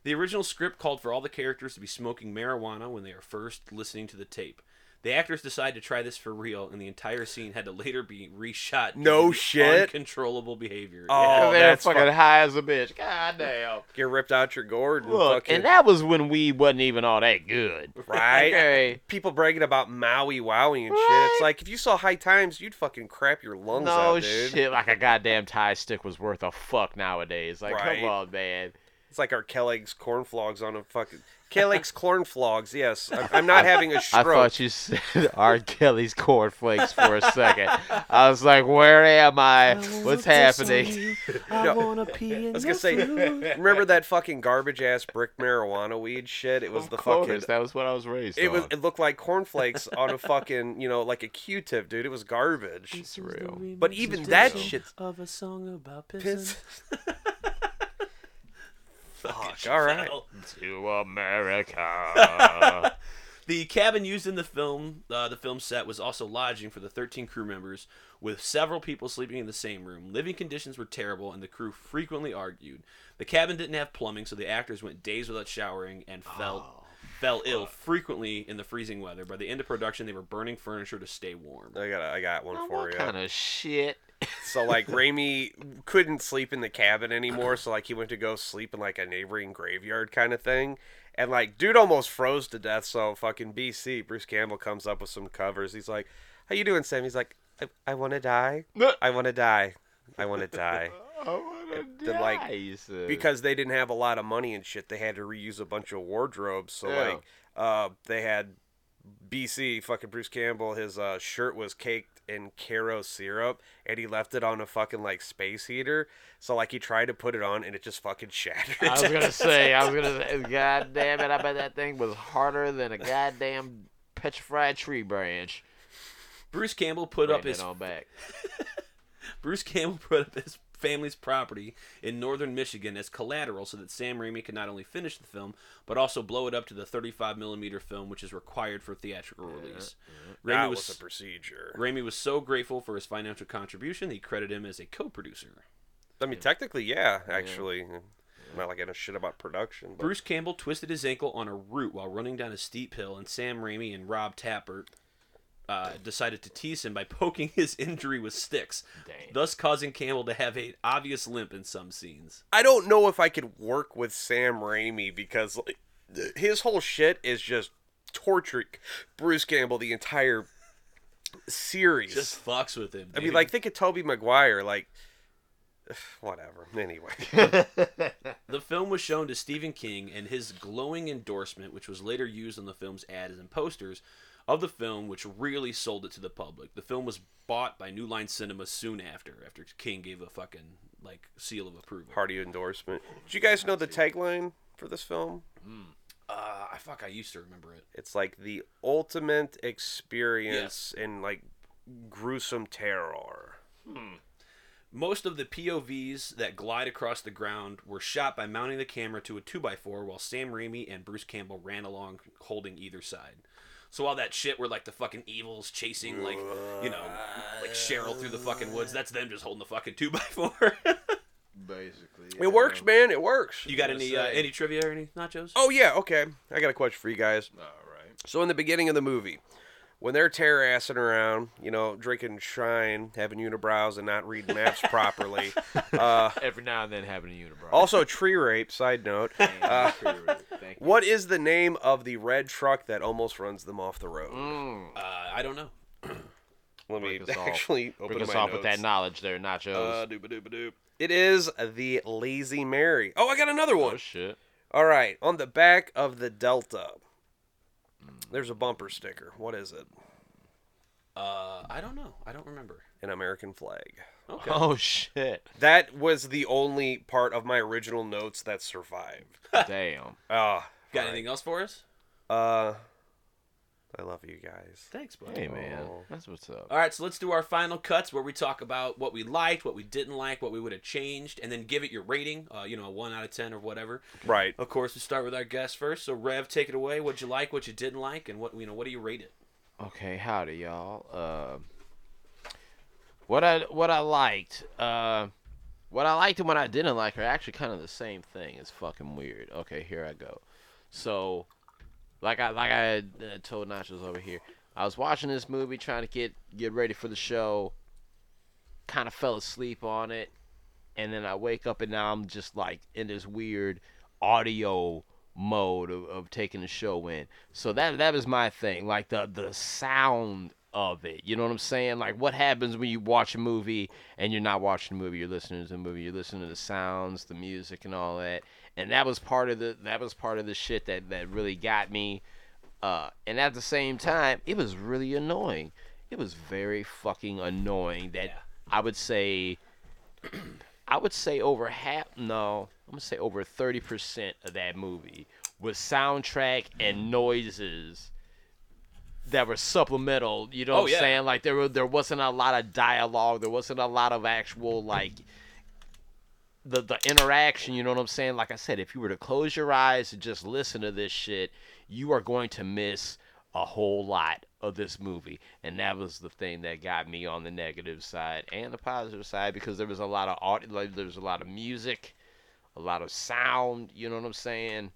C: The original script called for all the characters to be smoking marijuana when they are first listening to the tape. The actors decided to try this for real, and the entire scene had to later be reshot. due
D: No
C: to the
D: shit.
C: Uncontrollable behavior.
D: Oh,
B: They're
D: that's
B: fucking
D: fuck-
B: high as a bitch. God damn.
D: Get ripped out your gourd. And
B: Look,
D: fucking,
B: and that was when weed wasn't even all that good.
D: Right.
B: Okay.
D: people bragging about Maui Wowie and shit.
B: Right.
D: It's like if you saw High Times, you'd fucking crap your lungs
B: No
D: out, dude.
B: shit, like a goddamn tie stick was worth a fuck nowadays. Like,
D: Right.
B: come on, man.
D: It's like our Kellogg's corn flogs on a fucking Kellogg's corn flogs. Yes, I- I'm not having a
B: I
D: stroke.
B: thought you said R. Kelly's cornflakes for a second. I was like, where am I? What's happening?
D: No. I was gonna say, remember that fucking garbage ass brick marijuana weed shit? It was the
B: Of course,
D: fucking.
B: that was what I was raised
D: It was.
B: on.
D: It looked like cornflakes on a fucking, you know, like a Q-tip, dude. It was garbage.
B: It's real.
D: But even that shit.
C: of a song about
D: Piss.
C: piss. Oh,
D: Fuck. All right.
B: To America.
C: The cabin used in the film, uh, the film set, was also lodging for the 13 crew members, with several people sleeping in the same room. Living conditions were terrible, and the crew frequently argued. The cabin didn't have plumbing, so the actors went days without showering and fell fell ill frequently in the freezing weather. By the end of production, they were burning furniture to stay warm.
D: I got. I got one for
B: Oh, what
D: you.
B: kind of shit?
D: So like Raimi couldn't sleep in the cabin anymore, so like he went to go sleep in like a neighboring graveyard kind of thing. And like dude almost froze to death, so fucking BC Bruce Campbell comes up with some covers. He's like, "How you doing, Sam?" He's like, "I, I want to die. I want to die. I want to die."
B: Oh, what
D: Then, like,
B: son.
D: because they didn't have a lot of money and shit, they had to reuse a bunch of wardrobes. So
B: Yeah.
D: like, uh, they had BC fucking Bruce Campbell. His uh, shirt was caked in Caro syrup, and he left it on a fucking like space heater. So like, he tried to put it on, and it just fucking shattered.
B: I was gonna say, I was gonna say, God damn it! I bet that thing was harder than a goddamn petrified tree branch.
C: Bruce Campbell put up
B: Bring
C: his
B: it on back.
C: Bruce Campbell put up his family's property in northern Michigan as collateral so that Sam Raimi could not only finish the film but also blow it up to the 35 millimeter film which is required for theatrical release. Raimi
D: that
C: was,
D: was a procedure.
C: Raimi was so grateful for his financial contribution that he credited him as a co-producer.
D: I mean, technically, yeah, actually. Not like I know shit about production, but
C: Bruce Campbell twisted his ankle on a root while running down a steep hill, and Sam Raimi and Rob Tappert uh, decided to tease him by poking his injury with sticks,
B: Dang.
C: thus causing Campbell to have an obvious limp in some scenes.
D: I don't know if I could work with Sam Raimi because like, th- his whole shit is just torturing Bruce Campbell the entire series.
C: Just fucks with him.
D: I mean,
C: dude.
D: like think of Toby Maguire, like whatever. Anyway,
C: The film was shown to Stephen King, and his glowing endorsement, which was later used on the film's ads and posters of the film, which really sold it to the public. The film was bought by New Line Cinema soon after, after King gave a fucking like seal of approval.
D: hearty endorsement. Did you guys know the tagline for this film?
C: Uh, I fuck, I used to remember it.
D: It's like the ultimate experience in like gruesome terror.
C: Most of the POVs that glide across the ground were shot by mounting the camera to a 2x4 while Sam Raimi and Bruce Campbell ran along holding either side. So all that shit where like the fucking evils chasing like you know like Cheryl through the fucking woods, that's them just holding the fucking 2x4.
B: basically. yeah.
D: It works, man. It works.
C: You got
B: Gonna
C: any uh,
B: say.
C: any trivia or any nachos?
D: Oh yeah, okay. I got a question for you guys.
B: All right.
D: So in the beginning of the movie, when they're terrassing around, you know, drinking shine, having unibrows, and not reading maps properly. Uh,
B: Every now and then having a unibrow.
D: also, tree rape. Side note. Uh,
B: Thank you.
D: what is the name of the red truck that almost runs them off the road?
B: Mm,
C: Uh, I don't know.
D: Let me
B: Break us off.
D: actually open
B: bring us
D: my
B: off with that
D: notes.
B: knowledge there, nachos.
D: Uh, dooba-dooba-doop. It is the Lazy Mary. Oh, I got another
B: oh
D: one.
B: shit.
D: All right, on the back of the Delta,
B: Mm.
D: there's a bumper sticker. What is it?
C: Uh, I don't know. I don't remember.
D: An American flag.
C: Okay.
B: Oh shit.
D: That was the only part of my original notes that survived.
B: Damn.
D: Ah,
C: got anything else for us?
D: uh, I love you guys.
C: Thanks, buddy.
B: Hey man,
D: Oh.
B: that's what's up.
C: All right, so let's do our final cuts where we talk about what we liked, what we didn't like, what we would have changed, and then give it your rating. Uh, you know, a one out of ten or whatever.
D: Right.
C: Of course, we start with our guest first. So Rev, take it away. What'd you like? What you didn't like? And what you know? What do you rate it?
B: Okay, howdy y'all. Uh, what I what I liked, uh, what I liked and what I didn't like are actually kind of the same thing. It's fucking weird. Okay, here I go. So, like I like I had, uh, told Nachos over here, I was watching this movie trying to get get ready for the show. Kind of fell asleep on it, and then I wake up and now I'm just like in this weird audio mode of, of taking the show in. So that that was my thing, like the the sound of it. You know what I'm saying? Like what happens when you watch a movie and you're not watching the movie, you're listening to the movie, you're listening to the sounds, the music and all that. And that was part of the that was part of the shit that that really got me. Uh, and at the same time, it was really annoying. It was very fucking annoying that I would say I would say over half. No, I'm gonna say over thirty percent of that movie was soundtrack
C: Mm.
B: and noises that were supplemental. You know
C: Oh,
B: what I'm
C: yeah.
B: saying? Like there were, there wasn't a lot of dialogue. There wasn't a lot of actual like the the interaction. You know what I'm saying? Like I said, if you were to close your eyes and just listen to this shit, you are going to miss a whole lot of this movie, and that was the thing that got me on the negative side and the positive side because there was a lot of audio, like, there was a lot of music, a lot of sound. You know what I'm saying?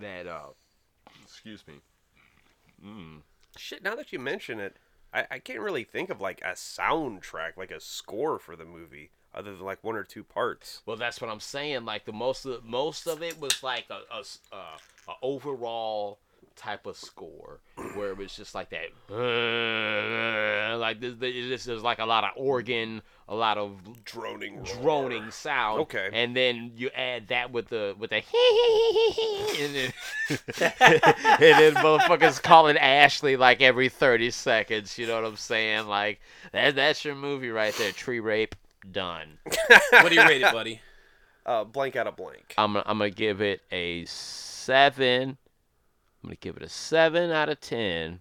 B: That uh, excuse me.
D: Shit, now that you mention it, I, I can't really think of like a soundtrack, like a score for the movie, other than like one or two parts.
B: Well, that's what I'm saying. Like the most of most of it was like a a s- uh, a overall type of score where it was just like that. like this, this is like a lot of organ, a lot of
D: Droning.
B: droning sound.
D: Okay.
B: And then you add that with the with the and then and then motherfuckers calling Ashley like every thirty seconds. You know what I'm saying? Like that that's your movie right there. Tree rape done.
C: What do you rate it, buddy?
D: Uh, blank out of blank.
B: I'm gonna- I'm gonna give it a seven. I'm gonna give it a seven out of ten,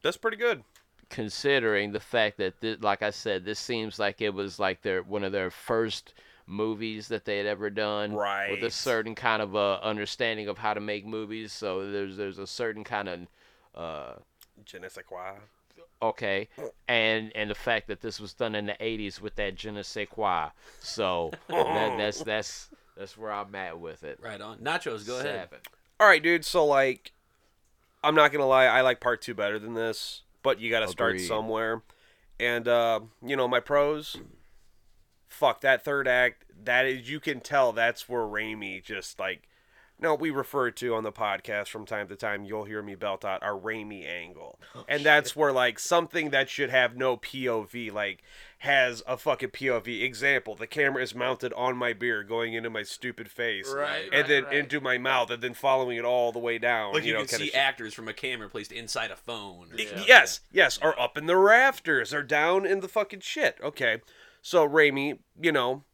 D: That's pretty good.
B: considering the fact that this, like I said, this seems like it was like their one of their first movies that they had ever done with a
D: Right.
B: certain kind of uh, understanding of how to make movies. So there's there's a certain kind of uh,
D: Je ne sais quoi.
B: okay, and and the fact that this was done in the '80s with that je ne sais quoi. So that, that's that's that's where I'm at with it.
C: Right on. Nachos, go ahead.
B: Seven.
D: All right, dude. So like, I'm not gonna lie. I like part two better than this, but you gotta start
B: Agreed.
D: somewhere. And uh, you know my pros. Fuck that third act. That is, you can tell that's where Raimi just like. No, we refer to on the podcast from time to time. You'll hear me belt out our Raimi angle, and that's where like something that should have no POV like has a fucking POV. Example: the camera is mounted on my beer, going into my stupid face,
C: Right,
D: and
C: right,
D: then
C: right.
D: into my mouth, and then following it all the way down.
C: Like you,
D: Oh, know,
C: can
D: kinda
C: see
D: shit.
C: actors from a camera placed inside a phone. or something.
D: Yes, yes, are up in the rafters, are down in the fucking shit. Okay, so Raimi, you know,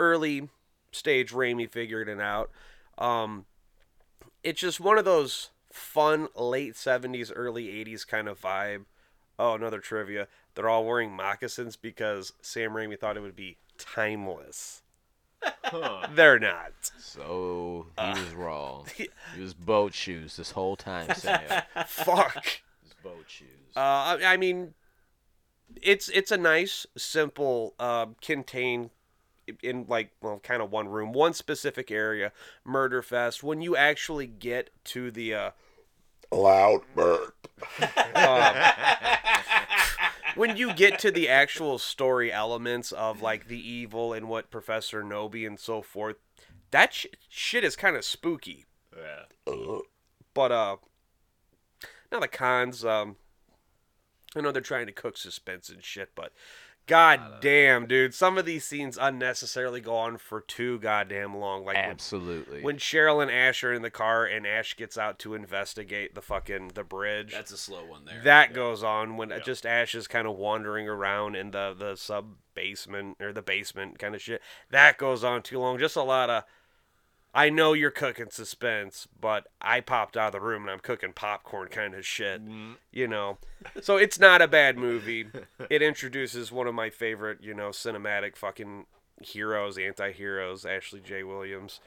D: early stage Raimi figured it out. Um, it's just one of those fun late '70s, early '80s kind of vibe. Oh, another trivia: they're all wearing moccasins because Sam Raimi thought it would be timeless. They're not.
B: So he was wrong. He was boat shoes this whole time, Sam. It
D: Fuck.
B: was boat shoes.
D: Uh, I, I mean, it's it's a nice, simple, uh, um, contained in like well, kind of one room, one specific area, Murder Fest. When you actually get to the uh,
F: Loud burp.
D: Um, when you get to the actual story elements of like the evil and what Professor Nobi and so forth, that sh- shit is kind of spooky.
B: Yeah.
D: But uh, now the cons. Um, I know they're trying to cook suspense and shit, but god damn, dude, some of these scenes unnecessarily go on for too goddamn long. Like when-
B: Absolutely.
D: when Cheryl and Ash are in the car and Ash gets out to investigate the fucking the bridge.
C: That's a slow one there.
D: that goes on when uh, just Ash is kind of wandering around in the the sub basement or the basement kind of shit. That goes on too long. Just a lot of I know you're cooking suspense, but I popped out of the room and I'm cooking popcorn kind of shit.
B: Mm.
D: You know. So it's not a bad movie. It introduces one of my favorite, you know, cinematic fucking heroes, anti-heroes, Ashley J. Williams.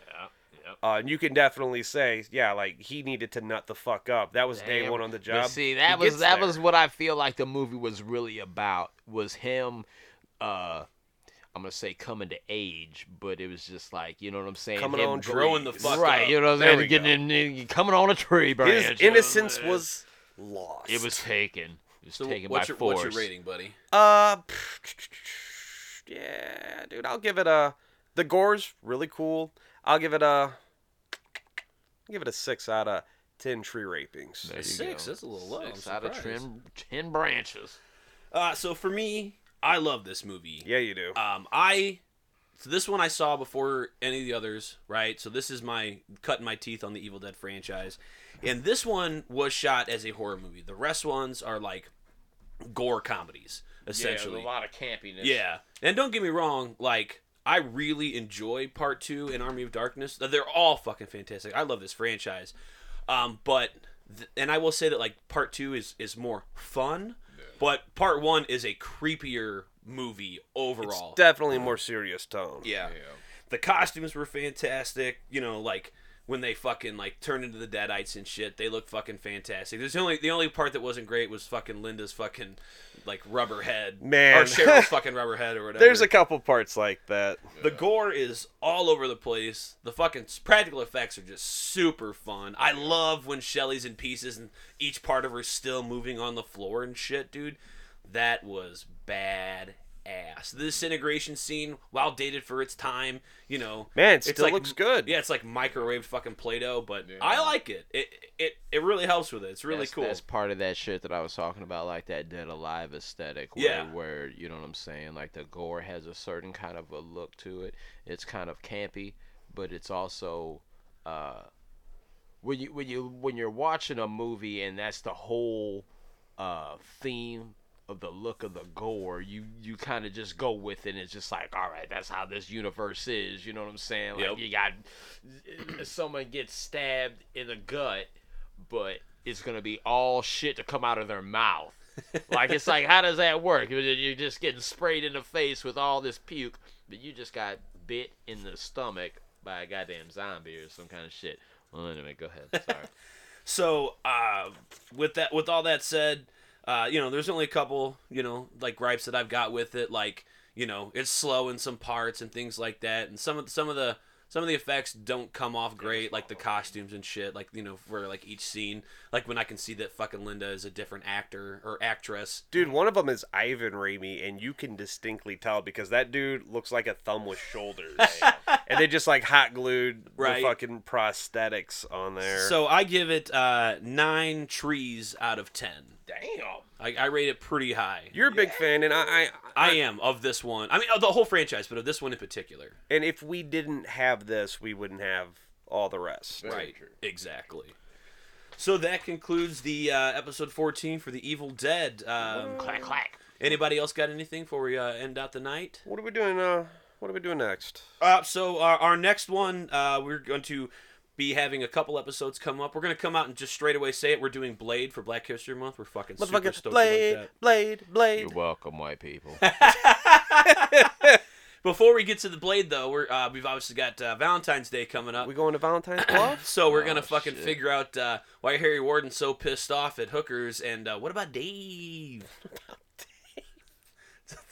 D: Uh, and you can definitely say, yeah, like he needed to nut the fuck up. That was day
B: Damn.
D: one on the
B: But
D: job.
B: see,
D: He
B: that was
D: gets
B: that
D: there.
B: was what I feel like the movie was really about was him. uh I'm gonna say coming to age, but it was just like you know what I'm saying.
D: Coming
B: him
D: on
B: go-
C: growing the fuck
B: right.
C: up.
B: You know what
D: There
B: I'm
D: we
B: saying. Getting in, coming on a tree branch.
D: His
B: you know?
D: innocence was lost.
B: It was taken. It was
C: So
B: taken
C: what's
B: by
C: your,
B: force.
C: what's your rating, buddy?
D: uh, yeah, dude, I'll give it a. The gore's really cool. I'll give it a. Give it a six out of ten tree rapings.
B: There you
C: Six,
B: go.
C: that's a little low, I'm
B: Six out of
C: surprised.
B: ten, ten branches.
C: Uh, so for me, I love this movie.
D: Yeah, you do.
C: Um, I so this one I saw before any of the others, right? So this is my cutting my teeth on the Evil Dead franchise, and this one was shot as a horror movie. The rest ones are like gore comedies, essentially.
B: a lot of campiness.
C: Yeah. And don't get me wrong, like I really enjoy part 2 and Army of Darkness. They're all fucking fantastic. I love this franchise. Um but th- and I will say that like part 2 is is more fun, but part 1 is a creepier movie overall.
D: Definitely more serious tone.
C: yeah. The costumes were fantastic, you know, like when they fucking like turned into the deadites and shit, they look fucking fantastic. There's the only the only part that wasn't great was fucking Linda's fucking like rubber head,
D: Man.
C: or Cheryl's fucking rubber head or whatever.
D: There's a couple parts like that.
C: The gore is all over the place. The fucking s- practical effects are just super fun. I love when Shelly's in pieces and each part of her still moving on the floor and shit, dude. That was bad ass. The disintegration scene, while dated for its time, you know,
D: Man, it
C: it's
D: still looks good.
C: Yeah, it's like microwaved fucking Play-Doh, but I like it. It it it really helps with it. It's really
B: that's,
C: cool.
B: That's part of that shit that I was talking about, like that dead alive aesthetic. Where,
C: Yeah.
B: Where you know what I'm saying? Like the gore has a certain kind of a look to it. It's kind of campy, but it's also uh, when you when you when you're watching a movie and that's the whole uh, theme of the look of the gore, you you kind of just go with it. And it's just like, all right, that's how this universe is. You know what I'm saying? Like
C: Yep.
B: you got someone gets stabbed in the gut, but it's gonna be all shit to come out of their mouth. like it's like, how does that work? You're you're just getting sprayed in the face with all this puke, but you just got bit in the stomach by a goddamn zombie or some kind of shit. Well, anyway, go ahead. Sorry.
C: So, uh, with that, with all that said, uh, you know, there's only a couple, you know, like gripes that I've got with it. Like, you know, it's slow in some parts and things like that, and some of some of the some of the effects don't come off great, like the costumes and shit. Like, you know, for like each scene, like when I can see that fucking Linda is a different actor or actress.
D: Dude, one of them is Ivan Raimi, and you can distinctly tell because that dude looks like a thumb with shoulders, and they just like hot glued
C: Right.
D: the fucking prosthetics on there.
C: So I give it uh, nine trees out of ten. Damn, I, I rate it pretty high.
D: you're a big fan, and I, I
C: I am of this one. I mean, of the whole franchise, but of this one in particular.
D: and if we didn't have this, we wouldn't have all the rest.
C: Right. Exactly. So that concludes the uh, episode 14 for the Evil Dead. Um,
E: Clack, clack.
C: anybody else got anything before we uh, end out the night?
D: What are we doing? Uh, what are we doing next?
C: Uh, so our, our next one, uh, we're going to be having a couple episodes come up. We're going to come out and just straight away say it. We're doing Blade for Black History Month. We're fucking super
D: Motherfucker,
C: stoked
D: blade,
C: about that.
D: blade, blade.
B: You're welcome, white people.
C: Before we get to the Blade, though, we're, uh, we've obviously got uh, Valentine's Day coming up.
D: We going to Valentine's Club?
C: So we're gonna
B: Oh,
C: fucking
B: shit.
C: figure out uh, why Harry Warden's so pissed off at hookers, and uh, what about Dave?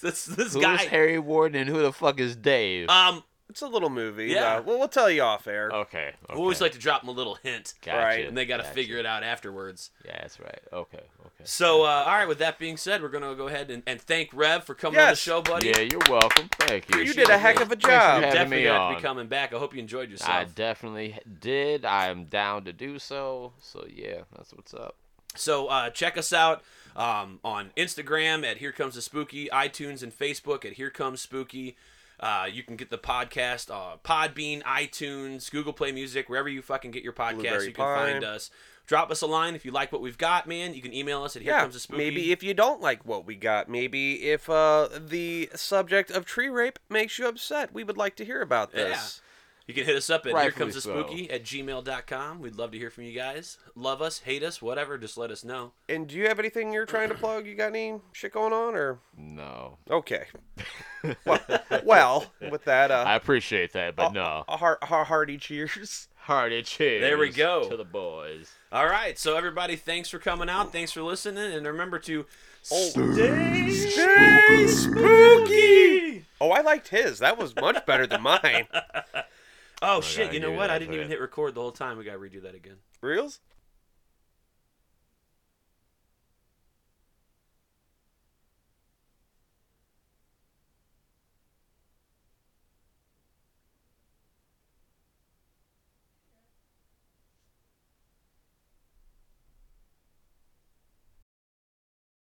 C: This this
B: Who's
C: guy.
B: Harry Warden and who the fuck is Dave?
C: Um,
D: It's a little movie.
C: Yeah.
D: uh, we'll, we'll tell you off air.
B: okay. okay.
C: we always like to drop them a little hint,
B: gotcha,
D: right,
C: and they got to
B: gotcha.
C: figure it out afterwards.
B: Yeah, that's right. Okay. Okay.
C: So, uh, all right. With that being said, we're gonna go ahead and, and thank Rev for coming on the
D: Yes.
C: show, buddy.
B: Yeah, you're welcome. Thank you.
D: You did a heck of a
B: Thanks for having
D: job.
C: Definitely
B: me
C: gonna have to
B: on.
C: be coming back. I hope you enjoyed yourself.
B: I definitely did. I am down to do so. So yeah, that's what's up.
C: So uh, check us out um, on Instagram at Here Comes the Spooky, iTunes and Facebook at Here Comes Spooky. Uh, you can get the podcast uh, Podbean, iTunes, Google Play Music, wherever you fucking get your podcast.
D: Blueberry
C: You can
D: Pie.
C: find us. Drop us a line if you like what we've got, man. You can email us at Here
D: yeah,
C: Comes the Spooky.
D: maybe if you don't like what we got, maybe if uh, the subject of tree rape makes you upset, we would like to hear about this.
C: you can hit us up at Here
B: Rightfully
C: Comes the Spooky at gmail.com. We'd love to hear from you guys. Love us, hate us, whatever. Just let us know.
D: And do you have anything you're trying to plug? You got any shit going on, or
B: No,
D: okay? well, well, with that, uh,
B: I appreciate that, but no.
D: a, heart, a hearty cheers.
B: Oh, Hearty cheers.
C: There we go.
B: to the boys.
C: All right. So, everybody, thanks for coming out. Thanks for listening. And remember to
D: spooky. Oh, I liked his. That was much better than mine.
C: Oh shit!
B: gotta
C: Oh, You know
B: do
C: what?
B: that,
C: I didn't
B: okay.
C: even hit record the whole time. We gotta redo that again.
D: Reels?